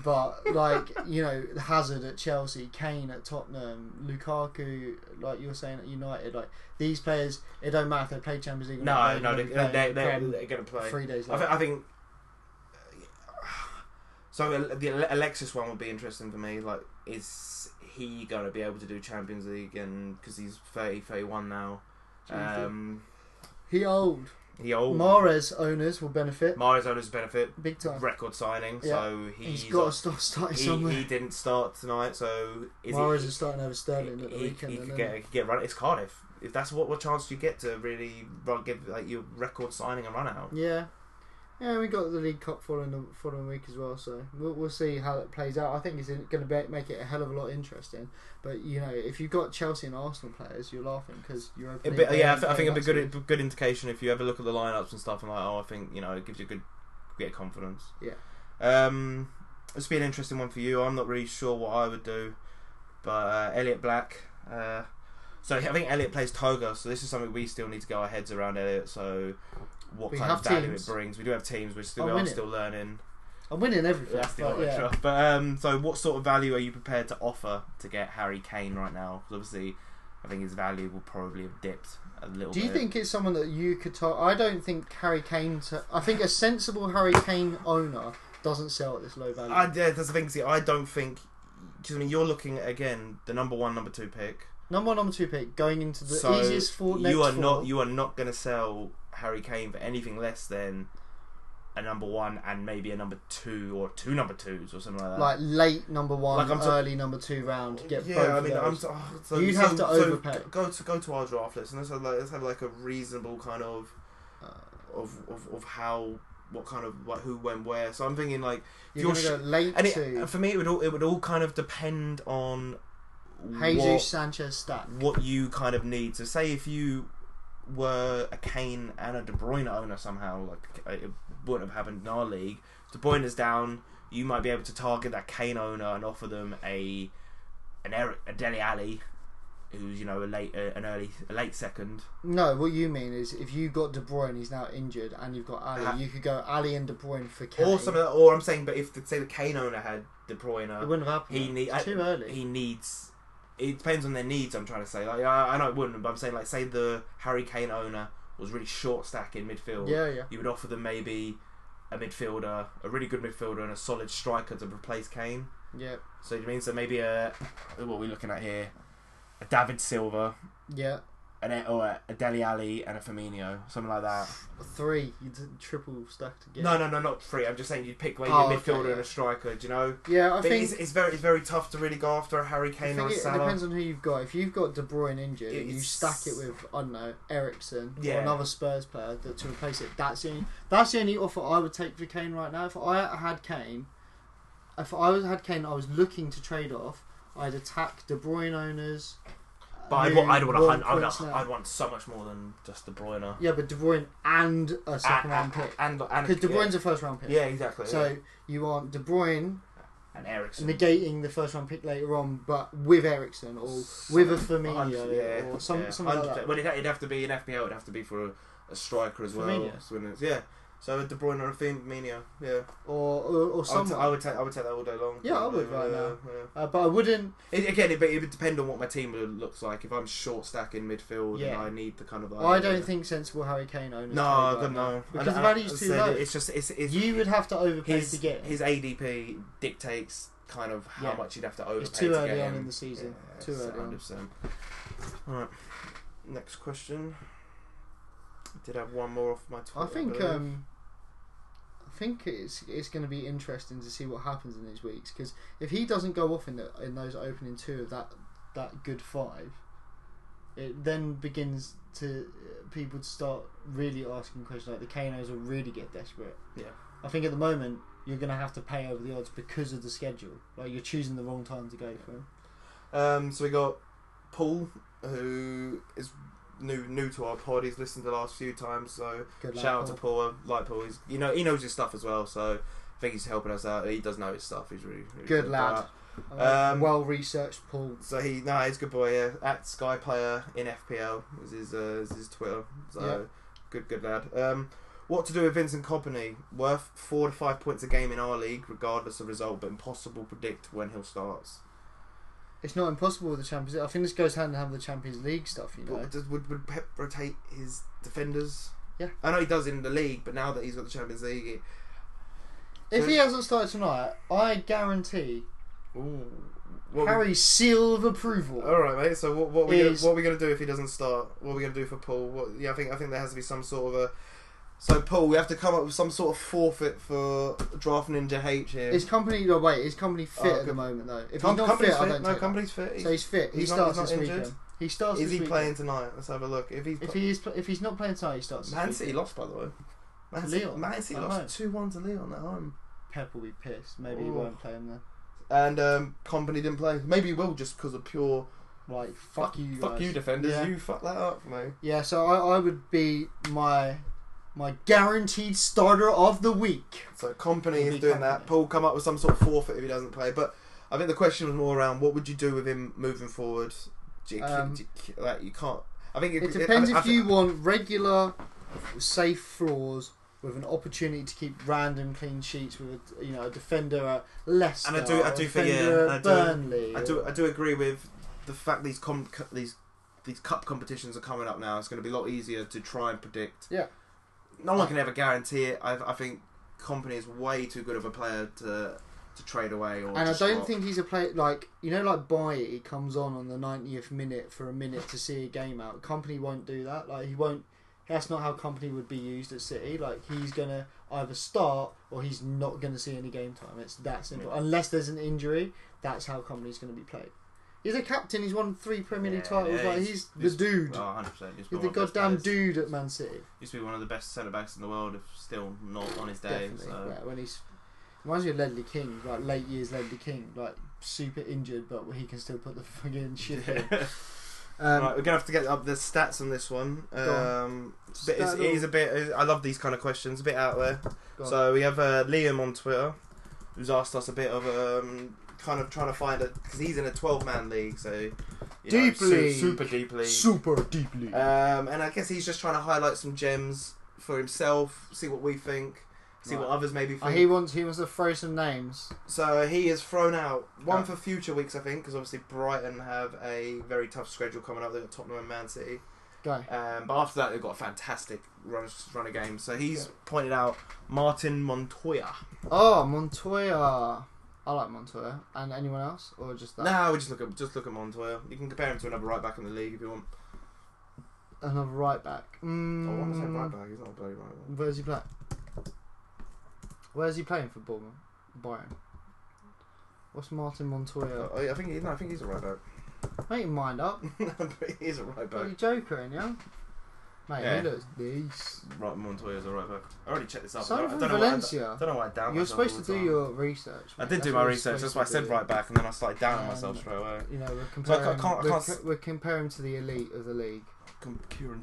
Speaker 1: but like you know Hazard at Chelsea, Kane at Tottenham, Lukaku, like you were saying at United, like these players, it don't matter if they play Champions League. Or not,
Speaker 2: No, no, they,
Speaker 1: they're
Speaker 2: they,
Speaker 1: gonna
Speaker 2: they,
Speaker 1: be
Speaker 2: they're,
Speaker 1: playing
Speaker 2: they're going to play.
Speaker 1: three days
Speaker 2: I,
Speaker 1: later.
Speaker 2: th- I think. So uh, the Ale- Alexis one would be interesting for me. Like, is he going to be able to do Champions League? And because he's 30, 31 now, um,
Speaker 1: he old.
Speaker 2: he old.
Speaker 1: Mares owners will benefit
Speaker 2: Mares owners benefit
Speaker 1: big time.
Speaker 2: record signing.
Speaker 1: Yeah.
Speaker 2: So he's,
Speaker 1: He's got to start starting
Speaker 2: he,
Speaker 1: somewhere.
Speaker 2: he didn't start tonight. So is
Speaker 1: Mahrez
Speaker 2: he,
Speaker 1: is starting over Sterling at the
Speaker 2: he,
Speaker 1: weekend.
Speaker 2: he
Speaker 1: and then
Speaker 2: could get he could get run. It's Cardiff. If that's what what chance do you get to really run, give like your record signing a run out?
Speaker 1: yeah, yeah. We got the League Cup following the following week as well, so we'll, we'll see how that plays out. I think it's going to be, make it a hell of a lot interesting. But you know, if you've got Chelsea and Arsenal players, you're laughing because you're
Speaker 2: A
Speaker 1: opening.
Speaker 2: bit, yeah, I, th- I think it'd be good, good, good indication if you ever look at the lineups and stuff and like, oh, I think you know it gives you a good bit of confidence.
Speaker 1: Yeah.
Speaker 2: Um, it's been an interesting one for you. I'm not really sure what I would do, but uh, Elliot Black. Uh, so I think Elliot plays Togo, so this is something we still need to get our heads around Elliot. So what
Speaker 1: We
Speaker 2: kind
Speaker 1: have
Speaker 2: of value
Speaker 1: teams.
Speaker 2: it brings? We do have teams. We're still
Speaker 1: Oh,
Speaker 2: we are
Speaker 1: innit?
Speaker 2: still learning.
Speaker 1: I'm winning everything.
Speaker 2: That's the
Speaker 1: but
Speaker 2: other
Speaker 1: yeah.
Speaker 2: trial. But um, so what sort of value are you prepared to offer to get Harry Kane right now? 'Cause obviously, I think his value will probably have dipped a little.
Speaker 1: Do you
Speaker 2: bit.
Speaker 1: think it's someone that you could talk? I don't think Harry Kane. To, I think a sensible Harry Kane owner doesn't sell at this low value.
Speaker 2: I yeah, that's the thing. See, I don't think. Because I mean, you're looking at, again the number one, number two pick.
Speaker 1: number one, number two pick going into the
Speaker 2: so
Speaker 1: easiest four. Next
Speaker 2: you are
Speaker 1: four.
Speaker 2: not you are not going to sell Harry Kane for anything less than a number one and maybe a number two or two number twos or something like that.
Speaker 1: like late number one,
Speaker 2: Like, I'm so-
Speaker 1: early number two round to get both.
Speaker 2: yeah, I mean,
Speaker 1: of
Speaker 2: I'm
Speaker 1: those.
Speaker 2: so, oh, so,
Speaker 1: You'd have
Speaker 2: so-
Speaker 1: to
Speaker 2: so
Speaker 1: overpay.
Speaker 2: Go to go to our draft list and let's have like let's have like a reasonable kind of
Speaker 1: Uh,
Speaker 2: of of, of how what kind of like who when where. So I'm thinking like if
Speaker 1: you're
Speaker 2: you're
Speaker 1: gonna
Speaker 2: sh-
Speaker 1: go late
Speaker 2: and
Speaker 1: two.
Speaker 2: it, for me it would all it would all kind of depend on
Speaker 1: Jesus
Speaker 2: what-
Speaker 1: Sanchez stat.
Speaker 2: what you kind of need. So, say if you were a Kane and a De Bruyne owner somehow, like it wouldn't have happened in our league. De Bruyne is down. You might be able to target that Kane owner and offer them a an Eric, a Deli Alley, who's you know a late uh, an early a late second.
Speaker 1: No, what you mean is if you got De Bruyne, he's now injured, and you've got Ali,
Speaker 2: Ha-
Speaker 1: you could go Ali and De Bruyne for Kane.
Speaker 2: Or some of that, or I'm saying, but if the, say the Kane owner had De
Speaker 1: it
Speaker 2: Bruyne,
Speaker 1: wouldn't have happened.
Speaker 2: he
Speaker 1: though.
Speaker 2: need
Speaker 1: It's too
Speaker 2: I-
Speaker 1: early.
Speaker 2: He needs. It depends on their needs. I'm trying to say. Like I, I know it wouldn't, but I'm saying like say the Harry Kane owner was really short stack in midfield.
Speaker 1: yeah, yeah.
Speaker 2: you would offer them maybe a midfielder, a really good midfielder, and a solid striker to replace Kane.
Speaker 1: Yeah.
Speaker 2: So you mean so maybe a what are we looking at here? A David Silva,
Speaker 1: Yeah.
Speaker 2: an E- or a, a Deli Ali, and a Firmino, something like that.
Speaker 1: Three. You did triple stack together.
Speaker 2: No, no, no, not three. I'm just saying you'd pick maybe
Speaker 1: Oh,
Speaker 2: a
Speaker 1: okay,
Speaker 2: midfielder
Speaker 1: yeah.
Speaker 2: and a striker. Do you know?
Speaker 1: Yeah, I
Speaker 2: But
Speaker 1: think.
Speaker 2: it's, it's very, it's very tough to really go after a Harry
Speaker 1: I
Speaker 2: Kane or
Speaker 1: think
Speaker 2: a
Speaker 1: it,
Speaker 2: Salah.
Speaker 1: depends on who you've got. If you've got De Bruyne injured, and you
Speaker 2: It's-
Speaker 1: stack it with I don't know Ericsson or
Speaker 2: Yeah.
Speaker 1: another Spurs player that, to replace it. That's the only, that's the only offer I would take for Kane right now. If I had Kane, if I was had Kane, I was looking to trade off. I'd attack De Bruyne owners. um,
Speaker 2: But I'd,
Speaker 1: who
Speaker 2: wa- I'd want a
Speaker 1: want
Speaker 2: hun- I would,
Speaker 1: points now.
Speaker 2: I'd want so much more than just De Bruyne.
Speaker 1: Yeah, but De Bruyne and a second round
Speaker 2: and,
Speaker 1: pick
Speaker 2: and, and,
Speaker 1: because De
Speaker 2: yeah.
Speaker 1: Bruyne's a first round pick.
Speaker 2: Yeah, exactly. yeah.
Speaker 1: So you want De Bruyne
Speaker 2: and Ericsson.
Speaker 1: negating the first round pick later on, but with Ericsson or with a Firmino
Speaker 2: yeah,
Speaker 1: or some,
Speaker 2: yeah,
Speaker 1: something like
Speaker 2: 100%.
Speaker 1: that.
Speaker 2: Well, it'd, ha- it'd have to be an FPL. It'd have to be for a, a striker as well.
Speaker 1: Firmino.
Speaker 2: So when it's- yeah. So a De Bruyne or a Firmino. Yeah.
Speaker 1: or or, or
Speaker 2: I would,
Speaker 1: someone.
Speaker 2: t- I would take. I would take that all day long.
Speaker 1: Yeah, I would right
Speaker 2: yeah,
Speaker 1: now.
Speaker 2: yeah.
Speaker 1: uh, but I wouldn't.
Speaker 2: It, again, it, it would depend on what my team would- looks like. If I'm short stacking midfield,
Speaker 1: Yeah.
Speaker 2: and I need the kind of.
Speaker 1: I don't think sensible Harry Kane owners. trade
Speaker 2: No, I
Speaker 1: right
Speaker 2: don't
Speaker 1: now.
Speaker 2: know.
Speaker 1: because
Speaker 2: I don't-
Speaker 1: the value's
Speaker 2: I
Speaker 1: too
Speaker 2: said
Speaker 1: low.
Speaker 2: It's just it's, it's
Speaker 1: You would have to overpay
Speaker 2: his
Speaker 1: to get him.
Speaker 2: his ADP dictates kind of how
Speaker 1: Yeah.
Speaker 2: much you'd have to overpay.
Speaker 1: It's too
Speaker 2: to
Speaker 1: early
Speaker 2: get
Speaker 1: on
Speaker 2: him.
Speaker 1: in the season. Too early on.
Speaker 2: 100%. All right. Next question. Did have one more off my
Speaker 1: I
Speaker 2: Twitter.
Speaker 1: think.
Speaker 2: believe.
Speaker 1: Um, I think it's it's going to be interesting to see what happens in these weeks because if he doesn't go off in the, in those opening two of that that good five, it then begins to people to start really asking questions like the Kanos will really get desperate.
Speaker 2: Yeah.
Speaker 1: I think at the moment you're going to have to pay over the odds because of the schedule. Like you're choosing the wrong time to go for him.
Speaker 2: Um, so we got Paul, who is new new to our pod. He's listened to the last few times, so
Speaker 1: Good luck,
Speaker 2: shout out
Speaker 1: Paul.
Speaker 2: to Paul. I Like Paul, he's you know he knows his stuff as well. So I think he's helping us out. He does know his stuff. He's really, really
Speaker 1: Good
Speaker 2: at
Speaker 1: lad.
Speaker 2: that.
Speaker 1: Uh,
Speaker 2: Um,
Speaker 1: well researched, Paul.
Speaker 2: So he no, he's a good boy. Yeah, at Sky Player in FPL is his uh, is his Twitter. So
Speaker 1: Yeah.
Speaker 2: good, good lad. Um, what to do with Vincent Company? Worth four to five points a game in our league, regardless of result, but impossible to predict when he'll start.
Speaker 1: It's not impossible with the Champions. League. I think this goes hand in hand with the Champions League stuff. You know,
Speaker 2: But does, would would Pep rotate his defenders?
Speaker 1: Yeah.
Speaker 2: I know he does in the league, but now that he's got the Champions League, it-
Speaker 1: if he hasn't started tonight, I guarantee
Speaker 2: ooh, what we-
Speaker 1: Harry's seal of approval.
Speaker 2: All right, mate. So what, what we gonna,
Speaker 1: Is-
Speaker 2: what we gonna do if he doesn't start? What are we gonna do for Paul? What, yeah, I think I think there has to be some sort of a. So Paul, we have to come up with some sort of forfeit for drafting in H here.
Speaker 1: Is company no wait? Is company fit
Speaker 2: Oh,
Speaker 1: at
Speaker 2: good.
Speaker 1: the moment though? If he's
Speaker 2: Com-
Speaker 1: not fit,
Speaker 2: company's
Speaker 1: I don't
Speaker 2: No,
Speaker 1: take that.
Speaker 2: company's fit.
Speaker 1: So he's fit. He
Speaker 2: he's not-
Speaker 1: starts
Speaker 2: he's
Speaker 1: this
Speaker 2: not
Speaker 1: weekend.
Speaker 2: injured?
Speaker 1: He starts.
Speaker 2: is
Speaker 1: this
Speaker 2: he
Speaker 1: weekend.
Speaker 2: playing tonight? Let's have a look. If he's
Speaker 1: If
Speaker 2: pl-
Speaker 1: he is, pl- if he's not playing tonight, he starts. this
Speaker 2: Man
Speaker 1: weekend.
Speaker 2: City lost by the way. Man City,
Speaker 1: Leon,
Speaker 2: Man City
Speaker 1: I know.
Speaker 2: lost two one to Leon at home,
Speaker 1: Pep will be pissed. Maybe he
Speaker 2: Ooh.
Speaker 1: won't play him then.
Speaker 2: and um, company didn't play. Maybe he will just because of pure
Speaker 1: Like fuck you, guys.
Speaker 2: fuck you defenders.
Speaker 1: Yeah.
Speaker 2: You fuck that up, mate.
Speaker 1: Yeah, so I, I would be my my guaranteed starter of the week.
Speaker 2: So company
Speaker 1: It'll
Speaker 2: is
Speaker 1: be
Speaker 2: doing
Speaker 1: Company.
Speaker 2: that. Paul come up with some sort of forfeit if he doesn't play. But I think the question was more around what would you do with him moving forward? Do you,
Speaker 1: Um,
Speaker 2: do you- like you can't. I think it,
Speaker 1: It depends
Speaker 2: I- I-
Speaker 1: if you want regular, safe floors with an opportunity to keep random clean sheets with a, you know a defender at Leicester.
Speaker 2: And I do- I
Speaker 1: or a
Speaker 2: do think, yeah,
Speaker 1: defender at
Speaker 2: I do-
Speaker 1: Burnley.
Speaker 2: I do. I do agree with the fact these com- cu- these these cup competitions are coming up now. It's going to be a lot easier to try and predict.
Speaker 1: Yeah.
Speaker 2: No one can ever guarantee it. I, I think company is way too good of a player to to trade away or.
Speaker 1: And I
Speaker 2: to
Speaker 1: don't
Speaker 2: swap.
Speaker 1: think he's a player like you know like Baye he comes on on the 90th minute for a minute to see a game out. Company won't do that. Like he won't. That's not how company would be used at City. Like he's gonna either start or he's not gonna see any game time. It's that simple. Unless there's an injury, that's how company's gonna be played. He's a captain. He's won three Premier League
Speaker 2: Yeah,
Speaker 1: titles.
Speaker 2: yeah,
Speaker 1: like
Speaker 2: he's-
Speaker 1: he's,
Speaker 2: he's-
Speaker 1: the dude.
Speaker 2: Oh, 100%. He's
Speaker 1: he's
Speaker 2: one
Speaker 1: the
Speaker 2: of best
Speaker 1: goddamn
Speaker 2: players.
Speaker 1: dude at Man City.
Speaker 2: Used to be one of the best centre backs in the world, if still not on his day.
Speaker 1: Definitely.
Speaker 2: So.
Speaker 1: Yeah, when he's reminds me of Ledley King, like late years Ledley King, like super injured, but he can still put the fucking shit in. Um,
Speaker 2: right, we're gonna have to get up the stats on this one.
Speaker 1: Go on.
Speaker 2: Um, it's a bit- it's-
Speaker 1: Stat
Speaker 2: it is a bit. I love these kind of questions. A bit out there.
Speaker 1: Go on.
Speaker 2: So we have uh, Liam on Twitter, who's asked us a bit of um, kind of trying to find a because he's in a twelve-man league, so you know,
Speaker 1: Deep
Speaker 2: su-
Speaker 1: league.
Speaker 2: super deeply.
Speaker 1: super deeply.
Speaker 2: Um, and I guess he's just trying to highlight some gems for himself. See what we think. See
Speaker 1: Right.
Speaker 2: what others maybe think.
Speaker 1: Uh, he wants he wants to throw some names.
Speaker 2: So he is thrown out. One
Speaker 1: Oh.
Speaker 2: for future weeks, I think, because obviously Brighton have a very tough schedule coming up. They've got Tottenham and Man City.
Speaker 1: Go.
Speaker 2: Um, but after that, they've got a fantastic run, run of games. So he's pointed out Martin Montoya.
Speaker 1: Oh, Montoya. I like Montoya. And anyone else, or just that?
Speaker 2: Nah, we just look at just look at Montoya. You can compare him to another right back in the league if you want.
Speaker 1: Another right back.
Speaker 2: Oh, I want to say right
Speaker 1: Mm,
Speaker 2: back. He's not a bloody right back.
Speaker 1: where's he playing? Where's he playing for Bournemouth? Byron. What's Martin Montoya?
Speaker 2: Oh, yeah, I think he, no, I think he's a right back.
Speaker 1: Make your mind up.
Speaker 2: No, but he is a right back.
Speaker 1: Bloody joker in yeah. Mate,
Speaker 2: Yeah.
Speaker 1: he looks nice.
Speaker 2: Right, Montoya's a right back. I already checked this up.
Speaker 1: Son
Speaker 2: I
Speaker 1: from
Speaker 2: don't know why- I
Speaker 1: Valencia.
Speaker 2: don't know why I down
Speaker 1: You're
Speaker 2: myself
Speaker 1: supposed
Speaker 2: all
Speaker 1: to
Speaker 2: the
Speaker 1: do
Speaker 2: time.
Speaker 1: your research.
Speaker 2: I
Speaker 1: mate. That's
Speaker 2: did
Speaker 1: what
Speaker 2: do my
Speaker 1: you're
Speaker 2: research. That's
Speaker 1: supposed
Speaker 2: why I
Speaker 1: to
Speaker 2: said
Speaker 1: do.
Speaker 2: right back, and then I started doubting myself
Speaker 1: Um,
Speaker 2: straight away.
Speaker 1: You know, we're
Speaker 2: So I
Speaker 1: comparing.
Speaker 2: ca- can't- I
Speaker 1: we're,
Speaker 2: can't
Speaker 1: co-
Speaker 2: s-
Speaker 1: we're comparing to the elite of the league,
Speaker 2: Kieran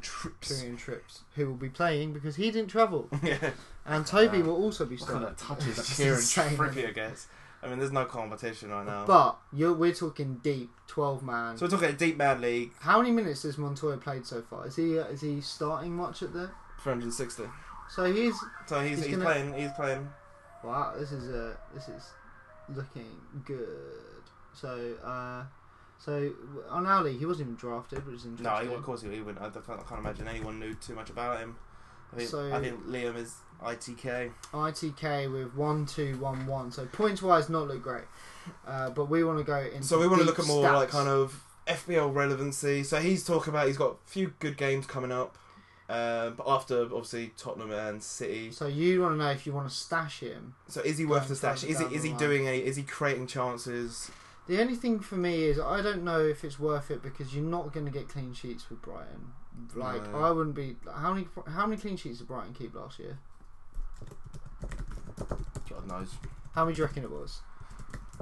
Speaker 2: Trips.
Speaker 1: Tyrion Trips, who will be playing because he didn't travel,
Speaker 2: yeah.
Speaker 1: and Toby
Speaker 2: Uh,
Speaker 1: will also be
Speaker 2: What kind
Speaker 1: starting.
Speaker 2: of touches
Speaker 1: It's
Speaker 2: Kieran
Speaker 1: insane.
Speaker 2: Trippier gets? I mean, there's no competition right now.
Speaker 1: But you're, we're talking deep, twelve man.
Speaker 2: so we're talking a deep man league,
Speaker 1: How many minutes has Montoya played so far? Is he uh, is he starting much at the?
Speaker 2: 360.
Speaker 1: So he's
Speaker 2: So he's,
Speaker 1: He's
Speaker 2: he's,
Speaker 1: gonna-
Speaker 2: playing. He's playing.
Speaker 1: wow. This is uh, this is looking good. So uh, so on our league, he wasn't even drafted, which is
Speaker 2: No,
Speaker 1: interesting.
Speaker 2: he, of course he, he wouldn't. I can't, I can't imagine anyone knew too much about him. I think,
Speaker 1: So-
Speaker 2: I think Liam is ITK.
Speaker 1: ITK with one two one one. So points wise, not look great. Uh, but we want to go into.
Speaker 2: So we want to
Speaker 1: deep
Speaker 2: look at more
Speaker 1: stats.
Speaker 2: like kind of FBL relevancy. So he's talking about he's got a few good games coming up, um, but after obviously Tottenham and City.
Speaker 1: So you want to know if you want to stash him.
Speaker 2: So is he worth
Speaker 1: Going
Speaker 2: the stash?
Speaker 1: further
Speaker 2: Is he
Speaker 1: down
Speaker 2: is
Speaker 1: the
Speaker 2: he
Speaker 1: line.
Speaker 2: doing any? Is he creating chances?
Speaker 1: The only thing for me is I don't know if it's worth it because you're not going to get clean sheets with Brighton. Like
Speaker 2: No.
Speaker 1: I wouldn't be. How many how many clean sheets did Brighton keep last year?
Speaker 2: God God knows.
Speaker 1: How many do you reckon it was?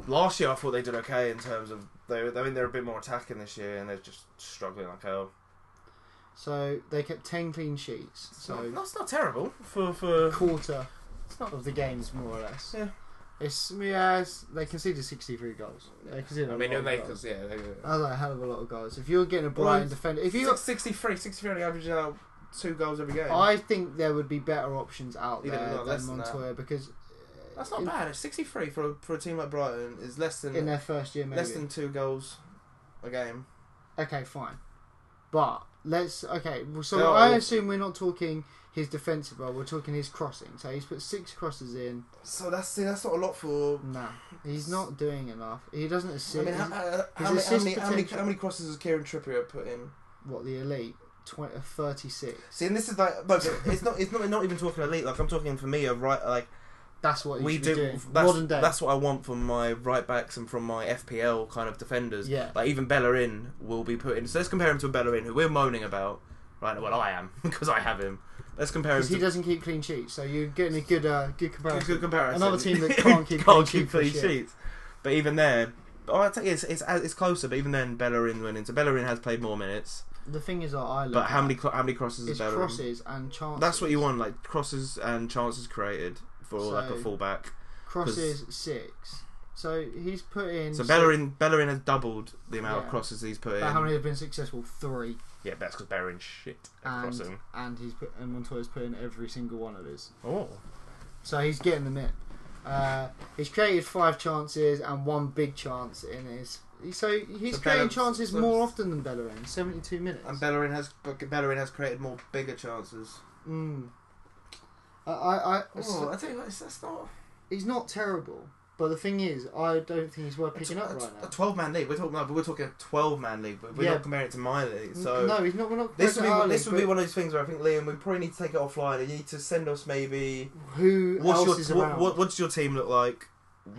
Speaker 2: Last year, I thought they did okay in terms of they. were- I mean, they're a bit more attacking this year, and they're just struggling like hell.
Speaker 1: So they kept ten clean sheets.
Speaker 2: So
Speaker 1: So
Speaker 2: that's not terrible for for.
Speaker 1: a quarter
Speaker 2: It's not.
Speaker 1: of the games, more or less.
Speaker 2: Yeah.
Speaker 1: It's yeah. It's, they conceded sixty-three goals. They conceded.
Speaker 2: I
Speaker 1: a
Speaker 2: mean,
Speaker 1: lot of
Speaker 2: they
Speaker 1: goals.
Speaker 2: yeah. They,
Speaker 1: That's a hell of a lot of goals. If you're getting a
Speaker 2: Well,
Speaker 1: Brighton defender, Um, if you,
Speaker 2: 63, 63 only averages out two goals every game.
Speaker 1: I think there would be better options out
Speaker 2: Even a
Speaker 1: there
Speaker 2: lot less
Speaker 1: than
Speaker 2: than that.
Speaker 1: Montoya because uh,
Speaker 2: That's not
Speaker 1: in,
Speaker 2: bad. It's 63 for a, for a team like Brighton is less than
Speaker 1: in their first year. Maybe
Speaker 2: less than two goals a game.
Speaker 1: Okay, fine. But let's okay. well, So
Speaker 2: No,
Speaker 1: I
Speaker 2: I-
Speaker 1: assume we're not talking his defensive role. We're talking his crossing. So he's put six crosses in.
Speaker 2: So that's see, that's not a lot for.
Speaker 1: Nah, he's not doing enough. He doesn't
Speaker 2: I
Speaker 1: assume
Speaker 2: mean, how, how, how, many,
Speaker 1: assist
Speaker 2: how, many, how, many,
Speaker 1: potential-
Speaker 2: how many crosses has Kieran Trippier put in?
Speaker 1: what the elite uh, 20, 36.
Speaker 2: See, and this is like, no, but it's not. It's not. Not even talking elite. Like I'm talking for me, a right. Like
Speaker 1: That's what he
Speaker 2: we
Speaker 1: should be
Speaker 2: do.
Speaker 1: doing.
Speaker 2: That's,
Speaker 1: Modern day.
Speaker 2: That's what I want from my right backs and from my FPL kind of defenders.
Speaker 1: Yeah.
Speaker 2: Like even Bellerin will be put in. So let's compare him to a Bellerin who we're moaning about. Right. Well, I am because I have him. Let's compare him
Speaker 1: because
Speaker 2: to
Speaker 1: he doesn't keep clean sheets. So you're getting a good uh, good
Speaker 2: Good,
Speaker 1: comparison.
Speaker 2: good comparison.
Speaker 1: Another team that can't keep
Speaker 2: Can't
Speaker 1: clean
Speaker 2: keep
Speaker 1: sheets for
Speaker 2: clean
Speaker 1: shit.
Speaker 2: sheets. But even there, oh, I tell you, it's, it's it's closer. But even then, Bellerin went into Bellerin has played more minutes.
Speaker 1: The thing is that I look
Speaker 2: But how
Speaker 1: at
Speaker 2: many cl- how many crosses
Speaker 1: is
Speaker 2: is Bellerin?
Speaker 1: crosses and chances.
Speaker 2: That's what you want, like crosses and chances created for like a
Speaker 1: So-
Speaker 2: fullback.
Speaker 1: Crosses six. So he's put in.
Speaker 2: So Bellerin Bellerin has doubled the amount
Speaker 1: Yeah.
Speaker 2: of crosses he's put in.
Speaker 1: But how many have been successful? Three.
Speaker 2: Yeah, that's because Bellerin shit at
Speaker 1: and
Speaker 2: crossing.
Speaker 1: and he's put and Montoya's put in every single one of his.
Speaker 2: Oh,
Speaker 1: So he's getting them in. Uh, he's created five chances and one big chance in his. So he's creating
Speaker 2: So Bellerin-
Speaker 1: chances
Speaker 2: so-
Speaker 1: more often than Bellerin. Seventy-two minutes.
Speaker 2: and Bellerin has Bellerin has created more bigger chances.
Speaker 1: mm. I, I, I,
Speaker 2: Oh, I tell you what, it's- that's not.
Speaker 1: he's not terrible, but the thing is, I don't think he's worth picking
Speaker 2: a,
Speaker 1: up
Speaker 2: a-
Speaker 1: right
Speaker 2: a
Speaker 1: now.
Speaker 2: twelve man league. We're talking about, but we're talking a twelve man league. But we're
Speaker 1: Yeah.
Speaker 2: not comparing it to my league. So
Speaker 1: no, he's not. We're not.
Speaker 2: this would be
Speaker 1: Harley,
Speaker 2: this would
Speaker 1: but
Speaker 2: be one of those things where I think Liam, we probably need to take it offline. and You need to send us maybe
Speaker 1: Who
Speaker 2: what's
Speaker 1: else
Speaker 2: your
Speaker 1: is
Speaker 2: what,
Speaker 1: around?
Speaker 2: what, what's your team look like?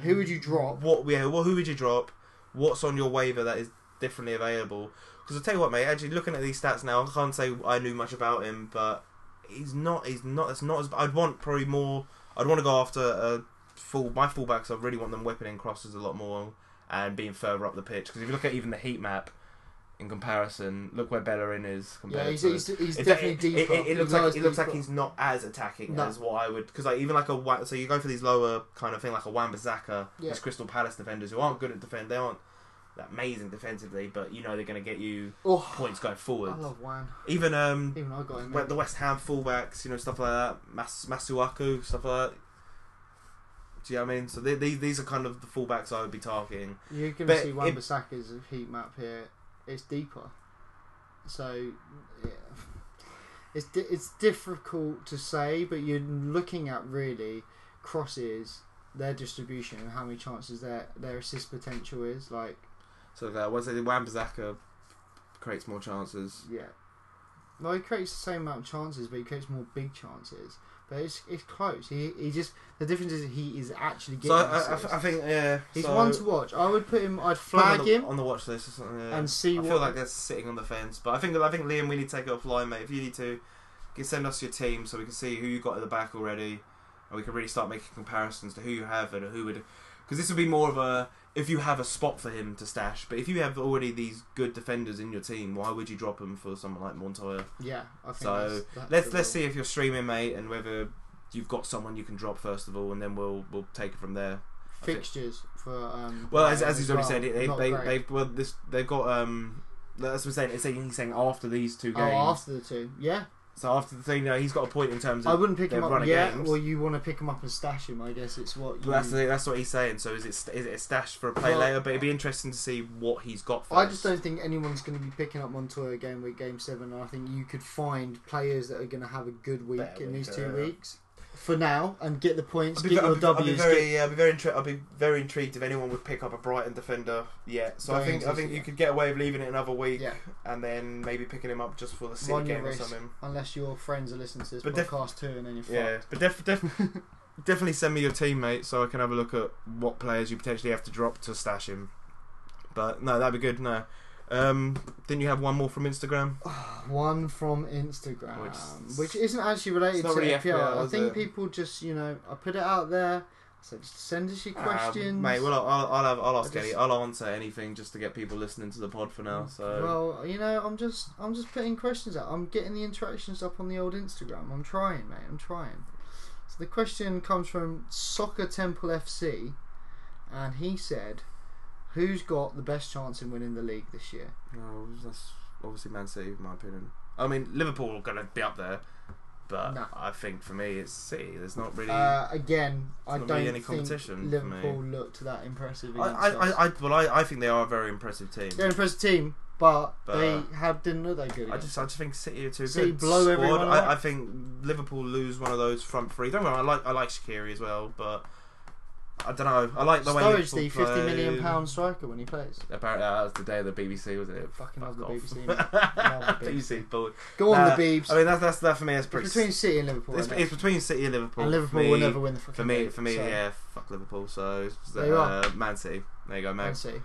Speaker 1: Who would you drop?
Speaker 2: What yeah? Well, who would you drop? What's on your waiver that is differently available? Because I tell you what, mate. Actually, looking at these stats now, I can't say I knew much about him, but he's not. He's not. It's not as. I'd want probably more. I'd want to go after a full. My fullbacks. I really want them whipping in crosses a lot more and being further up the pitch. Because if you look at even the heat map in comparison, look where Bellerin is compared
Speaker 1: yeah, he's,
Speaker 2: to.
Speaker 1: he's, he's
Speaker 2: It's-
Speaker 1: definitely
Speaker 2: it,
Speaker 1: deeper.
Speaker 2: It, it, it looks
Speaker 1: He
Speaker 2: like
Speaker 1: lies
Speaker 2: it looks like
Speaker 1: deeper.
Speaker 2: he's not as attacking
Speaker 1: No.
Speaker 2: as what I would because like even like a Wa- so you go for these lower kind of thing like a Wambazaka,
Speaker 1: Yeah.
Speaker 2: these Crystal Palace defenders who aren't good at defend, they aren't that amazing defensively, but you know they're going to get you
Speaker 1: Oh,
Speaker 2: points going
Speaker 1: I
Speaker 2: forward.
Speaker 1: love Wan.
Speaker 2: Even um
Speaker 1: Even I got him.
Speaker 2: we- the West Ham fullbacks, you know stuff like that, Mas- Masuaku stuff like that. Do you know what I mean? So they, they, these are kind of the fullbacks I would be targeting.
Speaker 1: You're going to
Speaker 2: But
Speaker 1: see
Speaker 2: it-
Speaker 1: Wan-Bissaka's heat map here. It's deeper, so yeah. it's di- it's difficult to say, but you're looking at really crosses, their distribution, and how many chances their their assist potential is. Like
Speaker 2: So that was it. Wambazaka creates more chances.
Speaker 1: yeah, well he creates the same amount of chances, but he creates more big chances. But it's it's close. He he just the difference is he is actually getting.
Speaker 2: So I, I, I
Speaker 1: assists.
Speaker 2: I think yeah,
Speaker 1: He's
Speaker 2: so-
Speaker 1: one to watch. I would put him. I'd
Speaker 2: Put
Speaker 1: flag
Speaker 2: on the,
Speaker 1: him
Speaker 2: on the watch list or something. Yeah.
Speaker 1: and see
Speaker 2: I
Speaker 1: what.
Speaker 2: feel like they're sitting on the fence, but I think I think Liam, we need to take it offline, mate. If you need to, you can send us your team so we can see who you got at the back already, and we can really start making comparisons to who you have and who would. Because this would be more of a if you have a spot for him to stash, but if you have already these good defenders in your team, why would you drop him for someone like Montoya?
Speaker 1: yeah, I think
Speaker 2: So,
Speaker 1: that's, that's
Speaker 2: Let's
Speaker 1: the
Speaker 2: let's
Speaker 1: rule.
Speaker 2: see if you're streaming, mate, and whether you've got someone you can drop first of all, and then we'll we'll take it from there. I think-
Speaker 1: fixtures for. Um,
Speaker 2: Well, as,
Speaker 1: Brighton
Speaker 2: as he's already
Speaker 1: well.
Speaker 2: said, they
Speaker 1: Not
Speaker 2: they,
Speaker 1: great.
Speaker 2: they well this they've got um. That's what I'm saying. It's saying he's saying after these two
Speaker 1: oh,
Speaker 2: games.
Speaker 1: after the two, yeah.
Speaker 2: So after the thing, no, he's got a point in terms
Speaker 1: I
Speaker 2: of.
Speaker 1: wouldn't pick
Speaker 2: they've
Speaker 1: him
Speaker 2: run
Speaker 1: up
Speaker 2: a
Speaker 1: yet.
Speaker 2: games.
Speaker 1: Well, you want to pick him up and stash him. I guess it's what.
Speaker 2: But
Speaker 1: You,
Speaker 2: that's the thing, that's what he's saying. So is it st- is it a stash for a play
Speaker 1: Well-
Speaker 2: later? But it'd be interesting to see what he's got. First.
Speaker 1: I just don't think anyone's going to be picking up Montoya game week, game seven. And I think you could find players that are going to have a good week
Speaker 2: Better
Speaker 1: in
Speaker 2: week,
Speaker 1: these two
Speaker 2: yeah.
Speaker 1: weeks for now and get the points,
Speaker 2: I'd be,
Speaker 1: get
Speaker 2: ve-
Speaker 1: your
Speaker 2: I'd be- I'd be
Speaker 1: W's. get-
Speaker 2: very, yeah, I'd be very, intri- I'd be very intrigued if anyone would pick up a Brighton defender yet. So I
Speaker 1: Going
Speaker 2: think,
Speaker 1: into
Speaker 2: I think
Speaker 1: the-
Speaker 2: you could get away with leaving it another week
Speaker 1: yeah,
Speaker 2: and then maybe picking him up just for the
Speaker 1: Run
Speaker 2: City
Speaker 1: your
Speaker 2: game or
Speaker 1: risk.
Speaker 2: something.
Speaker 1: unless your friends are listening to this
Speaker 2: But def-
Speaker 1: podcast too, and then you're
Speaker 2: Yeah,
Speaker 1: fucked.
Speaker 2: but def- def- definitely send me your teammate so I can have a look at what players you potentially have to drop to stash him. But no, that'd be good. No, um, didn't you have one more from Instagram?
Speaker 1: One from Instagram,
Speaker 2: Which
Speaker 1: which,
Speaker 2: is-
Speaker 1: isn't actually related
Speaker 2: it's
Speaker 1: to
Speaker 2: not really
Speaker 1: FPL.
Speaker 2: FPL,
Speaker 1: I
Speaker 2: is
Speaker 1: think
Speaker 2: it?
Speaker 1: people just, you know, I put it out there, So just send us your
Speaker 2: Um,
Speaker 1: questions.
Speaker 2: mate. Well, I'll, I'll, I'll, have, I'll ask
Speaker 1: I just-
Speaker 2: any, I'll answer anything just to get people listening to the pod for now. So
Speaker 1: Well, you know, I'm just I'm just putting questions out. I'm getting the interactions up on the old Instagram. I'm trying, mate. I'm trying. So the question comes from Soccer Temple FC, and he said, "Who's got the best chance in winning the league this year?"
Speaker 2: No, that's obviously Man City, in my opinion. I mean, Liverpool are going to be up there, but
Speaker 1: No.
Speaker 2: I think for me it's City. There's not really.
Speaker 1: Uh, again, I
Speaker 2: There's
Speaker 1: don't
Speaker 2: not really any
Speaker 1: think
Speaker 2: competition for me.
Speaker 1: Liverpool looked that impressive.
Speaker 2: I,
Speaker 1: Against
Speaker 2: I,
Speaker 1: us.
Speaker 2: I, I, well, I, I think they are a very impressive team.
Speaker 1: They're an impressive team, but,
Speaker 2: But-
Speaker 1: they have didn't look that good.
Speaker 2: I
Speaker 1: against
Speaker 2: just, I just think City are too
Speaker 1: City
Speaker 2: good.
Speaker 1: blow
Speaker 2: Squad,
Speaker 1: everyone out.
Speaker 2: I, I think Liverpool lose one of those front three. Don't worry, I like, I like Shaqiri as well, but I don't know. I like the way
Speaker 1: Sturridge,
Speaker 2: Liverpool
Speaker 1: the fifty million
Speaker 2: play.
Speaker 1: pound striker, when he plays.
Speaker 2: Apparently, uh, that was the day of the BBC, was it?
Speaker 1: Fucking love
Speaker 2: Fuck
Speaker 1: the
Speaker 2: off.
Speaker 1: BBC, man. Love the BBC.
Speaker 2: BBC bull.
Speaker 1: Go on,
Speaker 2: Nah,
Speaker 1: the Beebs.
Speaker 2: I mean, that's, that's that for me. That's pretty.
Speaker 1: it's between City and Liverpool.
Speaker 2: it's,
Speaker 1: isn't it?
Speaker 2: it's between City and Liverpool.
Speaker 1: and Liverpool
Speaker 2: for me,
Speaker 1: will never win the fucking
Speaker 2: For me,
Speaker 1: league,
Speaker 2: for me,
Speaker 1: so,
Speaker 2: yeah, fuck Liverpool. So
Speaker 1: There you
Speaker 2: uh, Man City. There you go,
Speaker 1: Man
Speaker 2: Max.
Speaker 1: City.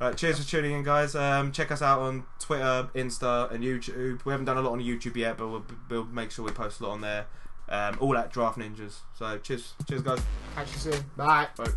Speaker 2: Right, Uh, cheers for tuning in, guys. Um, check us out on Twitter, Insta, and YouTube. We haven't done a lot on YouTube yet, but we'll, we'll make sure we post a lot on there. Um, all at Draft Ninjas. So cheers, cheers, guys.
Speaker 1: Catch you soon. Bye.
Speaker 2: Bye.